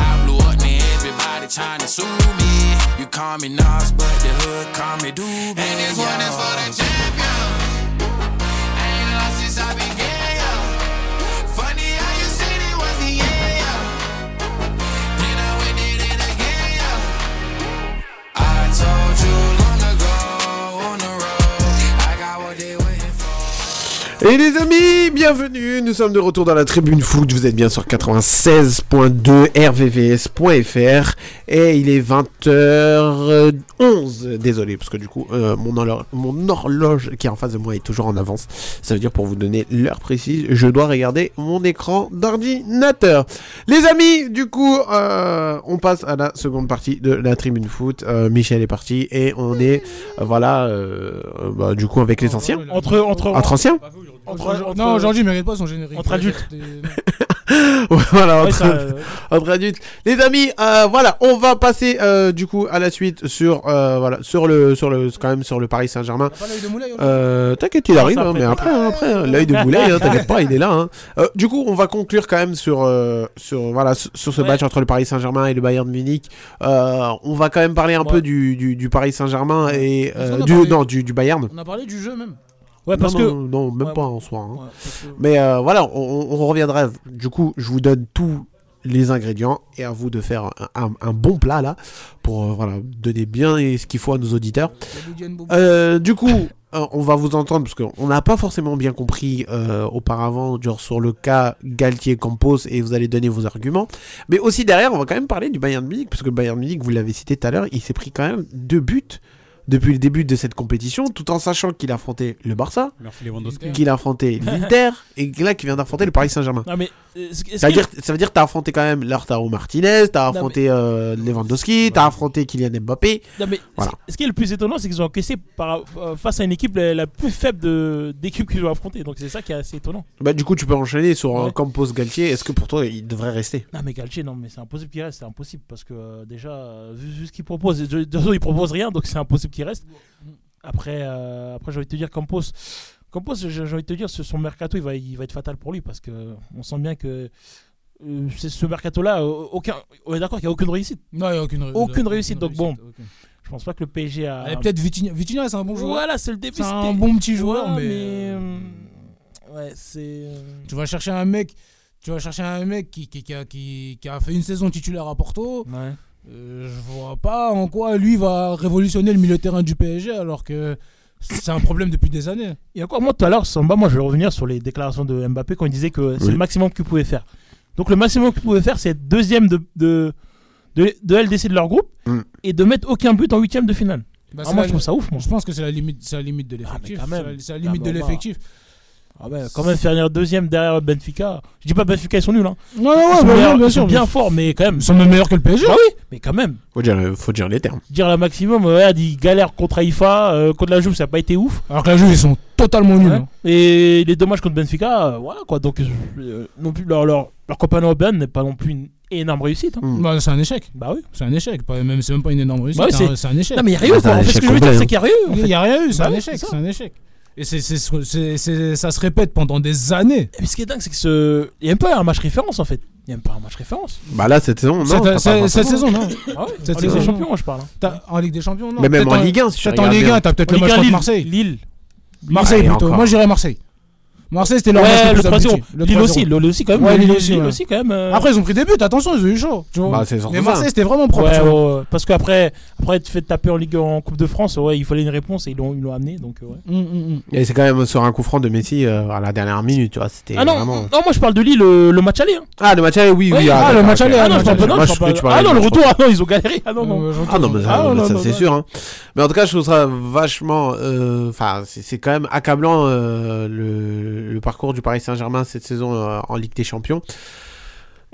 I blew up, now everybody tryna sue me. You call me Nas, but the hood call me Doobie. And this one is for the champion. Ain't lost since I began, yo. é. Funny how you said it was the yeah, yo. Then I went did it again, yo. I told you long ago on the road, I got what they waiting for. Et les amis, bienvenue, nous sommes de retour dans la tribune foot, vous êtes bien sur 96.2 rvvs.fr et il est 20h11, désolé parce que du coup euh, mon, horlo- mon horloge qui est en face de moi est toujours en avance, ça veut dire pour vous donner l'heure précise, je dois regarder mon écran d'ordinateur. Les amis, du coup euh, on passe à la seconde partie de la tribune foot, Euh, Michel est parti et on est euh, voilà euh, bah, du coup avec les anciens, Entre- entre- entre anciens. Aujourd'hui- non, aujourd'hui, il mérite pas son générique. Entre adultes. [laughs] Ouais, voilà, Ouais, entre, ça, euh, entre adultes. Les amis, euh, voilà, on va passer euh, du coup à la suite sur euh, voilà sur le sur le quand même sur le Paris Saint Germain. Euh, t'inquiète, il Non, arrive, c'est hein, après. mais après, hein, après hein, l'œil de Boulay, hein, t'inquiète pas, il est là. hein. Euh, du coup, on va conclure quand même sur euh, sur voilà sur sur ce match entre le Paris Saint Germain et le Bayern de Munich. Euh, on va quand même parler un peu du, du, du Paris Saint Germain et euh, qu'on a du parlé non du, du Bayern. On a parlé du jeu même. Ouais, parce non, que- non, non, même pas en soi. hein. Mais euh, voilà, on, on- on reviendra. Du coup, je vous donne tous les ingrédients et à vous de faire un, un- un bon plat là pour euh, voilà, donner bien et ce qu'il faut à nos auditeurs. Euh, du coup, euh, on va vous entendre parce qu'on n'a pas forcément bien compris euh, auparavant genre sur le cas Galtier-Campos et vous allez donner vos arguments. Mais aussi derrière, on va quand même parler du Bayern de Munich parce que le Bayern de Munich, vous l'avez cité tout à l'heure, il s'est pris quand même deux buts depuis le début de cette compétition tout en sachant qu'il affrontait le Barça Merci Lewandowski. qu'il a affronté l'Inter et que là qui vient d'affronter le Paris Saint-Germain. Non, mais, euh, est-ce que- Ça veut dire, ça veut dire que t'as affronté quand même Lautaro Martinez, t'as Non, affronté euh, Lewandowski, t'as affronté Kylian Mbappé. Non, mais Voilà. ce- ce qui est le plus étonnant, c'est qu'ils ont encaissé par- euh, face à une équipe la, la plus faible de- d'équipe qu'ils ont affrontée. Donc c'est ça qui est assez étonnant. Bah, du coup, tu peux enchaîner sur euh, Ouais. Campos Galtier. Est-ce que pour toi, il devrait rester Non mais Galtier, non mais c'est impossible qu'il reste, c'est impossible parce que euh, déjà euh, vu, vu ce qu'il propose, de de toute façon il propose rien donc c'est impossible qu'il reste. Après, euh, après j'ai envie de te dire Campos, Campos j'ai j'ai envie de te dire ce- son mercato il va, il va être fatal pour lui parce que on sent bien que euh, c'est ce mercato là aucun, on est d'accord qu'il n'y a aucune réussite. Non il n'y a aucune, ré- aucune aucune réussite donc bon, aucune. je pense pas que le PSG a. Allez, peut-être Vitinha. Vitinha, c'est un bon joueur. Voilà c'est le début. C'est un c'était- bon petit joueur, Ouais, mais, euh, ouais c'est. euh, Tu vas chercher un mec, tu vas chercher un mec qui, qui, qui a, qui- qui a fait une saison titulaire à Porto. Euh, je vois pas en quoi lui va révolutionner le milieu de terrain du PSG alors que c'est un problème depuis des années. Et encore moi tout à l'heure, Samba, moi je vais revenir sur les déclarations de Mbappé quand il disait que c'est Oui. le maximum qu'il pouvait faire. Donc le maximum qu'il pouvait faire, c'est être deuxième de, de, de, de LDC de leur groupe Mm. et de mettre aucun but en huitième de finale. Bah, Ah, c'est moi la- je trouve ça ouf. Je pense que c'est la limite, c'est la limite de l'effectif. quand c'est même. la- c'est la Non, limite mais de on va- l'effectif. Ah ouais, quand même faire venir deuxième derrière Benfica. Je dis pas Benfica ils sont nuls. Hein. Non, non, Ils ouais, sont bah, meilleurs- non, bien ils sont sûr, bien mais- forts, mais quand même. Ils sont même meilleurs que le PSG. Ah oui, mais quand même. Faut dire, faut dire les termes. Dire la maximum, ouais, il galère contre Haïfa, euh, contre la Juve ça a pas été ouf. Alors que la Juve ils sont totalement nuls. Ouais. hein. Et les dommages contre Benfica, euh, voilà quoi. Donc euh, non plus leur leur, leur campagne européenne n'est pas non plus une énorme réussite. hein. Bah, c'est un échec. Bah oui. C'est un échec. Pas- même c'est même pas une énorme réussite. Bah oui, Ah, c'est un- c'est un échec. Non mais il y a rien eu, quoi. En fait, ce que je veux dire c'est qu'il y a rien eu. en Il fait. y a rien eu. C'est Bah un oui, échec. ça. C'est un échec. Et c'est, c'est, c'est- c'est- ça se répète pendant des années. Mais ce qui est dingue, c'est que ce. Il n'y a même pas un match référence en fait. Il n'y a même pas un match référence. Bah là, cette saison, non, Cette, t'as pas cette- vraiment cette ça. saison, non. Ah ouais, Cette en Ligue des saison. Champions, moi, je parle, hein. T'as- En Ligue des Champions, non. Mais même Peut-être en Ligue 1, si tu peut-être en regardes Ligue bien. 1, t'as peut-être En le Ligue match 1, contre Lille. Marseille. Lille. Marseille Allez, plutôt. bah, encore. Moi, j'irais Marseille. Marseille, c'était leur Ouais, match le le plus troisième. abouti. Le Lille 3-0. aussi, Lille aussi, quand même. Ouais, Lille Lille aussi, ouais. aussi, quand même, euh. Après, ils ont pris des buts, attention, ils ont eu chaud. tu vois. Bah, c'est surtout Mais ça. Marseille, c'était vraiment propre. Ouais, tu vois. ouais, ouais. Parce qu'après, après, tu fais taper en Ligue en Coupe de France, ouais, il fallait une réponse et ils l'ont, ils l'ont amené. Donc, euh, ouais. Mm, Et c'est quand même sur un coup franc de Messi euh, à la dernière minute, tu vois. C'était Ah non, vraiment. non, moi je parle de Lille, le, le match aller. hein. Ah, le match aller, oui, oui. ah, le d'accord, match ok. aller. Ah non, je parle pas- non, Moi, je je parle que tu pas- parlais Ah du non, le match retour, ah non, ils ont galéré. Ah non, non. Ah non, mais ça, Ah, mais ça, non, c'est non, sûr. hein. Mais en tout cas, je trouve ça vachement. euh, Enfin, c'est c'est quand même accablant euh, le, le parcours du Paris Saint-Germain cette saison euh, en Ligue des Champions.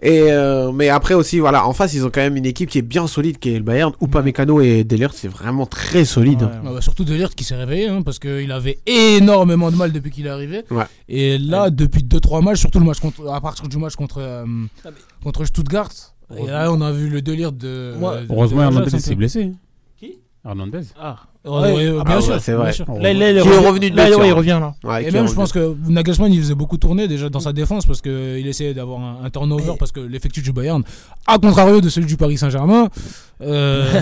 Et euh, mais après aussi, voilà, en face, ils ont quand même une équipe qui est bien solide, qui est le Bayern. Ou pas Mécano et Delert, c'est vraiment très solide. Ah bah, surtout Delirte qui s'est réveillé, hein, parce qu'il avait énormément de mal depuis qu'il est arrivé. Ouais. Et là, depuis 2-3 matchs, surtout le match contre, à partir du match contre, euh, Ah, contre Stuttgart, et là, on a vu le délire de. Moi- de- Heureusement, de- Hernandez s'est blessé. Qui Hernandez. Ah, Ouais, ouais, ouais, bien sûr, bien sûr. Là, là, il est revenu hein. de là, ouais, il revient là. et même, je pense que Nagelsmann, il faisait beaucoup tourner déjà dans sa défense parce qu'il essayait d'avoir un, un turnover parce que l'effectif du Bayern, à contrario de celui du Paris Saint-Germain, [laughs] euh,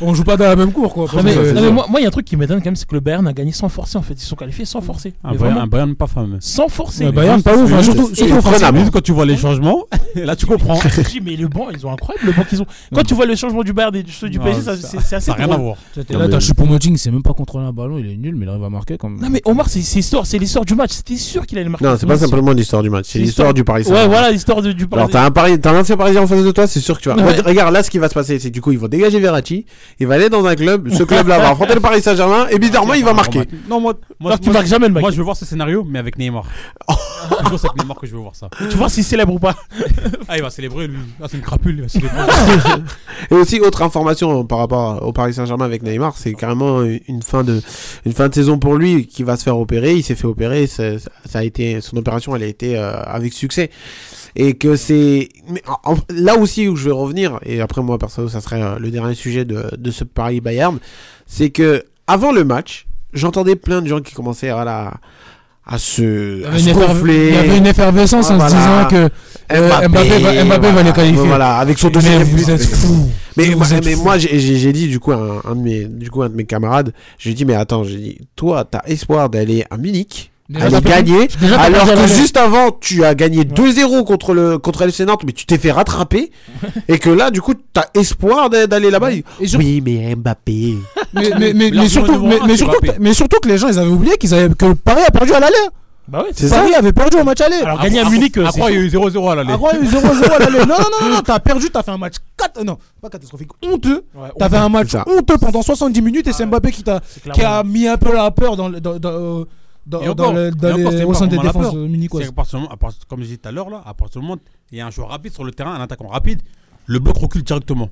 on joue pas dans la même cour. Quoi, Non, parce Ah, mais, que- non, mais moi, moi, il y a un truc qui m'étonne quand même, c'est que le Bayern a gagné sans forcer en fait. Ils sont qualifiés sans forcer. Un Bayern, Mais vraiment. un Bayern pas fameux. Sans forcer. Le Mais vraiment, c'est- hein, surtout, Et- surtout et- quand, quand tu vois les [laughs] changements, là tu comprends. Je dis, mais le banc, ils ont incroyable le banc qu'ils ont. Quand tu vois le changement du Bayern et du, ceux du Ah, Non, PSG, ça- ça- c'est c'est assez ça a rien drôle. à voir. Et là, t'as Choupo-Moting, c'est même pas contrôler un ballon, il est nul, mais il arrive à marquer quand même. Non mais Omar, c'est c'est l'histoire, c'est l'histoire du match. C'était sûr qu'il allait marquer. Non, c'est pas simplement l'histoire du match, c'est l'histoire du Paris Saint-Germain. Ouais, voilà l'histoire de- du Paris. Alors t'as un Paris, t'as un ancien Parisien en face de toi, c'est sûr que tu vas. Ouais. Regarde là ce qui va se passer, c'est que du coup ils vont dégager Verratti, il va aller dans un club, ce club-là [laughs] va affronter le Paris Saint-Germain et bizarrement il va marquer. Non, moi, moi, tu marques jamais, le mec. Moi, je veux voir ce scénario, mais avec [laughs] Neymar. C'est toujours avec Neymar que je veux voir ça. Tu vois s'il célèbre ou pas. [laughs] Ah, il va célébrer, lui. Ah, c'est une crapule, il va célébrer. [laughs] Et aussi autre information par rapport au Paris Saint-Germain avec Neymar, c'est carrément une fin de une fin de saison pour lui qui va se faire opérer. Il s'est fait opérer, ça, ça a été son opération, elle a été euh, avec succès. Et que c'est mais en- en- là aussi où je vais revenir. Et après moi perso, ça serait euh, le dernier sujet de, de ce Paris Bayern, c'est que avant le match, j'entendais plein de gens qui commençaient à la à se, Il y à avait une se efferve- ronfler. il y avait une effervescence en se disant que, euh, Mbappé va- Mbappé va les qualifier. Voilà, avec son Mais deuxième vous but. êtes fous. Mais, Mais moi- vous êtes mais fous. moi, j'ai- j'ai j'ai dit du coup à un, un de mes du coup à un de mes camarades, j'ai dit mais attends, j'ai dit toi t'as espoir d'aller à Munich. Déjà, aller t'as perdu- gagner déjà, t'as alors perdu à que l'aller. juste avant tu as gagné 2-0 contre le contre FC Nantes mais tu t'es fait rattraper et que là du coup t'as espoir d'a- d'aller là-bas Il- oui mais Mbappé mais, mais, mais, mais surtout, mais, mais surtout, que- mais surtout que les gens ils avaient oublié qu'ils avaient que Paris a perdu à l'aller. Bah ouais, c'est Paris ça. avait perdu au match aller. [laughs] Alors, gagner à Munich, euh, c'est Après, il y a eu 0-0 à l'aller. Ah ouais, il y a eu [laughs] 0-0 à l'aller. Non, non, non, non, t'as perdu, t'as fait un match cat- non, pas catastrophique, honteux. t'as fait un match c'est ça. honteux pendant 70 minutes et c'est Mbappé qui, t'a, qui clairement- a mis un peu la peur dans le, dans, dans, dans, Et dans encore, le- et dans les- encore, c'est au pas sein des vraiment la défenses peur. municoises. C'est à partir du moment- à partir- Comme je disais tout à l'heure, là, à partir du moment où il y a un joueur rapide sur le terrain, un attaquant rapide, le bloc recule directement.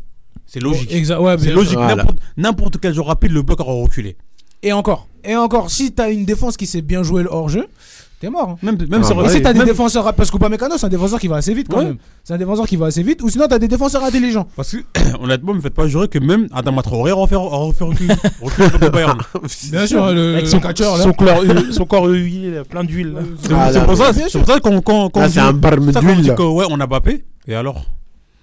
C'est logique. Oh, exa- ouais, c'est bien logique. sûr. Voilà. N'importe- N'importe quel joueur rapide, le bloc aura reculé. Et encore, et encore, si t'as une défense qui sait bien jouer le hors-jeu, t'es mort. hein. même Et sur- si t'as des même- défenseurs rapides, parce que Upamecano, c'est un défenseur qui va assez vite quand Ouais. même. C'est un défenseur qui va assez vite, ou sinon t'as des défenseurs intelligents. Parce que, [clears throat] honnêtement, me faites pas jurer que même Adama Traoré aura fait, aura fait [laughs] reculer. reculer le bloc de [laughs] Bayern. Bien sûr, le- Avec le son, catcheur, là. son corps, hu- son corps huilé, là, plein d'huile. là. C'est Ah, c'est pour ça, c'est pour ça qu'on. qu'on- qu'on Là, c'est dit- un barme c'est pour ça qu'on d'huile, dit là. que, Ouais, on a Mbappé. Et alors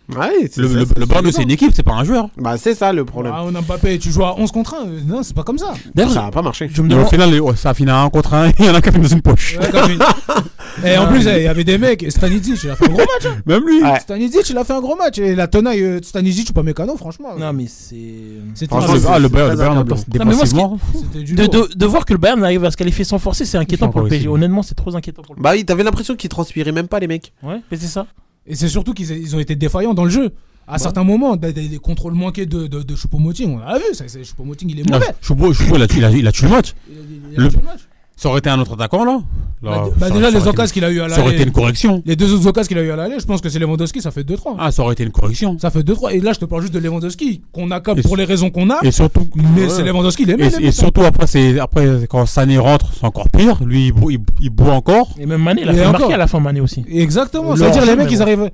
Ouais, c'est Le, ça, le, c'est le Bayern, évident. c'est une équipe, c'est pas un joueur. bah c'est ça le problème Ah, on a Mbappé, tu joues à 11 contre 1. Non, c'est pas comme ça. ça n'a pas marché me Et au demande- final, les- ouais, ça finit à un contre un. [laughs] Il y en a qui a fait dans une poche. Ouais, comme une- [laughs] Et en plus, eh, il y avait des mecs. et Stanisic, il a fait un gros match. hein. Même lui. Stanisic, il a fait un gros match. Et la tenaille euh, de Stanisic ou pas Mécano, franchement. euh. Non mais c'est. C'était- Franchement, Ah, c'est- ah, le c'est Bayern- très le Bayern, accablant. dé- défensivement, C'était du de, lourd. de, de voir que le Bayern arrive à se qualifier sans forcer, c'est inquiétant pour le PSG. possible. Honnêtement, c'est trop inquiétant pour le bah oui t'avais l'impression qu'ils transpiraient même pas les mecs Ouais, mais c'est ça. Et c'est surtout qu'ils ils ont été défaillants dans le jeu. À certains moments, des, des- des contrôles manqués de, de, de Choupo-Moting, on l'a vu. ça, c'est- Choupo-Moting, il est Non, mauvais. Choupo, Choupo, il, a, tué- il a- il a tué le match. ben. il a Le- tué le match. Ça aurait été un autre attaquant là. Là, Bah, ça bah, aurait- déjà, ça les aurait occasions été- qu'il a eu à l'aller. Ça aurait été une correction. Les deux autres occasions qu'il a eu à l'aller, je pense que c'est Lewandowski, ça fait 2-3. Ah, ça aurait été une correction. Ça fait 2-3. Et là, je te parle juste de Lewandowski, qu'on a comme Et pour sur- les raisons qu'on a. Et surtout, Mais ouais. c'est Lewandowski, il Et, aimait les et mecs, hein. surtout après, c'est après quand Sané rentre, c'est encore pire. Lui, il, bou- il, il boit encore. Et même Mané, il a Et fait encore. marquer à la fin Mané aussi. Exactement. Le C'est-à-dire les hors-jeu, mecs, mais ils bon. arrivent,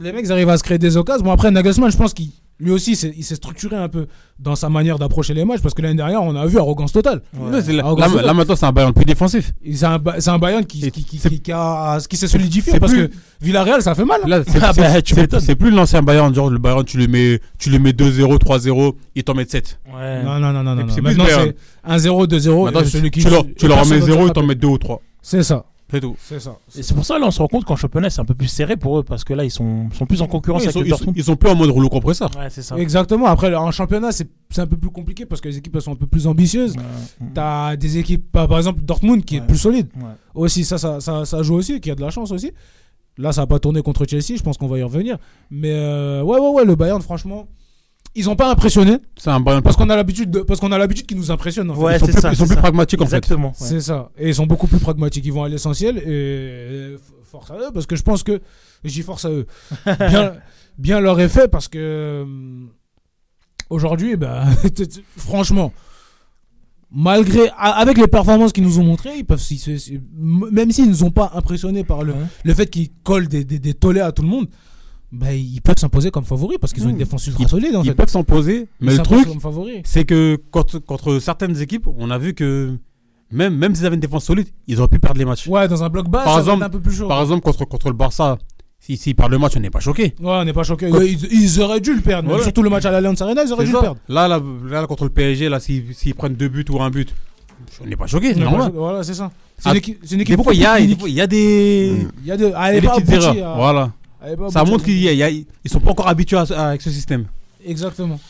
les mecs, ils arrivent à se créer des occasions. Bon après Nagelsmann, je pense qu'il Lui aussi, c'est- il s'est structuré un peu dans sa manière d'approcher les matchs parce que l'année dernière, on a vu arrogance totale. Mais c'est là- Arrogance là- totale. là, maintenant, c'est un Bayern plus défensif. Et C'est un, Ba- c'est un Bayern qui, qui, qui, qui, qui a- qui s'est solidifié C'est parce plus- que Villarreal, ça fait mal. Là, [laughs] c'est Ah c'est- bah, tu c'est- m'étonnes. c'est plus l'ancien Bayern. Genre, le Bayern, tu le mets, tu le mets 2-0, 3-0, ils t'en mettent 7. Non, non, non, non. non. C'est plus Maintenant, Bayern. c'est 1-0, 2-0. Maintenant, et celui qui tu leur, et tu leur personne remets ne 0, ils rattrape. t'en mettent 2 ou 3. C'est ça. C'est tout. C'est ça. Et c'est pour ça, là, on se rend compte qu'en championnat, c'est un peu plus serré pour eux parce que là, ils sont, sont plus en concurrence Oui, ils avec sont- le ils sont- Dortmund. ils sont plus en mode rouleau compresseur. Ouais, c'est ça. Exactement. Après, en championnat, c'est c'est un peu plus compliqué parce que les équipes elles sont un peu plus ambitieuses. T'as des équipes, par par exemple Dortmund, qui est plus solide. Ouais. Aussi, ça, ça, ça, ça joue aussi, qui a de la chance aussi. Là, ça n'a pas tourné contre Chelsea, je pense qu'on va y revenir. Mais euh, ouais, ouais, ouais, le Bayern, franchement, ils n'ont pas impressionné. C'est un Bayern. Parce qu'on a l'habitude de- parce qu'on a l'habitude qu'ils nous impressionnent. en fait. Ouais, Ils sont c'est plus- ça, ils sont c'est plus ça. pragmatiques, en fait. Exactement, ouais. C'est ça. Et ils sont beaucoup plus pragmatiques. Ils vont à l'essentiel et euh, f- force à eux parce que je pense que j'y force à [laughs] eux. Bien, bien leur effet parce que euh, aujourd'hui, bah, [laughs] t- t- franchement, malgré a- avec les performances qu'ils nous ont montrées, ils peuvent s'y- se- se- m- même s'ils nous ont pas impressionnés par le, le fait qu'ils collent des, des, des tollés à tout le monde. Bah, ils peuvent s'imposer comme favoris parce qu'ils ont une défense ultra solide. En ils fait. peuvent s'imposer, Ils mais le s'imposent truc, comme favoris. c'est que contre, contre certaines équipes, on a vu que même, même s'ils avaient une défense solide, ils auraient pu perdre les matchs. Ouais, dans un bloc bas, par ça va exemple, être un peu plus chaud. Par exemple, contre, contre le Barça, si- s'ils perdent le match, on n'est pas choqué. Ouais, on n'est pas choqué. Quoi- Ils, ils auraient dû le perdre. même. Voilà. Surtout le match à l'Allianz Arena, ils auraient dû le perdre. Là, là, là, contre le PSG, là, s'ils s'ils prennent deux buts ou un but, on n'est pas choqué, On c'est n'est pas normal. choqué, voilà, c'est ça. C'est une Ah, équipe- c'est une équipe Des fois, beaucoup il y a, plus des unique. fois, il y a des, Il y a de- ah, elle il y est a des pas petites aboutie, erreurs. ah. Voilà. Elle est pas Ça aboutie, montre qu'ils y a- il y a- ils sont pas encore habitués à, à- avec ce système. Exactement.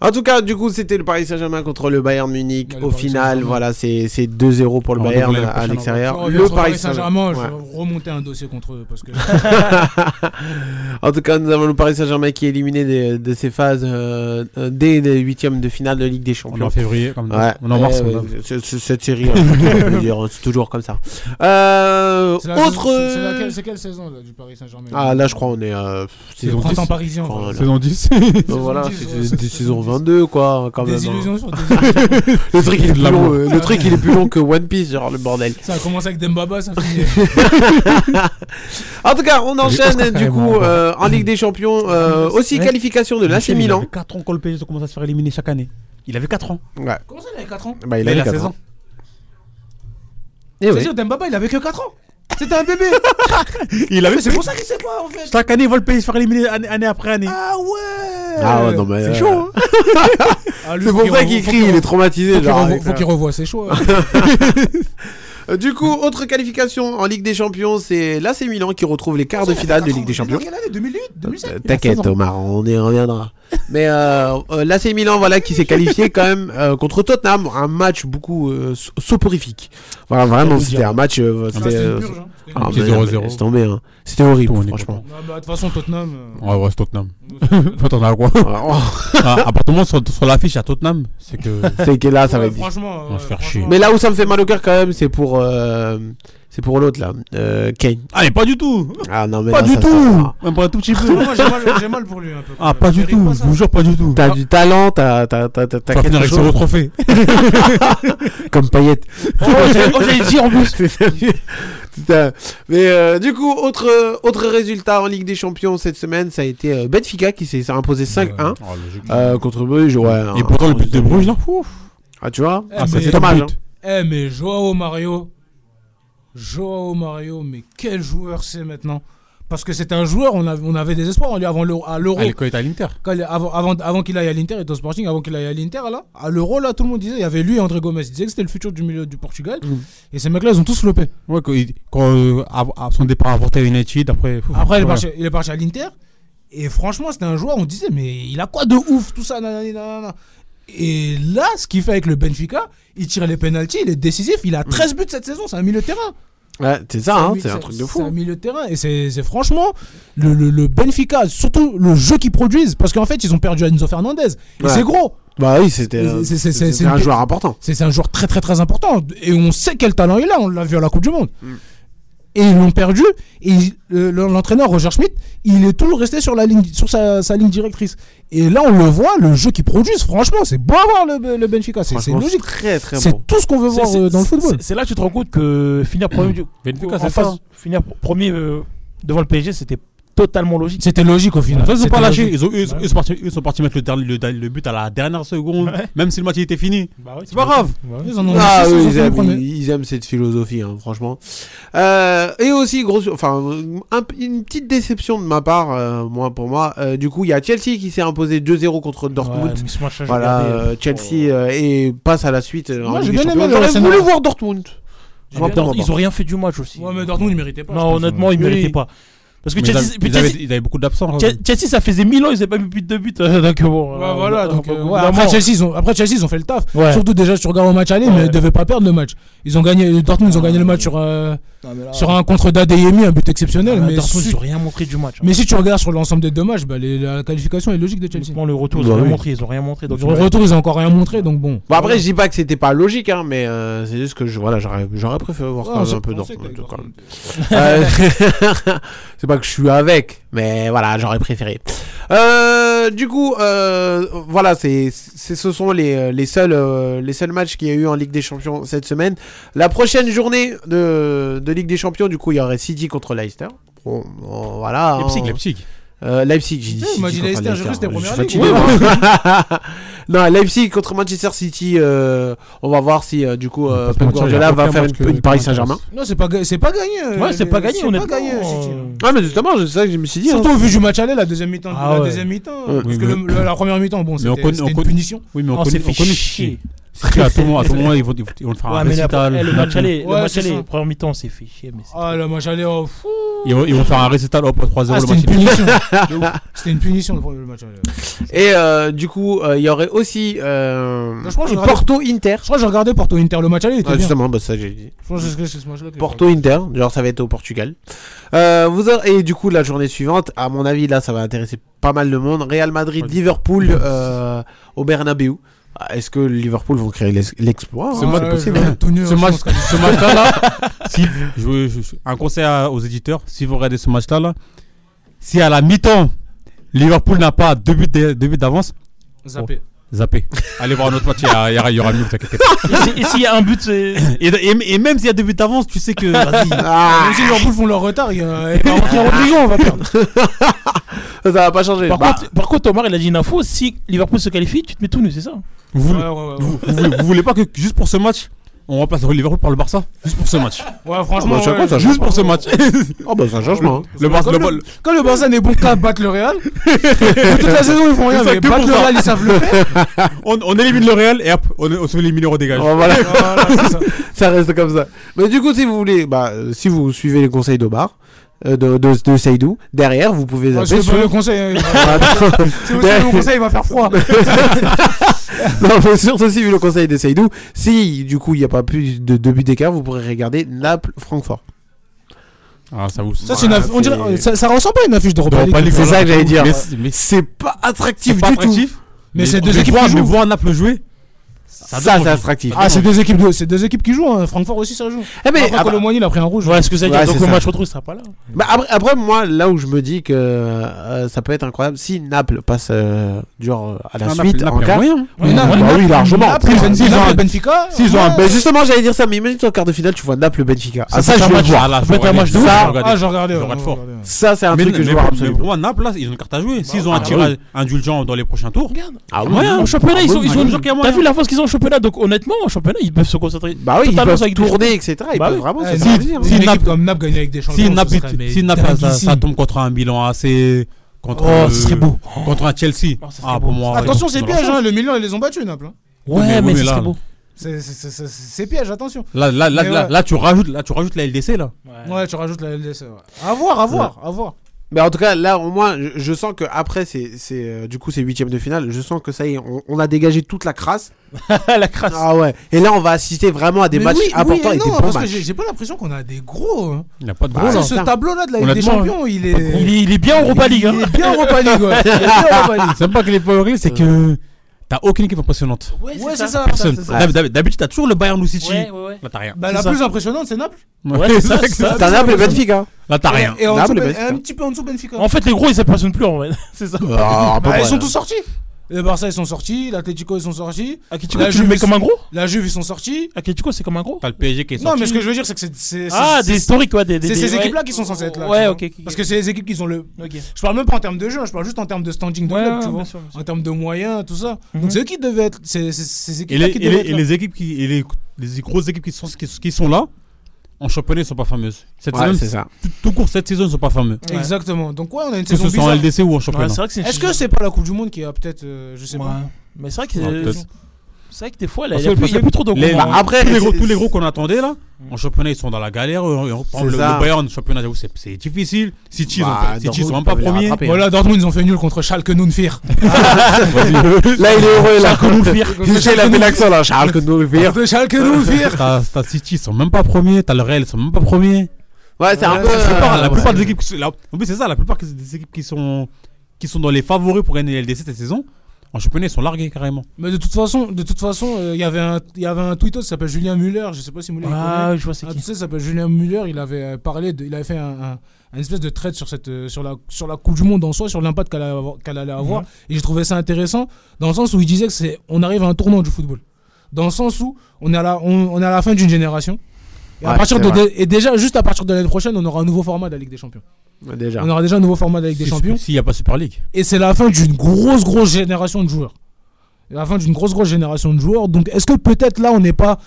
En tout cas, du coup, c'était le Paris Saint-Germain contre le Bayern Munich. Au final, voilà, c'est c'est 2-0 pour le On Bayern devrait aller à prochain l'extérieur. endroit. Le Paris Saint-Germain, Saint-Germain. je ouais. vais ah, remonter un dossier contre eux [laughs] parce que. en tout cas, nous avons le Paris Saint-Germain qui est éliminé de, de ses phases euh, euh, dès les huitièmes de finale de Ligue des Champions. en février, comme- Ouais. Eh on est en mars, Ouais, on a- ouais, c'est- c'est- Cette série, hein, on peut dire, c'est toujours comme ça. Euh, C'est la- autre. c'est- c'est laquelle- C'est quelle saison là, du Paris Saint-Germain Ah là je crois on est euh, C'est le printemps parisien, Oh quoi. là là. Saison 10. [laughs] Donc voilà, Saison c'est 10, c'est- ouais. c'est saison 22 quoi hein, quand même. Des illusions [laughs] sur des illusions. le truc il est De plus l'amour. long, euh, le truc il est plus long que One Piece genre le bordel. Ça a commencé avec Dembaba, ça [laughs] finit. En tout cas, on Oscar enchaîne du coup Carrément, euh, en Ligue des Champions euh, aussi Ouais. qualification de l'AC Michel, Il Milan. avait 4 ans quand le PSG commence à se faire éliminer chaque année. Il avait 4 ans. Ouais. Comment ça, il avait 4 ans Bah, il avait 4 ans. Eh oui. C'est-à-dire, Dembaba, il avait que 4 ans. C'était un [laughs] bébé. Il avait- Mais C'est pour ça qu'il sait pas en fait. Chaque année, ils veulent le PSG se faire éliminer année, année après année. Ah ouais Ah ouais, non, mais, euh, C'est chaud. [laughs] hein. Ah, lui, C'est faut pour qu'il ça revoie- qu'il faut crie, il est traumatisé. Faut qu'il genre, revoie- avec faut ça. qu'il revoie ses [laughs] choix. Euh, Du coup, autre qualification en Ligue des Champions, c'est l'AC Milan qui retrouve les quarts de finale de Ligue des Champions. année 2008 Euh, T'inquiète Thomas, on y reviendra. Mais euh, euh, l'AC Milan, voilà, qui s'est qualifié quand même euh, contre Tottenham, un match beaucoup euh, so- soporifique. Voilà, vraiment, J'allais c'était dire. un match. euh, Ah, c'était c'était une euh, purge, hein. C'était une ah, purge. mais non, mais 0-0. laisse tomber, hein. C'était horrible, franchement. Ah bah, De toute façon, Tottenham. euh, Ah Ouais, ouais, c'est Tottenham. [laughs] Faut attendre à quoi Ah, À partir du moment sur, sur l'affiche à Tottenham, c'est que. oh. [laughs] C'est que là, ça va Ouais, être. difficile. franchement, On va se faire chier. Euh, Mais là où ça me fait mal au cœur quand même, c'est pour euh, c'est pour l'autre là, euh, Kane. Ah mais pas du tout. Ah non mais Pas là, du ça, tout. ça- Même pas un tout petit [laughs] peu. Moi, j'ai mal- j'ai mal pour lui hein. un peu. Ah, pas du tout, je vous jure, pas du tout. T'as du talent, t'as t'as t'as t'as t'as vas finir quelque avec chose. zéro trophée. [laughs] Comme Payet. Oh, j'ai- oh, j'ai dit en [laughs] plus. Putain. Mais euh, du coup, autre euh, autre résultat en Ligue des Champions cette semaine, ça a été euh, Benfica qui s'est s'est imposé 5-1 euh, contre Bruges. Ouais, Et pourtant, le but de Bruges, là, Ah tu vois, Eh, Ah, mais- c'est dommage. hein. Eh, mais Joao Mario. Joao Mario, mais quel joueur c'est maintenant Parce que c'est un joueur, on, a- on avait des espoirs en lui avant l'euro- à l'Euro. Allez, quand Ah, il était à l'Inter. Quand il- avant avant, avant qu'il aille à l'Inter, il était au Sporting, avant qu'il aille à l'Inter, là, à l'Euro, là, tout le monde disait, il y avait lui et André Gomez, ils disaient que c'était le futur du milieu du Portugal. Mm. Et ces mecs-là, ils ont tous flopé. Ouais, quand, il- quand, euh, av- av- son départ à Porto United, après. pff, Après, il est ouais. parti, il est parti à l'Inter. Et franchement, c'était un joueur, on disait, mais il a quoi de ouf, tout ça, nanani, nanana. Et là, ce qu'il fait avec le Benfica, il tire les pénalties, il est décisif, il Mm. a 13 buts cette saison, c'est un milieu de terrain. Ouais, c'est ça, un hein, mi- c'est un truc de C'est fou. un milieu de terrain. Et c'est c'est franchement le, le- le Benfica, surtout le jeu qu'ils produisent, parce qu'en fait, ils ont perdu Enzo Fernandez. Et Ouais. c'est gros. Bah oui, c'était euh, C'est- c'est- c'est- c'était c'est un une- joueur important. C'est c'est un joueur très très très important. Et on sait quel talent il a, on l'a vu à la Coupe du Monde. Et ils l'ont perdu. Et il- euh, le- l'entraîneur Roger Schmidt, il est toujours resté sur, la ligne, sur sa, sa ligne directrice. Et là, on le voit, le jeu qu'ils produisent, franchement, c'est beau à voir le, le Benfica. C'est c'est Franchement, logique. très, très c'est bon. tout ce qu'on veut C'est- voir c'est- euh, dans le c'est- football. c'est- c'est là que tu te rends compte que finir premier, du- Benfica, en c'est face- ça. finir pr- premier euh, devant le PSG, c'était totalement logique. C'était logique au final. De toute façon, ils ont C'était pas lâché. logique. Bah Ils, ont- ils sont- Ouais. ils sont partis, ils sont partis mettre le, dernier- le- le but à la dernière seconde, même si le match il était fini. c'est pas grave. ah, oui, ils, aiment, ils aiment cette philosophie, hein, franchement. Euh, et aussi, grosse, enfin, un- une petite déception de ma part, euh, moi, pour moi. Euh, du coup, il y a Chelsea qui s'est imposé 2-0 contre Dortmund. mais ce match-là, j'ai voilà, regardé. euh, Chelsea euh, et passe à la suite. euh, en Moi, j'ai Ligue des bien aimé Champions. le J'aurais scénario. voulu voir Dortmund. Ah, J'ai bien- Rapidement, Ils ont rien fait du match aussi. Ouais, mais Dortmund, ils méritaient pas. je Non, pense. honnêtement, ils Oui. méritaient pas. Parce que Mais Chelsea, ils avaient- puis ils avaient- Chelsea- ils avaient beaucoup hein. d'absents, quand Che- même. Chelsea, ça faisait 1000 ans, ils n'avaient pas mis plus de [laughs] deux buts. euh, donc bon. Ouais, voilà, donc, euh, ouais, vraiment. après, Chelsea, ils ont, après Chelsea, ils ont fait le taf. Ouais. Surtout déjà, tu regardes au match aller, mais ils devaient pas perdre le match. Ils ont gagné, Dortmund, ils ont gagné le match sur, euh, sur un contre d'Adeyemi, un but exceptionnel. Ah, mais Dortmund, si- ils ont rien montré du match. hein. Mais si tu regardes sur l'ensemble des deux matchs, bah, les- la qualification est logique de Chelsea. le retour, Bah ils ont rien montré, ils ont rien montré. Donc Sur le retour, ils ont encore rien montré, donc bon. Bon, après, je dis pas que c'était pas logique, hein, mais euh, c'est juste que je, voilà, j'aurais, j'aurais préféré voir Ouais, quand on même sait- un peu on sait Dortmund. que quand même. [laughs] Euh, c'est pas que je suis avec, mais voilà, j'aurais préféré. Euh, du coup, euh, voilà, c'est, c'est, ce sont les, euh, les, seuls, euh, les seuls matchs qu'il y a eu en Ligue des Champions cette semaine. La prochaine journée de, de Ligue des Champions, du coup, il y aurait City contre Leicester. Bon, bon, voilà. Leipzig, hein. Leipzig. Euh, Leipzig, j'ai dit. Eh, moi, City j'ai contre Leicester, j'ai cru que c'était Je suis Première Ligue. fatigué, [laughs] moi. non, Leipzig contre Manchester City. euh, on va voir si euh, du coup euh, Pep mentir, il y a Guardiola aucun va faire match une, que- une Paris Saint-Germain. Non, c'est pas, ga- c'est pas gagné. euh, Ouais, c'est les- pas gagné, c'est honnêtement, pas gagné, euh, City. Ouais, Ah, mais justement, c'est ça que je me suis dit. Surtout hein. au vu du match aller, la deuxième mi-temps. Ah la ouais. deuxième mi-temps. Ouais. parce Oui, que mais- le- le- la première mi-temps, bon, Mais on c'était connaît- c'était on une connaît- punition. Oh, Oui, mais on On s'est connaît. fait on connaît- chier. C'est que [laughs] à tout moment, à tout moment, ils vont, ils vont- ils vont le faire Ouais, un mais la- récital. eh, le match aller, le Ouais, match c'est aller, ça. première mi-temps, on s'est fait chier. Mais c'est- Ah, le match aller, oh, fou. Ils vont, ils vont faire un récital hop 3-0 Ah, le c'était match. une [laughs] punition. De ouf. C'était une punition le premier match aller. Et euh, du coup, euh, il y aurait aussi euh, Je crois que j'ai regardé- Porto Inter. Je crois que j'ai regardé Porto Inter. Le match aller il était Ah, bien. justement, bah, ça j'ai dit. Je pense que c'est- c'est ce match-là que- Porto Inter, genre ça va être au Portugal. Euh, vous aurez- et du coup la journée suivante, à mon avis là ça va intéresser pas mal de monde. Real Madrid, Liverpool euh, au Bernabeu. Ah, Est-ce que Liverpool vont créer l'ex- Ah, l'exploit Ce hein, match- c'est possible, ce hein. match- ce [laughs] match-là, là, si- je veux- je- je- un conseil à- aux éditeurs, si vous regardez ce match-là, là, si à la mi-temps, Liverpool n'a pas deux buts d'a- deux buts d'avance, Zappé. bon, [laughs] zappez. Allez voir un autre match, il y, a- il y aura- il y aura mieux, vous inquiétez Et pas. si- et s'il y a un but, c'est. [coughs] Et, et- et même s'il y a deux buts d'avance, tu sais que. Vas-y. Ah. Même si Liverpool font leur retard, il y a il [coughs] y a Marquinhos Rodrigo, on va perdre. [laughs] Ça va pas changer. Par, Bah, contre, par contre, Omar, il a dit une info si Liverpool se qualifie, tu te mets tout nu, c'est ça Vous, Ouais, ouais, ouais, ouais. vous- vous voulez- vous voulez pas que juste pour ce match, on remplace Liverpool par le Barça Juste pour ce match. Ouais, franchement. bah, chacun ouais. sa Juste pour [laughs] ce match. oh bah c'est un changement. hein. Le Barça, Comme le- le- Quand le Barça n'est bon qu'à battre le [laughs] Real, toute la saison ils font rien, Tout ça mais que battre pour le ça. Real ils savent le faire. on, on élimine le Real et hop, on, on se fait éliminer au dégage. Oh, voilà. Voilà, c'est ça. [laughs] ça reste comme ça. Mais du coup, si vous voulez, bah, euh, si vous suivez les conseils d'Omar, euh, de, de, de Seydou, derrière vous pouvez Parce zapper que bah, sur- Ah, le [laughs] conseil, hein, euh, Attends. [laughs] si vous suivez mon conseil, il va faire froid. [laughs] non, mais surtout si vu le conseil de Seydou, si du coup il n'y a pas plus de deux buts d'écart, vous pourrez regarder Naples-Francfort. Ah, ça vous. Ça, c'est une aff- on dirait- c'est- ça, ça ressemble pas à une affiche d'Europa D'Europa League. League, C'est ça que j'allais dire. Mais c'est- mais C'est pas attractif c'est pas du tout. attractif, Mais c'est deux mais équipes voir- qui jouent. Mais voir Naples jouer, Ça, donne c'est envie. attractif. Ah, c'est deux équipes, de- c'est deux équipes qui jouent. hein. Francfort aussi ça joue. Eh ben, Après, ah bah- Colomboigny, il a pris un rouge. Voilà ce que ça veut dire. Ouais, Donc c'est le ça. match retour, il sera pas là. Bah, après, après, moi, là où je me dis que euh, ça peut être incroyable, si Naples passe euh, genre euh, à la Ah, Naples- suite Naples en a quart, moyen. bah oui, largement. Après, S'ils ont un- Benfica, Benfica. s'ils ont un- ouais. Mais justement, j'allais dire ça, mais imagine toi en quart de finale, tu vois Naples-Benfica. Ah, ça, peut je être un veux le match- voir. Ah, là, Ça je peut vais être un regarder. match de Ça, ouf. je vais regarder. Ah, j'ai regardé. Le ouais, Red j'ai Fort. regardé. Ça, c'est un Mais, truc que je mais vois pour- mais absolument. pour moi, Naples, là, ils ont une carte à jouer. S'ils ont Ah, un tirage oui. indulgent dans les prochains tours, Regarde. il y Ah, a oui. moyen. En championnat, ils sont. ils Ah, sont- il y a moyen. T'as vu l'avance qu'ils ont en championnat Donc honnêtement, en championnat, ils peuvent se concentrer. Bah oui, ils totalement peuvent sur avec des- tourner, etc. Ils Bah peuvent oui. vraiment Ouais, non, se faire mais plaisir. Eh, si Une Naples équipe- comme Naples gagnait avec des changements, Si ce Naples, serait, mais si Naples ça, ça dinguissime. tombe contre un Milan AC, contre, Oh, ce euh, serait beau. contre un Chelsea. Oh, ça serait ah, beau. pour moi, Attention, ils c'est ont- piège. hein, Le Milan, ils les ont battus, Naples. hein. Ouais, Mais mais oui, ce mais serait là- beau. C'est- c'est- c'est- c'est- C'est piège, attention. Là, là, là, Mais là, ouais. là, tu rajoutes, là, tu rajoutes la LDC là. Ouais, tu rajoutes la LDC. ouais. À voir, à voir, à voir. Mais en tout cas, là, au moins, je, je sens que après, c'est, c'est, euh, du coup, c'est huitième de finale. Je sens que ça y est, on, on a dégagé toute la crasse. [laughs] La crasse. Ah ouais. Et là, on va assister vraiment à des Mais matchs oui, oui importants et et, non, des bons parce que j'ai matchs. j'ai pas l'impression qu'on a des gros. hein. Il n'y a pas de Bah, gros là. Ce- non. ce putain. tableau-là de la Ligue des Honnêtement, Champions, il est. Il est- il est bien en Europa League. hein. Il est bien Europa League. Ouais, Il est bien Europa League. C'est pas que les pas horrible, c'est que t'as aucune équipe impressionnante. Ouais, c'est ça. Personne. ça, c'est ça. D'hab- d'hab- D'habitude, t'as toujours le Bayern ou City. Ouais, ouais, ouais. Là, t'as rien. Bah, la ça. plus impressionnante, c'est Naples. Ouais, c'est ça, c'est ça. T'as Naples et Benfica. hein. Là, t'as rien. Et en Naples, dessous, Ben- Benfica. un petit peu en dessous Benfica. En fait, les gros, ils s'impressionnent plus en vrai. [laughs] C'est ça. Ah, à peu Bah, près. ils sont tous sortis. Le Barça ils sont sortis, l'Atletico ils sont sortis. Atletico, tu le mets ils comme un sont- gros La Juve ils sont sortis. Atletico c'est comme un gros T'as le PSG qui est Non, sorti. mais ce que je veux dire, c'est que c'est. c'est- Ah, c'est- des historiques, ouais, des- des- C'est des- ces ouais. équipes-là qui sont censées être là. Ouais, tu vois. ok, ok, Parce ok. que c'est les équipes qui ont le. Ok. Je parle même pas en termes de jeu, hein, je parle juste en termes de standing de Ouais, club, ouais, tu bien vois. sûr, Mhm. bien En termes de moyens, tout ça. Donc c'est eux qui devaient être. C'est c'est- ces Et équipes-là les, qui et les- devaient être. et là. les équipes qui, et les, les grosses équipes qui sont, qui, qui sont là, en championnat, ils sont pas fameuses. Cette Ouais, saison, c'est ça. Tout, tout court, cette saison, ils sont pas fameux. Exactement. Donc ouais, on a une Que ce saison soit en bizarre. LDC ou en championnat. Ouais, c'est vrai que c'est une Est-ce que c'est pas la Coupe du Monde qui a peut-être, euh, je sais pas. Mais c'est vrai que- Non, peut-être. C'est vrai que des fois, là, Parce il y a que- plus- parce il y a que plus trop de hein. les- gros. tous les gros, tous les gros qu'on attendait là, en championnat, ils sont dans la galère. euh, euh, par exemple, C'est le, ça. le Bayern, championnat, j'avoue, c'est- c'est difficile. City, ils ont Bah, pas- City, ils sont même Dortmund pas peuvent les premiers. hein. rattraper, Voilà, Dortmund, ils ont fait nul contre Schalke [laughs] Nunfir. Là, il est heureux, là. Schalke Nunfir. Il a mis l'accent, là. Schalke Nunfir. Schalke T'as t'as City, ils sont même pas premiers. T'as le Real, ils sont même pas premiers. Ouais, c'est un peu, La plupart, euh, la plupart ouais. des équipes. qui sont- la- en plus, c'est ça, la plupart des équipes qui sont, qui sont dans les favoris pour gagner LDC cette saison, en championnat, ils sont largués carrément. Mais de toute façon, de toute façon, euh, il y avait un, il y avait un tweetos qui s'appelle Julien Muller. Je sais pas si Muller. Ah, connaît. je vois c'est Un qui. tweetos qui s'appelle Julien Muller. Il avait euh, parlé, de- il avait fait un, un- un espèce de trade sur cette, euh, sur la, sur la Coupe du Monde en soi, sur l'impact qu'elle allait avoir. qu'elle allait avoir. Mhm. Et j'ai trouvé ça intéressant dans le sens où il disait que c'est, on arrive à un tournant du football. Dans le sens où on est à la, on, on est à la fin d'une génération. Et, à Ouais, partir c'est de, vrai. et déjà, juste à partir de l'année prochaine, on aura un nouveau format de la Ligue des Champions. Ouais, déjà. On aura déjà un nouveau format de la Ligue des Si- Champions. S'il n'y a pas Super League. Et c'est la fin d'une grosse, grosse génération de joueurs. La fin d'une grosse, grosse génération de joueurs. Donc, est-ce que peut-être là, on n'est pas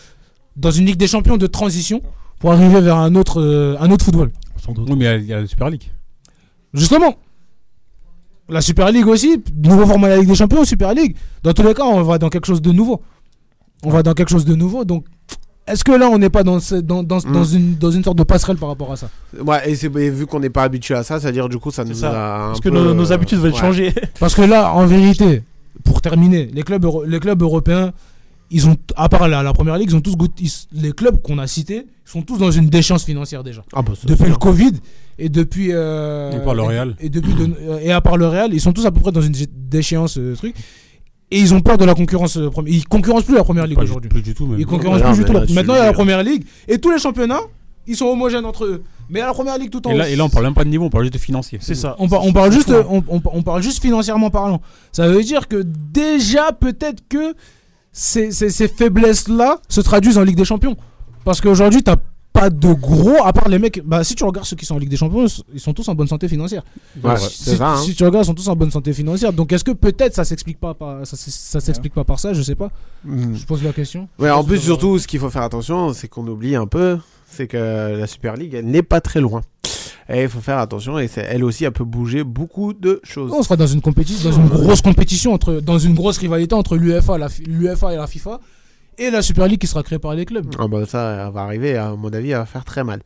dans une Ligue des Champions de transition pour arriver vers un autre, euh, un autre football Oui, mais il y a- il y, a la Super League. Justement. La Super League aussi, nouveau format de la Ligue des Champions, Super League. Dans tous les cas, on va dans quelque chose de nouveau. On va dans quelque chose de nouveau. Donc, est-ce que là, on n'est pas dans, ce- dans, dans, Mm. dans une, dans une sorte de passerelle par rapport à ça Ouais, et, c'est- et vu qu'on n'est pas habitué à ça, c'est-à-dire du coup, ça nous ça. a. un Parce que peu, nos- euh, nos habitudes veulent ouais. [laughs] changer. [laughs] Parce que là, en vérité, pour terminer, les clubs, euro- les clubs européens, ils ont, à part la, la première ligue, ils ont tous goût- ils- les clubs qu'on a cités sont tous dans une déchéance financière déjà. Ah bah, ça, depuis c'est le sûr. Covid et depuis. euh, Et par le Real. Et, depuis de- euh, et à part le Real, ils sont tous à peu près dans une dé- déchéance euh, truc. Et ils ont peur de la concurrence. euh, premi- Ils concurrencent plus la première ligue Pas du- aujourd'hui. plus du tout, même. Ils concurrencent Ouais, mais plus du tout. la- là-dessus, Maintenant, il y a la euh, première ligue et tous les championnats, ils sont homogènes entre eux. Mais la première ligue tout en Et là, haut. et là, on parle même pas de niveau, on parle juste de financier. C'est ça. On, par- on parle juste, on, on- on parle juste financièrement parlant. Ça veut dire que déjà peut-être que ces, ces- ces faiblesses-là se traduisent en Ligue des Champions. Parce qu'aujourd'hui, t'as pas de gros, à part les mecs. Bah, si tu regardes ceux qui sont en Ligue des Champions, ils sont tous en bonne santé financière. Ouais, Si- c'est si, ça, hein. si tu regardes, ils sont tous en bonne santé financière. Donc, est-ce que peut-être ça s'explique pas par ça, s- ça s'explique pas par ça Je sais pas. Mm. Je pose la question. Ouais, en plus, surtout, ce qu'il faut faire attention, c'est qu'on oublie un peu, c'est que la Super League, elle n'est pas très loin. Et il faut faire attention, et c'est- elle aussi, elle peut bouger beaucoup de choses. On sera dans une compétition, dans une grosse compétition entre, dans une grosse rivalité entre l'UFA, la fi- l'UEFA et la FIFA, et la Super League qui sera créée par les clubs. Ah bah ça elle va arriver, à mon avis, elle va faire très mal.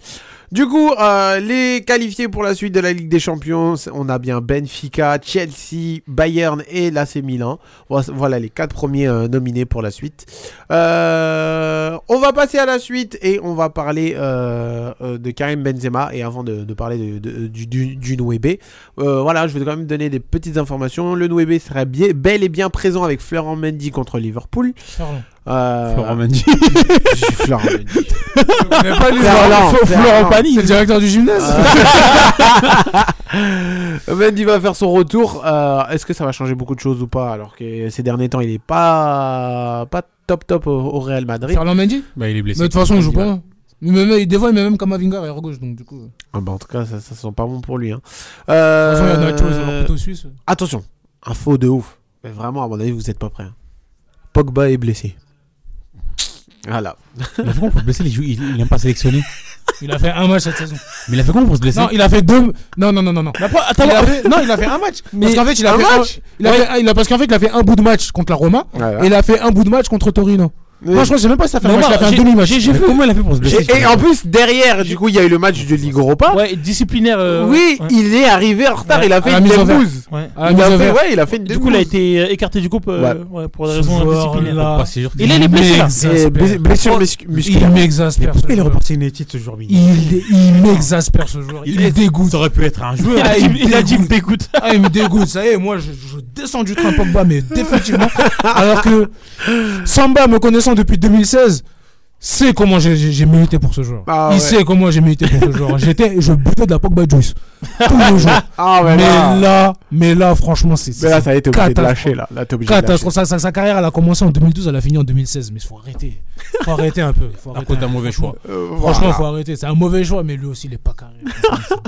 Du coup, euh, les qualifiés pour la suite de la Ligue des Champions, on a bien Benfica, Chelsea, Bayern et l'AC Milan. Vo- Voilà les quatre premiers euh, nominés pour la suite. Euh, on va passer à la suite et on va parler euh, euh, de Karim Benzema. Et avant de, de parler de- de- du, du, du Nouébé, euh, voilà, je vais quand même donner des petites informations. Le Nouébé serait bien- bel et bien présent avec Florent Mendy contre Liverpool. Florent. Euh, [laughs] Florent Mendy. Je suis Florent Mendy. connais pas lui, Florent, Florent- Florent Florent. Pagny. C'est le directeur du gymnase. Euh. [laughs] Mendy va faire son retour. Euh, Est-ce que ça va changer beaucoup de choses ou pas Alors que ces derniers temps, il est pas pas top top au, au Real Madrid. Ferland Mendy Bah, il est blessé. Mais de toute façon, il joue pas. hein. Il me met, des fois, il met même Kamavinga à gauche, donc du coup. Ah bah, en tout cas, ça, ça sent pas bon pour lui. hein. De toute façon, il y en a Euh, toujours, ils ont leur couteau suisse. Attention, info de ouf. Mais vraiment, à mon avis, vous êtes pas prêts. hein. Pogba est blessé. Voilà. Il a fait comment pour se blesser les jou- [laughs] Il il aime pas [laughs] sélectionner. Il a fait un match cette saison. Mais il a fait comment pour se blesser Non, il a fait deux. Non, non, non, non. non. attends, il a fait... non, il a fait un match. Mais parce qu'en fait, il a un fait match un... il a fait un- il a- Parce qu'en fait, il a fait un bout de match contre la Roma. Et il a fait un bout de match contre Torino. Moi, je crois que c'est même pas si ça fait un Non, match, il a bah, fait un j'ai- demi-match. j'ai- j'ai vu. Comment il a fait pour se blesser Et, et en plus, derrière, du coup, il y a eu le match de Ligue Europa. Ouais, disciplinaire. euh, oui, il est arrivé en retard. Ouais, il a à fait la une mise au vert. débouze. Ouais. Il Ah, a fait, ouais, il a fait une Du coup, il a débouze. été euh, écarté du groupe euh, ouais, pour des raisons disciplinaires. Il est il est blessé là. Et blessure- Eh, blessure muscu- musculaire. Oh. Il m'exaspère. [laughs] Pourquoi ce il est joueur. reparti United ce jour Il, il m'exaspère ce joueur. Il, me dégoûte. Ça aurait pu être un joueur. Ah, il me Il a dit dégoûte. écoute. Ah, il me dégoûte, ça y est, moi je, je descends du train [laughs] Pogba, mais définitivement. Alors que Samba, me connaissant depuis 2016, sait comment j'ai- j'ai j'ai milité pour ce joueur. Ah il ouais. sait comment j'ai milité pour ce [laughs] joueur. J'étais, je buvais de la Pogba Juice tous les jours. Ah ouais, mais là. là. mais là, franchement, c'est. Mais là, c'est ça a été obligé de catastrophe- lâcher, là. Là, t'es obligé de catastrophe. Sa, sa- sa carrière, elle a commencé en 2012, elle a fini en 2016. Mais faut arrêter. Faut arrêter un peu. Faut À arrêter cause d'un peu. mauvais Franchement- choix. Euh, franchement, voilà. faut arrêter. C'est un mauvais choix, mais lui aussi, il est pas [laughs] carré.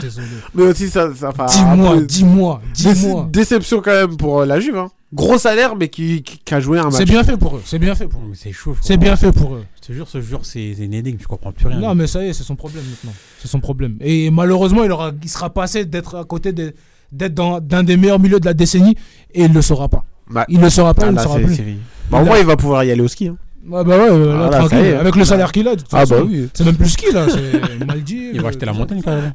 Désolé. Mais aussi, ça. ça enfin, Dis-moi, un peu- dis-moi, Dé- dis-moi. Déception quand même pour euh, la Juve. Hein. Gros salaire, mais qui, qui, qui a joué un match. C'est bien fait pour eux. C'est bien fait pour eux. C'est chaud. C'est bien fait pour eux. Je te jure, ce jour, c'est c'est une énigme, tu comprends plus rien. Non, mais ça y est, c'est son problème maintenant. C'est son problème. Et malheureusement, il, aura, il sera passé d'être à côté des- d'être dans- d'un des meilleurs milieux de la décennie et il ne le saura pas. Bah, il ne le saura pas, ah, il ne là, le saura c'est- plus. c'est- Bah, au Il moins, a- il va pouvoir y aller au ski. Hein. Ah bah ouais, euh, là, Ah, là, ça tranquille, y est. avec le salaire qu'il a, de toute Ah façon, bah oui. c'est même plus ski là, [laughs] c'est Maldives. Il va acheter la montagne quand même.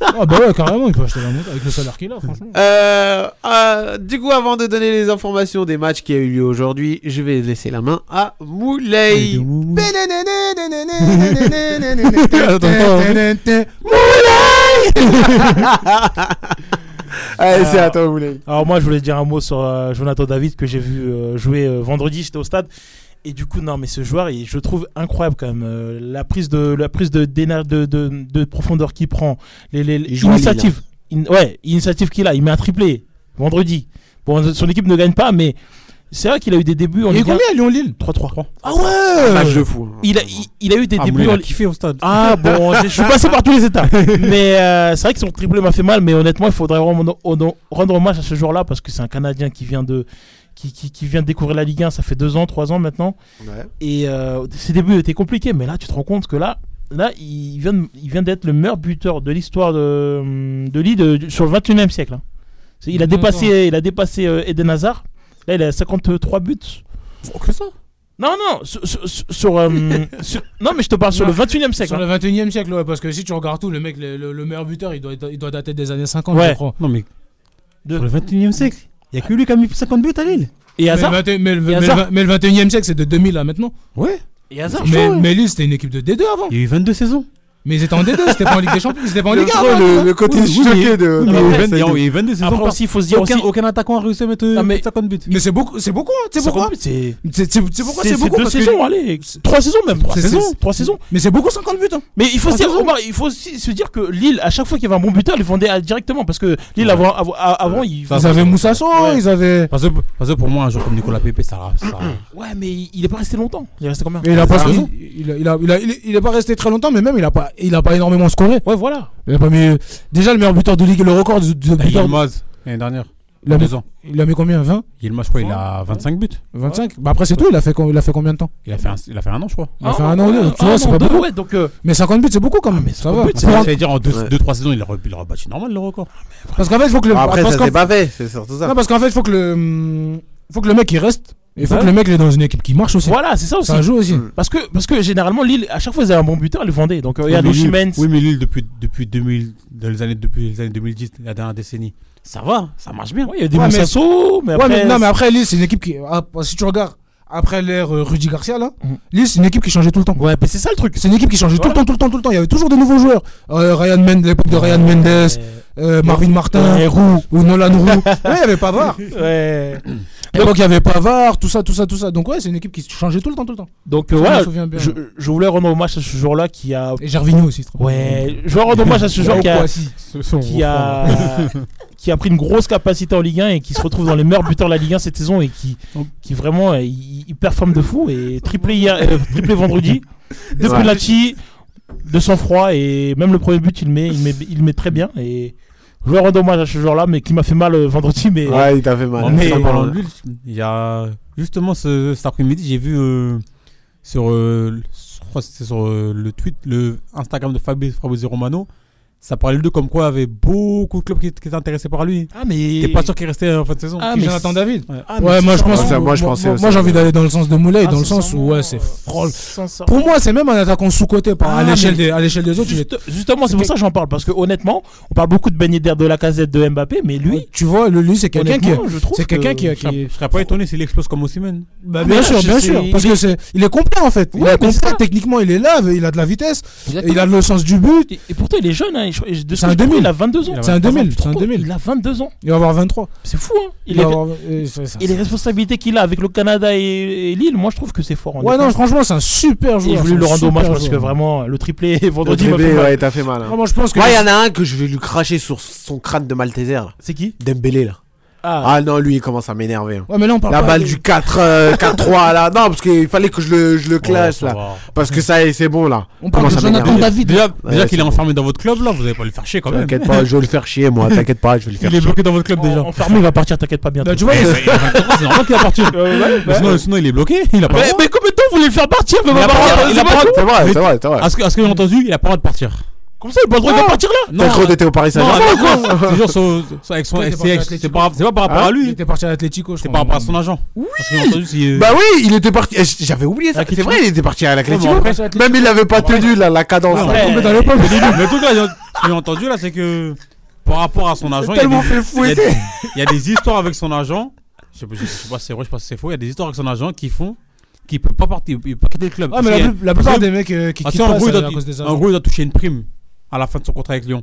Ah bah ouais, carrément, il peut acheter la montre avec le salaire qu'il Oh, a, franchement. Euh, euh, du coup, avant de donner les informations des matchs qui a eu lieu aujourd'hui, je vais laisser la main à Moulay. [laughs] Allez, Ah, Euh, c'est à toi, Moulay. Euh, Alors, moi, je voulais dire un mot sur euh, Jonathan David que j'ai vu euh, jouer euh, vendredi. J'étais au stade. Et du coup, non, mais ce joueur, il- je le trouve incroyable quand même. Euh, la prise de, la prise de, d'éner- de, de, de profondeur qu'il prend, les, les, joue à Lille, hein. l'initiative. In- ouais, initiative qu'il a. Il met un triplé vendredi. Bon, son équipe ne gagne pas, mais c'est vrai qu'il a eu des débuts en Il est Ligue un. combien à Lyon-Lille 3-3. Ah ouais Match de fou. Il a, il, il a eu des hein. Ah, débuts. Moulay, il a en- kiffé au stade. Ah bon, je [laughs] je suis passé par tous les états. Mais euh, c'est vrai que son triplé m'a fait mal, mais honnêtement, il faudrait vraiment hon- rendre hommage à ce joueur-là parce que c'est un Canadien qui vient de. Qui, qui, qui vient de découvrir la Ligue 1, ça fait deux ans, trois ans maintenant. Ouais. Et euh, ses débuts étaient compliqués, mais là, tu te rends compte que là, là il vient, de- il vient d'être le meilleur buteur de l'histoire de, de Lille de- sur le 21e siècle. hein. C'est- Il a dépassé, il a dépassé euh, Eden Hazard. Là, il a 53 buts. que ça Non, non, sur, sur- sur- sur, [laughs] euh, sur- Non, mais je te parle sur le 21e siècle. Sur hein. le 21 e siècle, ouais, parce que si tu regardes tout, le mec, le, le- le meilleur buteur, il doit, il doit dater des années 50, je Ouais. crois. Non, mais. Sur le 21 e siècle, il n'y a que lui qui a mis 50 buts à Lille. mais, le 21 mais, le, mais le Hazard. vingt- mais le 21e siècle, c'est de 2000 à maintenant. Ouais. Et Hazard, Mais, chaud, ouais. mais Lille, c'était une équipe de D2 avant. Il y a eu 22 saisons. Mais ils étaient en D2, c'était pas en Ligue des Champions, ils étaient pas en Le Ligue 1. trop, avant, le- tu vois. le côté Oui, oui. choqué de- Oui, mais- de- de- mais- de- il y a 22 saisons Après par- aussi, il faut se dire aucun- aussi- aucun attaquant a réussi à mettre euh, 50 buts. Mais c'est beaucoup, c'est beaucoup, hein, tu sais C'est pourquoi quand même- c'est- C'est c'est- c'est pourquoi c'est c'est beaucoup deux parce que- saisons, allez, trois saisons même, trois C'est- c'est- saisons, c'est- trois saisons. Mais c'est beaucoup 50 buts. hein. Mais il faut, se Trois dire, saisons. Omar, il faut aussi se dire que Lille, à chaque fois qu'il y avait un bon buteur, ils le vendait à- directement parce que Lille avant, avant, avant ils Ils avaient Moussasso, ils avaient. Parce que, parce que pour moi, un joueur comme Nicolas Pepe, ça. ça... Ouais, mais il il est pas resté longtemps. Il est resté combien Mais il a pas, Trois il, saisons. il a- il a- il a- il est- il est pas resté très longtemps, mais même il a pas, il a pas énormément scoré. Ouais, voilà. Il a pas mis, déjà le meilleur buteur de ligue, le record de, Bah, de buteur. Yilmaz, l'année dernière. Il a, mis, deux ans. il a mis combien 20 Yilmaz, je crois, il a 25 buts. 25 Bah après c'est tout, il a fait, com- il a fait combien de temps Il a fait un, il a fait un an, je crois. Il a fait un an ou ah, deux, tu vois, c'est pas bah beaucoup. donc, euh, Mais 50 buts c'est beaucoup quand même, ça va. Ça Pour un- veut dire en 2-3 Ouais. saisons, il aurait, il aurait battu normal le record. Parce qu'en fait, Bah, il faut que le. Après, parce ça qu'en- s'est pas fait, c'est surtout ça. Non, parce qu'en fait, il faut que le. hum, Faut que le mec il reste. Il faut Bah Ouais. que le mec il est dans une équipe qui marche aussi. Voilà, c'est ça aussi. Ça joue aussi. Parce que, parce que généralement, Lille, à chaque fois, ils avaient un bon buteur, ils le vendaient. Donc, euh, regarde Oui, mais Lille- Osimhen, Oui, mais Lille, depuis, depuis, 2000, dans les années, depuis les années 2010, la dernière décennie, ça va, ça marche bien. il y a des Ouais, Moussasso, mais Ouais, après. non, mais après, Lille, c'est une équipe qui. ah, si tu regardes, après l'ère euh, Rudy Garcia, là, Lille, c'est une équipe qui changeait tout le temps. Mhm. Ouais, mais c'est ça le truc. C'est une équipe qui changeait tout le temps, tout le temps, tout le temps. Il y avait toujours de nouveaux joueurs. Euh, Ryan Mendes, l'époque de Ryan Mendes, euh, Marvin Martin, Ouais, Roux. ou Nolan [laughs] Roux. ouais, il y avait Pavard. Ouais. À l'époque, il y avait Pavard, tout ça, tout ça, tout ça. Donc, ouais, c'est une équipe qui changeait tout le temps, tout le temps. Donc Je euh, me voilà, souviens bien. je, je voulais rendre hommage à ce joueur-là qui a. Et Gervinho aussi, c'est trop Ouais, bien. je voulais rendre hommage à ce joueur Ouais, qui a, Kouassi, ce sont qui, vos a frères. [laughs] qui a pris une grosse capacité en Ligue 1 et qui se retrouve dans les meilleurs buteurs de la Ligue 1 cette saison et qui, qui vraiment euh, il, il performe de fou et triplé hier, euh, [laughs] triplé vendredi, deux Ouais. penalty, de sang-froid et même le premier but il met, il met, il met très bien et je voulais rendre hommage à ce joueur-là mais qui m'a fait mal euh, vendredi mais. Ouais, il t'a fait mal. hein. En Mais- en parlant de Lille, euh, il y a justement ce, cet après-midi, j'ai vu euh, sur, euh, je crois que c'était sur euh, le tweet, le Instagram de Fabio Fabrizio Romano, ça parlait de lui comme quoi il y avait beaucoup de clubs qui, qui étaient intéressés par lui. Ah mais. T'es pas sûr qu'il restait en fin de saison. Ah, Qui mais Jonathan c'est- David. Ouais. Ah, Ah, Ouais, moi je pense. moi, moi, moi, j'ai envie d'aller dans le sens de Moulay, Ah, dans le sens où ouais, c'est frôle. Pour moi, c'est même un attaquant sous-côté par à Ah, l'échelle mais des à l'échelle des autres. il est- juste- justement, c'est pour ça que j'en parle parce que honnêtement, on parle beaucoup de Ben Yedder, de la casette de Mbappé, mais lui, tu vois, lui c'est quelqu'un qui- c'est quelqu'un qui- Je serais- je serais pas étonné s'il explose comme Osimhen. ah, Bah, bien sûr, bien sûr, parce que c'est il est complet en fait. Il Ouais, est mais c'est complet techniquement, il est là, il a de la vitesse, Exactement. il a le sens du but. Et pourtant, il est jeune, hein, il- je- de ce C'est que un je comprends, 2000. Il a 22 ans. C'est un 2000, c'est un 2000. Il a 22 ans. Il va avoir 23. C'est fou, hein. Il Il est- va avoir- euh, ça- ça- Et les responsabilités qu'il a avec le Canada et, et Lille, moi je trouve que c'est fort. Ouais, non, franchement, c'est un super joueur. Et je voulais c'est le un rendre hommage super parce que joueur. vraiment, le [laughs] triplé vendredi Le m'a triplé, fait mal. ouais, t'as fait mal. hein. Ah, Moi, je pense que- Moi, il y en a un que je vais lui cracher sur son crâne de Malteser. là. C'est qui Dembélé, là. Ah. non, lui, il commence à m'énerver. hein. Ouais, mais là, on parle La pas balle de- du 4, euh, 4-3, là. Non, parce qu'il fallait que je le, je le clash, là. Parce que ça y est, c'est bon, là. Oh, On Comment ça m'énerve Déjà, Ouais, déjà qu'il est c'est bon. enfermé dans votre club, là, vous allez pas le faire chier quand même. T'inquiète pas, je vais le faire chier, [laughs] moi. T'inquiète pas, je vais le faire Il est chier. bloqué dans votre club déjà. Enfermé, il va partir, t'inquiète pas bien. Bah, tu [laughs] vois, il- il- c'est normal qu'il va partir. Euh, bah. Mais sinon, sinon, il est bloqué. Il a pas le droit. combien de temps vous voulez le faire partir Il a pas le droit, il a pas le droit. Mais- vrai, c'est vrai. à ce que- à ce que j'ai entendu, il a pas le droit de partir. Comment ça, il a pas le droit Ah de partir là Non. euh, T'as cru qu'on était au Paris Saint-Germain Non, ou quoi non, non, c'est toujours sur- sur- avec son Toi, t'es ex- parti à ex- c'est pas, c'est pas par rapport Hein à lui. T'es parti à l'Atletico, je C'est par rapport à son agent. euh, Bah oui, il était parti. eh, j- J'avais oublié ça. C'est vrai, il était parti à la Ouais, mais Même il l'avait pas tenu, là, la cadence. là. Mais en tout cas, ce que j'ai entendu là, c'est que par rapport à son agent, il y a Tellement des- fait il y a fouetter. des- il y a des histoires avec son agent. Je sais pas, je sais pas si c'est vrai, je sais pas si c'est faux. Il y a des histoires avec son agent qui font qu'il peut pas partir, il peut pas quitter le club. Ah, mais Parce la qu'il y a- plus- la plupart parce que- des mecs, euh, qui parce quittent qu'en pas, gros, c'est il doit- à cause des agents. En gros, il doit toucher une prime à la fin de son contrat avec Lyon.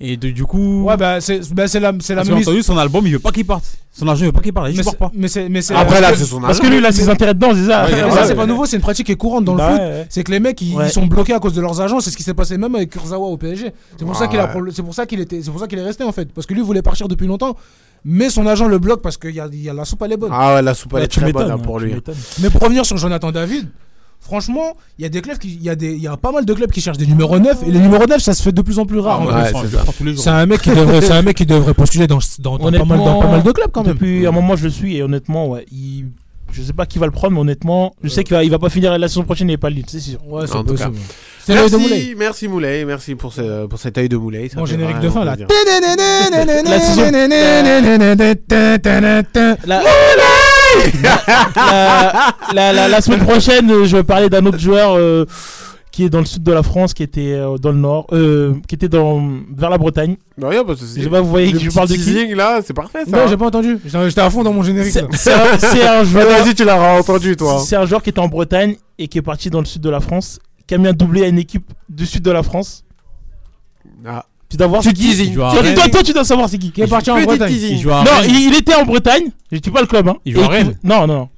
Et de- du coup. Ouais, bah, c'est bah, c'est la, c'est la Parce même que j'ai entendu son album, il veut pas qu'il parte. Son agent, il veut pas qu'il parte. Il Mais ne c'est- part pas. Mais c'est, mais c'est Après, là, parce c'est que- son parce que agent. lui, il a ses intérêts dedans, c'est ça. Ouais, il y a Mais pas ça, de- c'est pas nouveau, c'est une pratique qui est courante dans Bah le ouais, ouais. foot. C'est que les mecs, ils, Ouais. ils sont bloqués à cause de leurs agents. C'est ce qui s'est passé même avec Kurzawa au PSG. C'est pour ça Ouais. qu'il a, pro- c'est pour ça qu'il était, c'est pour ça qu'il est resté en fait, parce que lui voulait partir depuis longtemps, mais son agent le bloque parce qu'il y a, il y a la soupe à est bonne. Ah ouais, la soupe, elle Bah, est tu très bonne m'étonnes, hein, pour tu lui. m'étonnes. Mais pour revenir sur Jonathan David, franchement, il y a des clubs qui, il y a des, il y a pas mal de clubs qui cherchent des numéros 9 et les numéros 9 ça se fait de plus en plus rare. Ah en ouais, fait. c'est ça. Tous les jours. c'est un mec qui devrait, c'est un mec qui devrait postuler dans, dans, dans pas mal, dans pas mal de clubs quand même. Depuis un moment, je le suis et honnêtement, ouais, il- je sais pas qui va le prendre, mais honnêtement, je sais qu'il va, il va pas finir la saison prochaine, il est pas le lead, c'est sûr. Ouais, En tout cas. C'est l'œil de Moulay. Merci, merci Moulay, merci pour, ce, pour cet œil de Moulay. ça Mon fait générique de vraiment fin là. plaisir. La la, la- la- la semaine prochaine, euh, je vais parler d'un autre joueur euh, qui est dans le sud de la France, qui était euh, dans le nord, euh, qui était dans, vers la Bretagne. Non, rien, Bah parce que c'est- Je sais pas, vous voyez le que je petit parle de qui teasing, là, c'est parfait ça. Non, j'ai pas entendu. J'étais j'étais à fond dans mon générique. là. Eh, C'est un, [laughs] c'est un joueur. Vas-y, tu l'auras entendu toi. C'est un joueur qui était en Bretagne et qui est parti dans le sud de la France, qui a mis un doublé à une équipe du sud de la France. Ah. Tu dois voir Tu c'est qui. teasing. Toi, Tu toi, vois, toi, tu dois savoir c'est qui. Qui est parti en Petit Bretagne. teasing. Non, Il joue à Rennes. il, il était en Bretagne. Je dis pas le club. Hein. Il joue Et à Rennes. Non, non, non.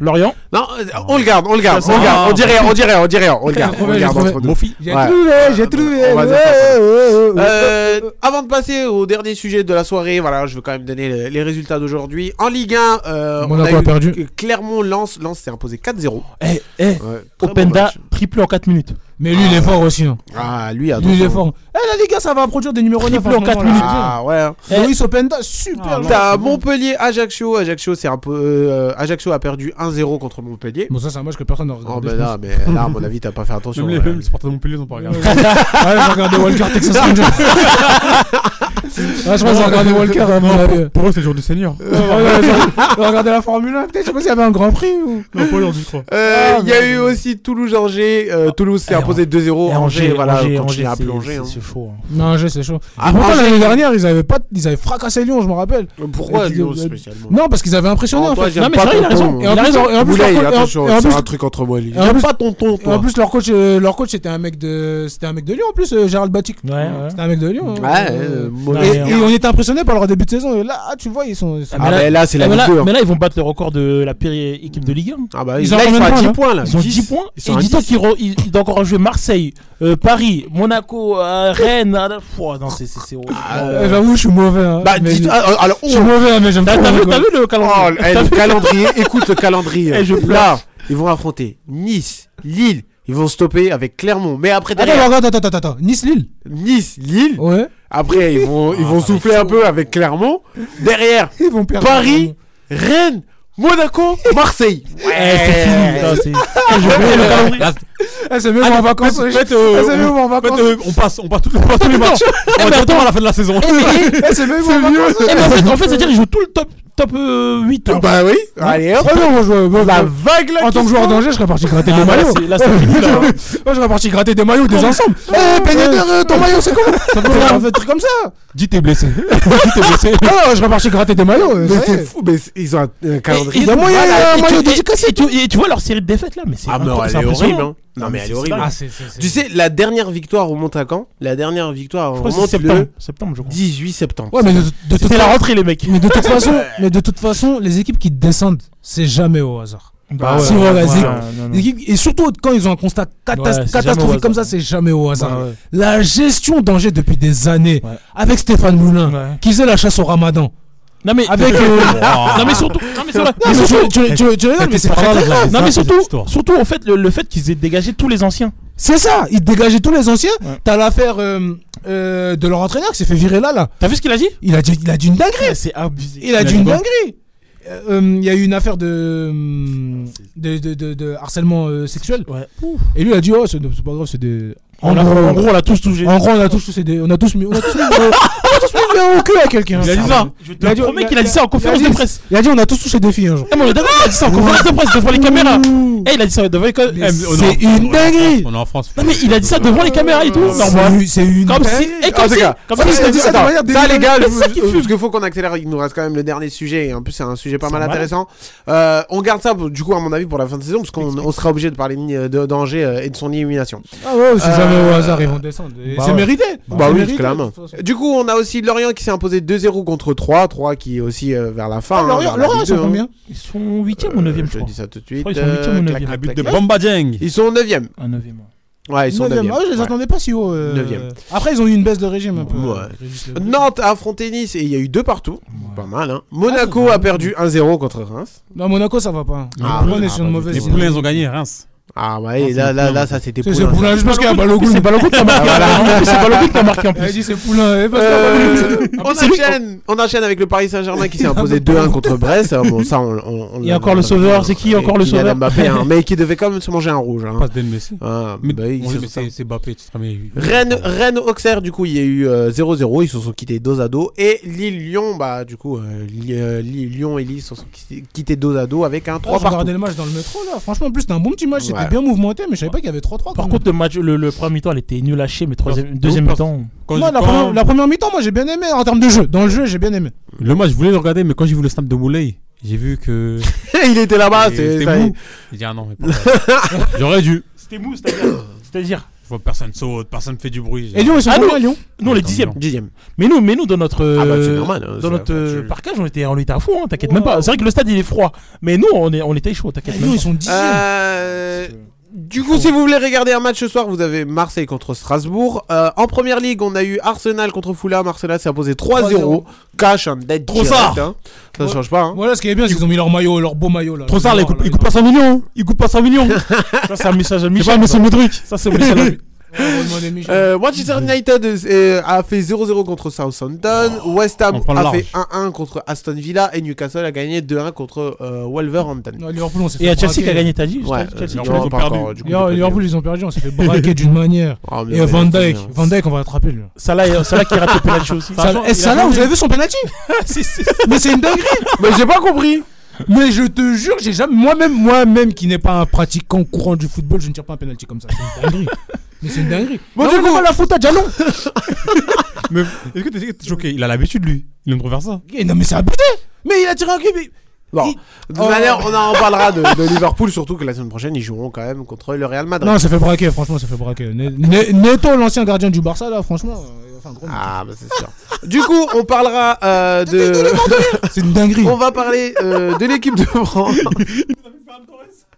Lorient. Non, euh, on le garde, on le garde, Ça, on le ça- garde, on dit rien, on dit rien, on dit rien, on le J'ai garde, on trouvé, le j'ai garde trouvé. entre nous. Mofi. J'ai Ouais. trouvé, Ah, j'ai trouvé. On va dire Ouais, ça, ouais, ouais, ouais. Euh, avant de passer au dernier sujet de la soirée, voilà, je veux quand même donner le- les résultats d'aujourd'hui. En Ligue 1, euh, on Monaco a eu perdu. que Clermont lance, lance s'est imposé 4-0. Eh, très eh. bon Openda, match. triplé en 4 minutes. Mais lui, il est fort aussi. hein. Ah, lui, Lui, il est attention. fort. Eh, la Liga, ça va produire des numéros 9 Triple en quatre minutes. Ah ouais. hein. Eh. Luis Openda, Ah, super. joueur. T'as Montpellier, Ajaccio, Ajaccio, c'est un peu, euh, Ajaccio a perdu 1-0 contre Montpellier. Bon, ça, c'est un match que personne n'a Oh regardé. bah je là, pense. mais là, à mon avis, t'as pas fait [laughs] attention. Même les ouais. mêmes supporters de Montpellier n'ont pas [laughs] regardé. Ouais, j'ai regardé Walker Texas [laughs] Ranger. Ouais, Ah, je crois que j'ai regardé Walker. à mon [laughs] avis. Euh, Pour eux, c'est le jour du Seigneur. Ouais, ouais, j'ai j'ai regardé la Formule 1. Peut-être, je sais pas s'il y avait un Grand Prix ou. Non, pas aujourd'hui, je crois. Euh, Ah, Il y a eu aussi Toulouse-Angers. euh, Toulouse s'est Eh, imposé 2-0. Eh, Angers, voilà, continue à c'est- plonger. hein. c'est- C'est chaud. hein. Non, je sais, c'est chaud. Ah, Et pourtant, Angers- l'année dernière, ils avaient, pas... ils avaient fracassé Lyon, je me rappelle. Pourquoi Et- Lyon euh, spécialement Non, parce qu'ils avaient impressionné Non, en toi, fait. j'aime Non, mais pas c'est vrai, il a ton raison. ton. Et en plus, leur- et en plus, Moulay, leur co- et en- attention, et en c'est plus- un truc entre moi et lui. et en J'aime plus- pas ton ton, et en toi. plus, leur coach, euh, leur coach c'était un mec de, c'était un mec de Lyon en plus, euh, Gérald Batic. Ouais, ouais. C'était un mec de Lyon. hein. Ouais, Euh, euh, Non, mauvais. et, mais, et on était impressionné par leur début de saison. Et là, ah, tu vois, ils sont. ils sont- Ah, Ah, mais là, c'est la mais, Ligue là, 2, hein. mais là, ils vont battre le record de la pire é- équipe de Ligue 1. Ah bah, Ils là, ont ils combien sont de à points, 10 là points là. Ils ont 10 points. Ils sont Et à dis-toi 10. qu'ils re- ils- ils doivent encore jouer Marseille, euh, Paris, Monaco, euh, Rennes. ah, là, pff, non, c'est c'est- c'est horrible. Euh, J'avoue, je suis mauvais. hein. Ah, Bah, Mais- dis-toi. alors- Alors, je suis oh, mauvais, hein, mais j'aime T'as trop t'as vu, rigoler. t'as vu le oh, calendrier eh, le [laughs] calendrier, écoute le calendrier. Eh, je pleure. Là, ils vont affronter Nice, Lille. Ils vont stopper avec Clermont. Mais après, Attends, derrière, attends, attends, attends, attends. Nice-Lille Nice, Lille. Ouais. Après, ils vont, ils Ah, vont souffler un peu avec Clermont. Derrière, Ils vont perdre. Paris, Rennes, Monaco, Marseille. Eh, c'est fini. Non, c'est- Ah, Eh, je voulais le calendrier. Là, Eh, c'est mieux en vacances. faites- wesh. faites, euh, Eh, c'est mieux on- en En vacances. Ah, fait, euh, on passe, on passe tout- on passe tous les matchs. On va directement à la fin de la saison. Eh, c'est mieux en vacances. Eh, mais en fait- en fait, c'est-à-dire qu'ils jouent tout le top. top euh, hein. 8. Ah bah oui, allez, hop. La vague, là, En qui tant que se joueur prend. d'Angers, je serais parti gratter Ah, des là, maillots. c'est- là, c'est fini, là. [laughs] Moi, je serais parti gratter des maillots, des ensembles. Eh, Peignader, euh, ton maillot, c'est quoi Un truc comme ça. Dis t'es blessé. Dis t'es blessé. [laughs] Ah, je serais parti gratter des maillots. euh, Mais ça y est. c'est fou, mais c'est- ils ont un- un calendrier. et donc, moyen, voilà, euh, et moyen tu- de- et- Et tu, et tu vois leur série de défaites là, mais c'est Ah, mais impr- elle c'est est horrible. impressionnant. hein. Non, mais elle est horrible. Ah, c'est- c'est- c'est- Tu sais, la dernière victoire remonte à quand La dernière victoire crois que remonte c'est le septembre. Septembre, je crois. 18 septembre. Ouais, mais de, de toute C'était fa- la rentrée, les mecs. Mais [laughs] de toute façon, mais de toute façon, les équipes qui descendent, c'est jamais au hasard. Bah ouais, Si vous ouais, regardez, ouais, les ouais, équipes- non, non. les équipes- et surtout quand ils ont un constat catas- Ouais, c'est jamais au catastrophique hasard. comme ça, c'est jamais au hasard. Bah ouais. La gestion d'Angers depuis des années, avec Stéphane Moulin, qui faisait la chasse au Ramadan. Non mais avec euh, non mais surtout non mais c'est vrai. Non, mais surtout- tu- tu- tu- tu regardes, mais c'est très grave. Non mais C'est surtout histoire. surtout en fait le, le fait qu'ils aient dégagé tous les anciens. C'est ça, ils dégageaient tous les anciens. T'as l'affaire euh, euh, de leur entraîneur qui s'est fait virer là là. T'as vu ce qu'il a dit Ah, Il a dit il a dit une dinguerie. C'est abusé. Il a dit une dinguerie. Euh, euh, Il y a eu une affaire de euh, de, de, de- de harcèlement euh, sexuel. Et lui il a dit oh c'est c'est pas grave c'est des On a- en gros, on l'a tous touché. En gros on a tous touché des- on a tous mis on a tous mis, on a tous mis le- au cul à quelqu'un. Il a dit ça. Je te Il a dit- promets il a- qu'il a dit ça en il a conférence dit- de presse. Il a dit on a tous touché des filles un jour. Eh, mais on est d'accord, il a dit ça en conférence de presse devant les caméras. Eh, il a dit ça devant les caméras. c'est une dinguerie. On est en France. Non, mais il a dit ça devant les caméras et tout. Normal. Euh, C'est une Comme si. eh, Ah, En comme tout si. cas, Comme ça, si. il a dit ça de attends, manière ça, les gars, délibérée. je- C'est ça qui je- fuse. parce qu'il faut qu'on accélère. Il nous reste quand même le dernier sujet. Et en plus, c'est un sujet pas mal mal. intéressant. Euh, on garde ça, pour- du coup, à mon avis, pour la fin de saison, parce qu'on on sera obligé de parler de- de- d'Angers euh, et de son élimination. Ah ouais, c'est Euh, jamais au hasard, ils vont descendre. Et bah c'est ouais. mérité. Bah C'est oui, mérité, clairement. de toute façon. Du coup, on a aussi Lorient qui s'est imposé 2-0 contre 3. 3 qui est aussi euh, vers la fin. Ah, Lorient- vers la Lorient, Ligue ils sont 2, hein. combien Ils sont 8ème ou 9ème, je Je crois. dis ça tout de Je suite. crois qu'ils sont huitième euh, clac, ou neuvième. clac, Un but clac, de clac. Bomba Ils sont 9ème. Ah, 9ème. Ouais, ils sont 9 Neuvième. Ah, je les attendais pas si haut. euh, Neuvième. Après, ils ont eu une baisse de régime un peu. euh, Nantes a affronté Nice et il y a eu deux partout. Pas mal, hein. Monaco a perdu 1-0 contre Reims. Non, Monaco, ça va pas. hein. Ah, Après, on ouais, est sur ah, une bah, mauvaise. les ligne. Poulains, Ils ont gagné hein, Reims. Ah ouais, là, là, là, ça c'était C'est Poulain. c'est Poulain, juste parce qu'il y a Balogun. Ah, C'est Balogun qui a marqué. Voilà. C'est Balogun qui a marqué en plus. Il a dit c'est Poulain. et parce qu'il y a Euh, Balogun. on, enchaîne, on enchaîne avec le Paris Saint-Germain Ah, qui s'est imposé 2-1 contre Brest. Ah, Bon, ça, on, on- on Il y l'a- a encore le on- sauveur, c'est qui Et encore le Kylian sauveur Mbappé, [laughs] hein, mais qui devait quand même se manger un rouge. hein. Passe d'El Messi. Ah, Mais bah, il bon, se- mais c'est c'est Mbappé, tu te ramènes. Rennes, Rennes Auxerre, du coup, il y a eu euh, 0-0. Ils se sont quittés dos à dos. Et Lille-Lyon, bah, du coup, euh, Lille- euh, Lille- Lyon et Lille se sont quittés- quittés dos à dos avec un 3 J'ai Ah, regardé partout. le match dans le métro là. Franchement, en plus, c'était un bon petit match. C'était Ouais. bien mouvementé, mais je savais pas qu'il y avait 3-3. Par quand contre, le match, le, le premier mi-temps, elle était nulle à chier, mais troisième, deuxième Quand- mi-temps. même. Non, la première- la première mi-temps, moi j'ai bien aimé en termes de jeu. Dans le jeu, j'ai bien aimé. Le match, je voulais le regarder, mais quand j'ai vu le snap de Moulay, j'ai vu que. il était là-bas, Et c'est- C'était ça y est. mou. Il dit ah non, mais pas grave. J'aurais dû. C'était [laughs] mou, c'est-à-dire. C'est-à-dire. Je vois personne saute, personne fait du bruit. Et Lyon, ils sont Ah, combien, nous- Lyon Nous, on est dixième. Dixième. Mais nous, mais nous, dans notre, Ah bah, c'est euh, normal, hein, dans c'est- notre euh, parcage, on était, on était à fond, hein, t'inquiète même pas. C'est vrai que le stade il est froid, mais nous, on est, on était chaud, t'inquiète même. Ah, Lyon, pas. ils sont dixième. Ah. Euh, du coup, si vous voulez regarder un match ce soir, vous avez Marseille contre Strasbourg. Euh, en première ligue, on a eu Arsenal contre Fulham. Arsenal s'est imposé 3-0. Cash, un dead Trossard. direct, hein. Ça ne change pas. hein. Voilà, ce qui est bien, c'est qu'ils ont mis leur maillot, leur beau maillot là. Trop tard, Noir, il coupe, là, il coupe pas 100 millions. Il coupe pas 100 millions. ça, c'est un message à Michel. pas un message ça. Mudryk. Ça, c'est un [laughs] message à Michel. Euh, Manchester United euh, a fait 0-0 contre Southampton. Oh, West Ham on prend le a large. fait 1-1 contre Aston Villa. Et Newcastle a gagné 2-1 contre euh, Wolverhampton. Non, Liverpool, on s'est Et fait à Chelsea braquer. qui a gagné, t'as dit Ouais, Chelsea, Liverpool, Chelsea. ils ont perdu. Du Liverpool, coup, ils ont Liverpool, ils ont perdu, on s'est [laughs] fait braquer d'une manière. Ah, mais et on Van avait Dyke, perdu, hein. Van Dyke, on va l'attraper lui. Salah, euh, Salah qui rate le penalty aussi. Salah- eh, Salah, vous avez vu son penalty Si, si. Mais c'est une dinguerie Mais j'ai pas compris Mais je te jure, j'ai jamais moi-même moi-même qui n'est pas un pratiquant courant du football, je ne tire pas un penalty comme ça, c'est une dinguerie. Mais c'est une dinguerie. Bon, Non, du mais coup- comment la faute à Diallo Mais est-ce que t'es- est-ce que t'es choqué Il a l'habitude, lui. Il aime trop faire ça. Eh, Non mais c'est abusé Mais il a tiré un cul mais- Bon, de toute Oh. manière, on en parlera de, de Liverpool, surtout que la semaine prochaine, ils joueront quand même contre le Real Madrid. Non, ça fait braquer, franchement, ça fait braquer. Ne- Ne- Neto, l'ancien gardien du Barça là, franchement, euh, enfin, gros, Ah, bah c'est sûr. [laughs] du coup, on parlera euh, de. [laughs] c'est une dinguerie. On va parler euh, de l'équipe de France. [laughs]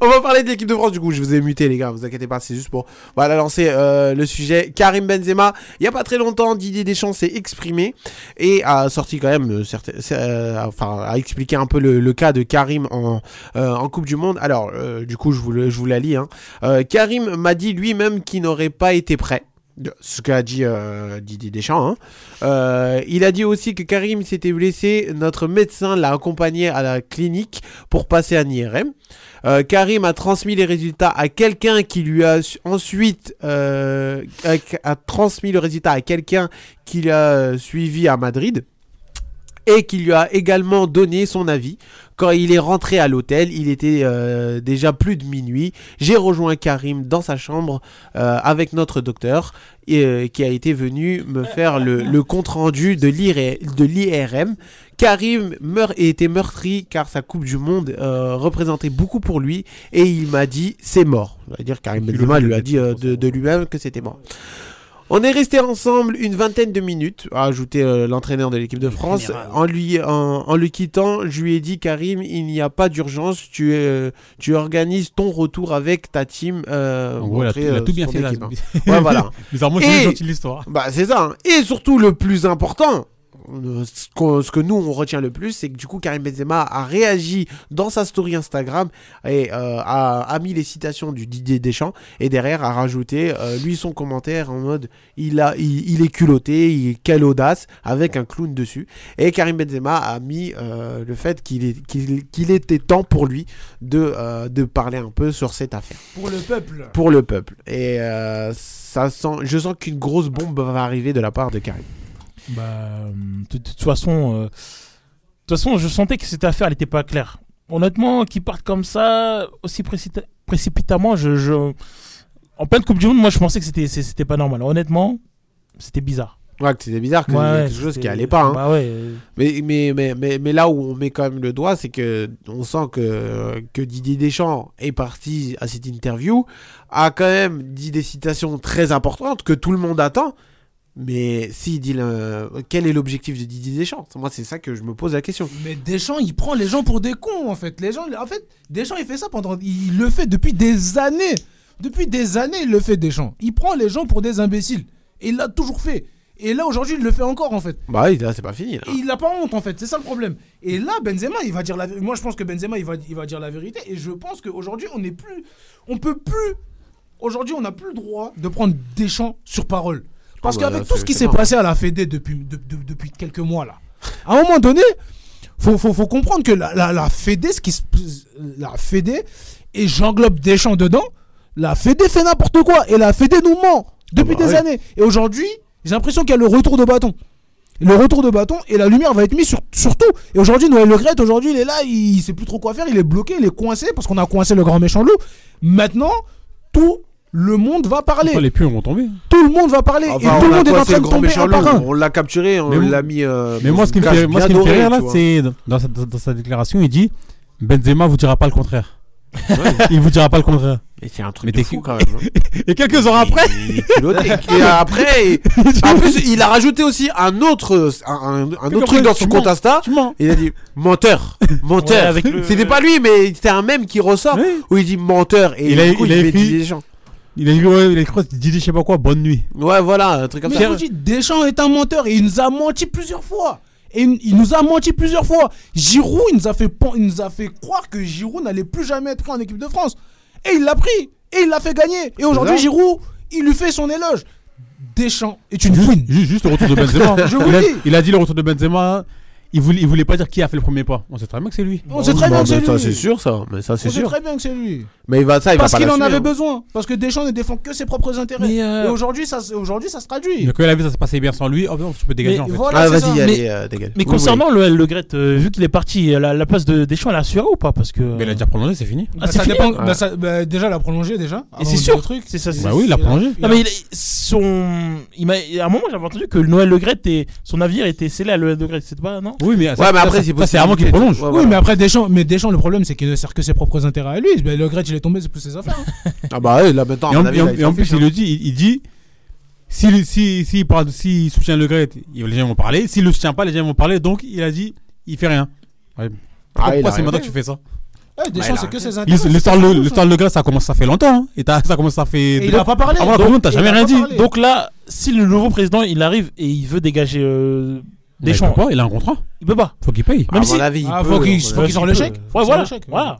on va parler de l'équipe de France. Du coup, je vous ai muté, les gars. Vous inquiétez pas, c'est juste pour voilà, lancer euh, le sujet. Karim Benzema, il y a pas très longtemps, Didier Deschamps s'est exprimé et a sorti quand même, euh, certains- euh, enfin, a expliqué un peu le, le cas de Karim en, euh, en Coupe du Monde. Alors, euh, du coup, je vous, le- je vous la lis. hein. Euh, Karim m'a dit lui-même qu'il n'aurait pas été prêt. De- ce qu'a dit euh, Didier Deschamps. hein. Euh, il a dit aussi que Karim s'était blessé. Notre médecin l'a accompagné à la clinique pour passer un IRM. Euh, Karim a transmis les résultats à quelqu'un qui lui a su- ensuite euh, a, a transmis le résultat à quelqu'un qui l'a suivi à Madrid. et qui lui a également donné son avis. Quand il est rentré à l'hôtel, il était euh, déjà plus de minuit. J'ai rejoint Karim dans sa chambre euh, avec notre docteur et, euh, qui a été venu me faire le, le compte-rendu de l'IR- de l'IRM. Karim meurt et était meurtri car sa Coupe du Monde euh, représentait beaucoup pour lui et il m'a dit c'est mort. C'est-à-dire Karim Benzema lui a dit euh, de, de lui-même que c'était mort. On est resté ensemble une vingtaine de minutes, a ajouté euh, l'entraîneur de l'équipe de France. En, lui, en, en le quittant, je lui ai dit Karim, il n'y a pas d'urgence, tu, euh, tu organises ton retour avec ta team. euh, En gros, elle a après, tout- elle a euh, tout bien son fait, là. [laughs] équipe, hein. Ouais, voilà. Bizarrement, c'est Et- gentil, l'histoire. bah, c'est ça. hein. Et surtout, le plus important, euh, ce qu'on- ce que nous on retient le plus, c'est que du coup, Karim Benzema a réagi dans sa story Instagram et euh, a, a mis les citations du Didier Deschamps et derrière a rajouté euh, lui son commentaire en mode il, a, il, il est culotté, il, quelle audace, avec un clown dessus. Et Karim Benzema a mis euh, le fait qu'il est- qu'il- qu'il était temps pour lui de, euh, de parler un peu sur cette affaire Pour le peuple. pour le peuple. Et euh, ça sent, je sens qu'une grosse bombe va arriver de la part de Karim. Bah, euh, de, de toute façon, euh, de toute façon, je sentais que cette affaire n'était pas claire. Honnêtement, qu'ils partent comme ça aussi précipita- précipitamment, je, je- en pleine Coupe du Monde, moi, je pensais que c'était c'est- c'était pas normal. Honnêtement, c'était bizarre. Ouais, que c'était bizarre, que Ouais, ouais, quelque chose qui c'était- allait pas. hein. Bah ouais. mais, mais, mais, mais, mais là où on met quand même le doigt, c'est que on sent que, que Didier Deschamps est parti à cette interview, a quand même dit des citations très importantes que tout le monde attend. Mais s'il dit le- quel est l'objectif de Didier Deschamps Moi, c'est ça que je me pose la question. Mais Deschamps, il prend les gens pour des cons en fait. Les gens, en fait, Deschamps, il fait ça pendant, il le fait depuis des années. Depuis des années, il le fait Deschamps. Il prend les gens pour des imbéciles. Et il l'a toujours fait. Et là aujourd'hui, il le fait encore en fait. Bah, oui, là, c'est pas fini. là. Et il n'a pas honte en fait, c'est ça le problème. Et là, Benzema, il va dire la vérité. Moi, je pense que Benzema, il va, il va dire la vérité. Et je pense qu'aujourd'hui, on n'est plus, on peut plus. Aujourd'hui, on n'a plus le droit de prendre Deschamps sur parole. Parce Ah bah qu'avec là, tout c'est- ce qui c'est s'est mort. passé à la Fédé depuis, de- de- depuis quelques mois là, à un moment donné, faut, faut, faut comprendre que la, la, la Fédé, ce qui se- la Fédé, et j'englobe Deschamps dedans, la Fédé fait n'importe quoi et la Fédé nous ment depuis Ah bah des oui. années. Et aujourd'hui, j'ai l'impression qu'il y a le retour de bâton. Le retour de bâton et la lumière va être mise sur, sur tout. Et aujourd'hui, Noël Le Gret, aujourd'hui, il est là, il, il sait plus trop quoi faire, il est bloqué, il est coincé parce qu'on a coincé le grand méchant loup. Maintenant, tout le monde va parler. Enfin, Oh, les pions vont tomber. Tout le monde va parler Enfin, et tout Ah, on le a monde est en coincé train le de grand tomber méchant un par loup, un. On l'a capturé, on Mais- l'a mis. euh, Mais dans moi, une ce qui me cage fait, moi, ce bien qui me fait dorée, rire, là, tu vois. c'est dans- dans sa, dans sa déclaration, il dit Benzema vous dira pas le contraire. il vous dira pas le contraire. Mais c'est un truc de fou, quand même. hein. Et quelques heures après. [laughs] Et après, et- en plus, il a rajouté aussi un autre, un, un- un autre truc dans son compte Insta. Il a dit [laughs] menteur, Ouais, menteur. avec le- C'était pas lui, mais c'était un même qui ressort où il dit menteur et il a, du coup, il a met écrit. des gens. Il a écrit, ouais, [laughs] il a écrit, il dit, je sais pas quoi, bonne nuit. Ouais, voilà, un truc comme Mais ça. je vous dis, Deschamps est un menteur et il nous a menti plusieurs fois. Et il il nous a menti plusieurs fois. Giroud, il nous a fait, pen- il nous a fait croire que Giroud n'allait plus jamais être pris en équipe de France. Et il l'a pris. Et il l'a fait gagner. Et aujourd'hui, ça. Giroud, il lui fait son éloge. Deschamps est une fouine. Juste, juste le retour de Benzema. Je vous il, a, dis. il a dit le retour de Benzema. Il voulait, il voulait pas dire qui a fait le premier pas. On sait très bien que c'est lui. On sait très bien que c'est Ça lui. c'est sûr, ça. Mais ça c'est On sait sûr. très bien que c'est lui. Mais il va ça, il Parce va pas qu'il en l'assumer, avait hein. besoin. Parce que Deschamps ne défend que ses propres intérêts. euh, Et aujourd'hui, ça, se- aujourd'hui, ça se traduit. Donc, quand il a vu ça se passait bien sans lui, oh, non, tu peux dégager Mais en fait. voilà, Ah, c'est vas-y, ça. allez, mais, euh, dégage. mais Oui, concernant Loël Le Gret, euh, vu qu'il est parti, la, la place de Deschamps, elle a assurée ou pas Parce que. Mais il a déjà prolongé, c'est fini. Ah, c'est ça fini dépend. Ouais. bah, ça- bah, déjà, l'a prolongé déjà. Et Avant c'est de sûr. le truc. C'est ça. c'est- Bah oui, il a c'est- prolongé. Non, mais il, son, il m'a, à un moment, j'avais entendu que Noël Le Gret et son avenir était scellé à Noël Le Gret. C'est pas, non Oui, mais, Ah, ça- ça, ça, ça, c'est avant qu'il prolonge. oui, mais après Deschamps, mais Deschamps, le problème c'est qu'il ne sert que ses propres intérêts à lui. Ben, le Gret, il est tombé, c'est plus ses affaires. hein. Ah bah ouais, là maintenant. Et à en, mon avis, et en- là, il et en s'en plus, fiche, il hein. le dit, il, il dit s'il si, si, parle, s'il soutient le Gret, il- les gens vont parler. S'il le soutient pas, les gens vont parler. Donc, il a dit il fait rien. Ouais. Pourquoi, Ah, il a c'est maintenant raison. que tu fais ça Ouais, Deschamps, Bah, il a- Eh, c'est que ses L'histoire- intérêts. c'est L'histoire ses de propres l'histoire de le Gret, ça commence, ça fait longtemps. hein. Et t'as- ça commence, ça fait. Et il a pas parlé. Avant la Coupe du Monde, t'as Donc, jamais il a rien pas dit. parlé. Donc là, si le nouveau président il arrive et il veut dégager euh, Bah, il Deschamps, peut pas, il a un contrat. Il peut pas. Faut qu'il paye. Même si- Ah, faut qu'il faut qu'il sorte le peut. chèque. Ouais, Faut qu'il voilà. sorte le chèque. voilà.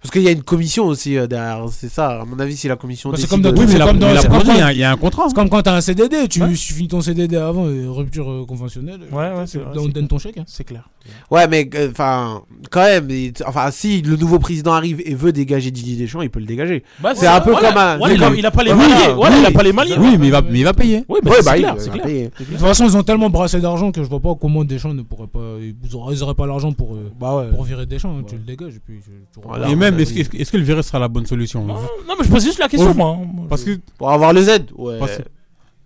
Parce qu'il y a une commission aussi euh, derrière, c'est ça. À mon avis, si la commission. Bah, c'est décide comme de- dans tout, c'est comme dans- c'est comme quand- C'est comme quand t'as un CDD, tu, Ouais. tu finis ton CDD avant, euh, rupture euh, conventionnelle. Ouais, ouais, c'est On te donne ton chèque. hein. C'est clair. Ouais, mais euh, enfin, quand même. il- Enfin, si le nouveau président arrive et veut dégager Didier Deschamps, il peut le dégager. Bah, c'est c'est- un peu voilà, comme un. voilà, il a- il a pas les Voilà, maliers, voilà, il a pas les maliers. Oui, mais il va, mais il va payer. Oui, bah, Ouais, c'est bah, clair, il- c'est il va clair. payer. De toute façon, ils ont tellement brassé d'argent que je vois pas comment Deschamps ne pourrait pas. Ils auraient, ils auraient pas l'argent pour, euh, pour virer Deschamps. hein. Tu le dégages et puis tu, tu Et même, est-ce que- est-ce que- est-ce que le virus sera la bonne solution Non, mais je pose juste la question, moi, hein. Moi, Parce je- que... Pour avoir le Z, ouais. Parce que-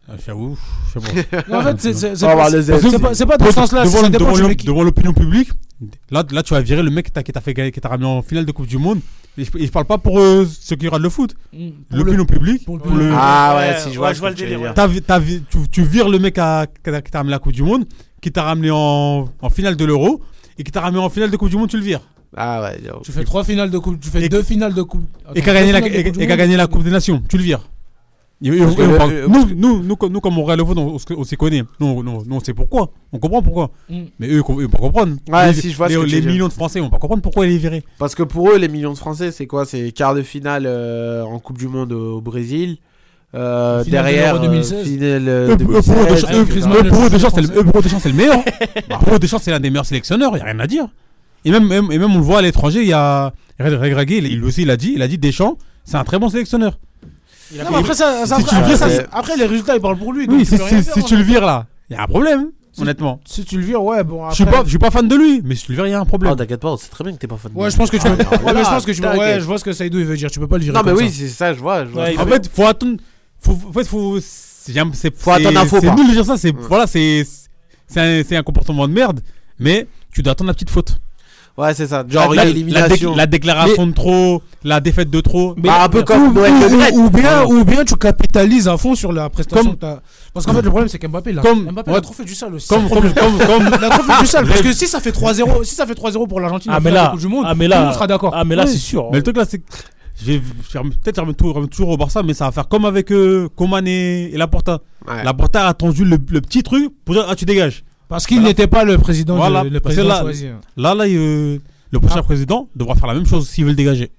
Ah, J'avoue, je sais pas. [laughs] Non, en fait, c'est- c'est- c'est- Pour avoir c'est- le Z. c'est pas- c'est pas dans ce sens-là, Devant ça le- dépend devant du le- mec qui- Devant l'opinion publique, là, là, tu vas virer le mec qui t'a- qui t'a fait gagner- qui t'a ramené en finale de Coupe du Monde. Et je, et je parle pas pour euh, ceux qui regardent le foot. Mm. L'opinion publique. pour le pour public. le- Ah ouais, Ouais, si, je vois ouais, ce je vois que le tu veux délire, dire. ouais. T'as vi- t'as vi- tu, tu vires le mec à- qui t'a qui t'a ramené la Coupe du Monde, qui t'a ramené en, en finale de l'Euro, et qui t'a ramené en finale de Coupe du Monde, tu le vires. Ah ouais, Tu fais trois finales de coupe, tu fais deux finales de coupe. et qui a gagné, la, et, et qu'a gagné la Coupe des Nations, tu le vires. Et- et- Parce et que on le- parle- le- nous, nous, nous, comme- nous, comme on regarde le foot, on, on se- on s'y connaît. Nous, on, on- nous, on sait pourquoi. On comprend pourquoi. Mm. Mais eux, ils com- ils vont pas comprendre. Ouais, les, si, je vois ce les- que tu les veux dire. millions de Français, ils vont pas comprendre pourquoi il est viré. Parce que pour eux, les millions de Français, c'est quoi C'est quart de finale euh, en Coupe du Monde au Brésil. Euh, Finale de derrière, l'Euro euh, 2016. finale Eux, euh, eux, pour eux, 2016, Deschamps- eux, etc. eux, pour eux, Deschamps, c'est le- eux, pour eux, Deschamps, c'est le meilleur. Bah, Pour eux, Deschamps, c'est l'un des meilleurs sélectionneurs, il n'y a rien à dire. Et même, même- et même on le voit à l'étranger, il y a Red Regragui, il, il aussi, il a dit, il a dit Deschamps, c'est un très bon sélectionneur. Non, mais après, ça, ça- Si tu le après, vires, ça- c'est- après, les résultats, ils parlent pour lui. donc Oui, tu si, peux rien si- faire, si en tu fait. le vires là, il y a un problème, honnêtement. Si tu le vires, ouais, bon. Je suis après- pas, je suis pas fan de lui, mais si tu le vires, il y a un problème. Ah, t'inquiète pas, on sait très bien que t'es pas fan. Ah, Ouais, je pense que Ah, tu peux. ouais, mais je pense que tu peux- t'inquiète. ouais, je vois ce que Saïdou il veut dire. Tu peux pas le virer. Non, mais comme oui, ça. c'est ça, je vois. Je vois. Ouais, il en faut- fait, faut attendre. Faut, en fait, faut. C'est, j'aime- c'est- Faut attendre c'est- un faux C'est pas. nul de dire ça. C'est, Mm. Voilà, c'est, c'est, un, c'est un comportement de merde, mais tu dois attendre la petite faute. Ouais, c'est ça. Genre, la, la- une élimination. la, déc- la déclaration Mais- de Bah, trop, la défaite de trop. Mais- ou, Noël ou- Le Gret. ou bien, Voilà. ou bien tu capitalises à fond sur la prestation. Comme- que t'as- Parce qu'en fait, le problème, c'est qu'Mbappé, là. Comme- Mbappé, il ouais. a trop fait du sale aussi. Comme- c'est le [laughs] comme- problème. comme- comme- Il a trop fait du sale. Parce que Rêve. si ça fait 3-0, si ça fait 3-0 pour l'Argentine, Ah, en mais finale de là- Coupe du monde, ah, mais tout là- le monde sera d'accord. ah, mais là, Oui. c'est sûr. Mais le truc là, c'est. que j'ai- j'ai rem- Peut-être je remets tout- remets toujours au Barça, mais ça va faire comme avec euh, Coman et, et Laporta. Laporta a attendu le, le petit truc pour dire Ah, tu dégages. Parce qu'il n'était pas le président de- Voilà. le Parce que président là, choisi. Ah. Là, là, il, euh, le prochain président devra faire la même chose s'il veut le dégager.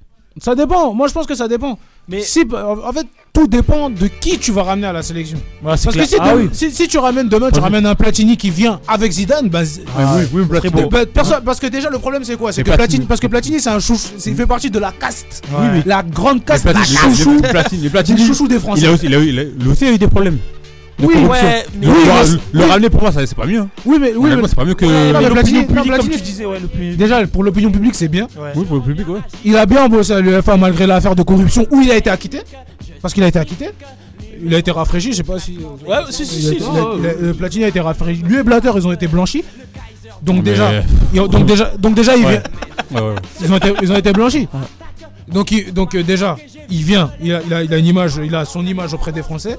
Ça dépend. Moi, je pense que ça dépend. Mais si, en fait, tout dépend de qui tu vas ramener à la sélection. c'est Parce que clair. si, Ah demain- oui. si, si tu ramènes demain, tu ramènes un Platini qui vient avec Zidane, bah, z- Ah oui, oui, très Platini. beau. Bah, perso- parce que déjà le problème c'est quoi C'est que Mais Platini, Platini- parce que Platini c'est un chouchou, c'est- il fait partie de la caste, Oui, oui. la grande caste, Platini- la le- chouchou, le Platini- le Platini- du chouchou des Français. Il a aussi, il a eu- il a- lui aussi a eu des problèmes. de Oui, corruption. ouais, mais- Donc, oui, le- mais- le, ramener pour moi, ça, c'est pas mieux. Oui, mais- oui, Honnêtement, mais- c'est pas mieux que. Ouais, non, mais Platini- non, public, Platini- comme tu disais, ouais, l'opinion- Déjà pour l'opinion publique c'est bien. Oui, pour le public, ouais. Il a bien bossé à l'UEFA malgré l'affaire de corruption où il a été acquitté, parce qu'il a été acquitté. Il a été rafraîchi, je sais pas si. euh, Ouais, Ah, si, si, Il a- si. il a- il a- le Platini a été rafraîchi. Lui et Blatter, ils ont été blanchis. Donc Mais- déjà, ils ont- donc déjà, donc déjà, il Ouais. vient- Ouais, ouais, ouais. ils ont été, ils ont été blanchis. Donc, il- donc euh, déjà, il vient, il a, il a- il a une image, il a son image auprès des Français,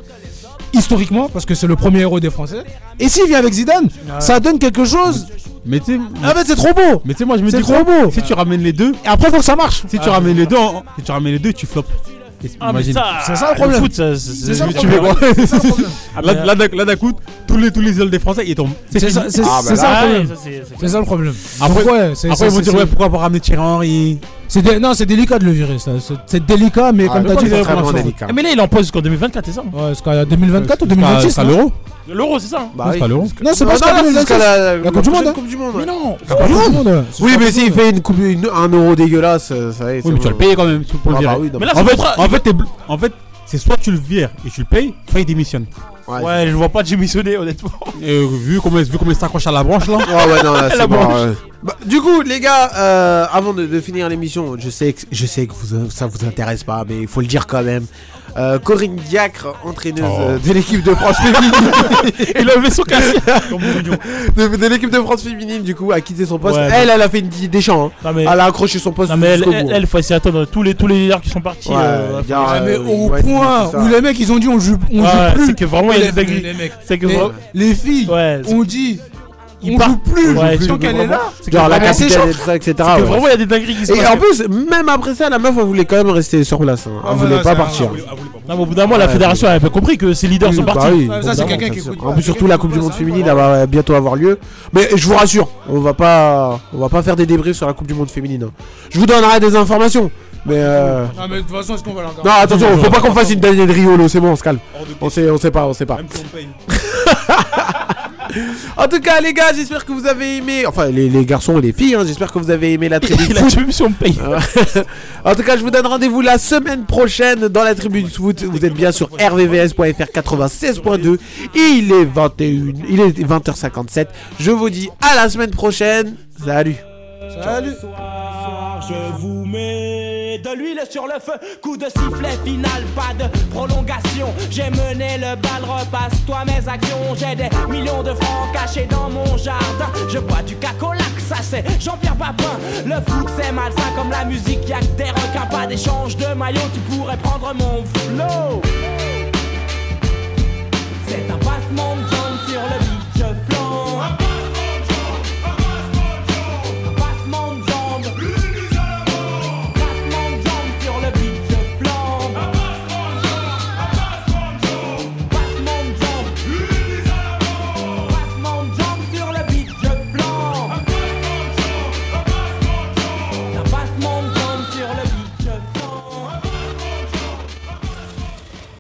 historiquement, parce que c'est le premier héros des Français. Et s'il vient avec Zidane, Ouais. ça donne quelque chose. Mais tu sais. Ah, mais c'est trop beau. Mais tu sais, moi, je me C'est dis. trop beau. Si tu ramènes les deux. Et après, faut que ça marche. Si tu ramènes les deux, en- si tu ramènes les deux, tu flops. Ah, mais Imagine. ça- C'est ça, le problème. foot, ça- c'est- C'est ça, le Tu fais problème. quoi C'est ça, le [laughs] problème. Ah, Là, là, d'un- là, d'un coup, tous les, tous les idoles des Français, ils tombent. C'est ça, fini. c'est- Ah, bah c'est là. ça le problème. ça, c'est- c'est- C'est ça le problème. Après, Donc, ouais, c'est- après, c'est- ils vont c'est- dire, ouais, pourquoi pas ramener Thierry Henry c'est dé- non, c'est délicat de le virer, ça. C'est- C'est délicat, mais Ah, comme mais t'as quoi, dit, c'est faut vraiment prendre- délicat. Mais là, il est en pause jusqu'en 2024, c'est ça Ouais, jusqu'à 2024 ou 2026 jusqu'à non l'Euro. L'euro, c'est ça hein Bah oui. pas l'Euro. Non, c'est pas Non, jusqu'à non, c'est 2026. jusqu'à la- La, la coupe, du monde, prochaine hein. Coupe du Monde, Mais ouais. non La Coupe du Monde. ouais. C'est Oui, pas mais possible. s'il fait une coupe, une- un euro dégueulasse, euh, ça y est. c'est Oui, mais tu bon. bah, vas le payer quand même pour le Ah, virer. bah oui, non, mais- en, fait, en fait, t'es bl- en fait, c'est soit tu le vires et tu le payes, soit il démissionne. Ouais, je vois pas démissionner, honnêtement. Et vu comment vu comment il s'accroche à la branche là. Ah ouais, non, là, c'est [laughs] La bon, branche. ouais. Bah, du coup, les gars, euh, avant de, de finir l'émission, je sais que, je sais que vous, ça vous intéresse pas, mais il faut le dire quand même. Euh, Corinne Diacre, entraîneuse Oh. euh, de l'équipe de France [laughs] féminine. Il avait son casque. [laughs] de de l'équipe de France féminine, du coup, a quitté son poste. Ouais, elle, mais- elle a fait une di- des champs. hein. Elle a accroché son poste. Non, mais elle, jusqu'au elle, bout. elle, faut essayer d'attendre tous les, tous les leaders qui sont partis. Ouais, euh, bien, faut- euh, Ah, Mais au ouais, point c'est ça. où les mecs ils ont dit on joue, on Ouais, joue plus. c'est que vraiment, il y a les, des dingueries. les mecs. C'est que les, vraiment- les filles Ouais, c'est- ont dit il on part joue plus. Ouais, je surtout qu'elle est là. C'est Genre la capitale, etc. etc. C'est que ouais. vraiment, il y a des dingueries qui se Et passent. en plus, même après ça, la meuf, elle voulait quand même rester sur place. hein. Elle voulait pas partir. Non, mais au bout d'un moment, la Ouais, fédération elle a pas compris que ses leaders Oui, sont bah partis. oui, évidemment, ça, c'est sûr. En plus, surtout la Coupe du Monde féminine, elle Ah, va bientôt avoir lieu. Mais je vous rassure, on va pas, on va pas faire des débriefs sur la Coupe du Monde féminine. hein. Je vous donnerai des informations, mais. euh, Non, mais de toute façon, est-ce qu'on va la regarder Non, attention, faut pas qu'on fasse une Daniel Riolo, c'est bon, on se calme. On sait, on sait pas, on sait pas. [laughs] en tout cas, les gars, j'espère que vous avez aimé. Enfin, les, les garçons et les filles, hein, j'espère que vous avez aimé la tribu. de foot. [laughs] en tout cas, je vous donne rendez-vous la semaine prochaine dans la tribu du foot. Vous êtes bien sur rvvs.fr 96.2. Il est 21, il est 20h57. Je vous dis à la semaine prochaine. Salut. Salut soir, je vous mets de l'huile sur le feu, coup de sifflet final, pas de prolongation. J'ai mené le bal, repasse-toi mes actions. J'ai des millions de francs cachés dans mon jardin. Je bois du cacolac, ça c'est Jean-Pierre Papin. Le foot c'est malsain comme la musique, y'a que des requins, pas d'échange de maillots. Tu pourrais prendre mon flow.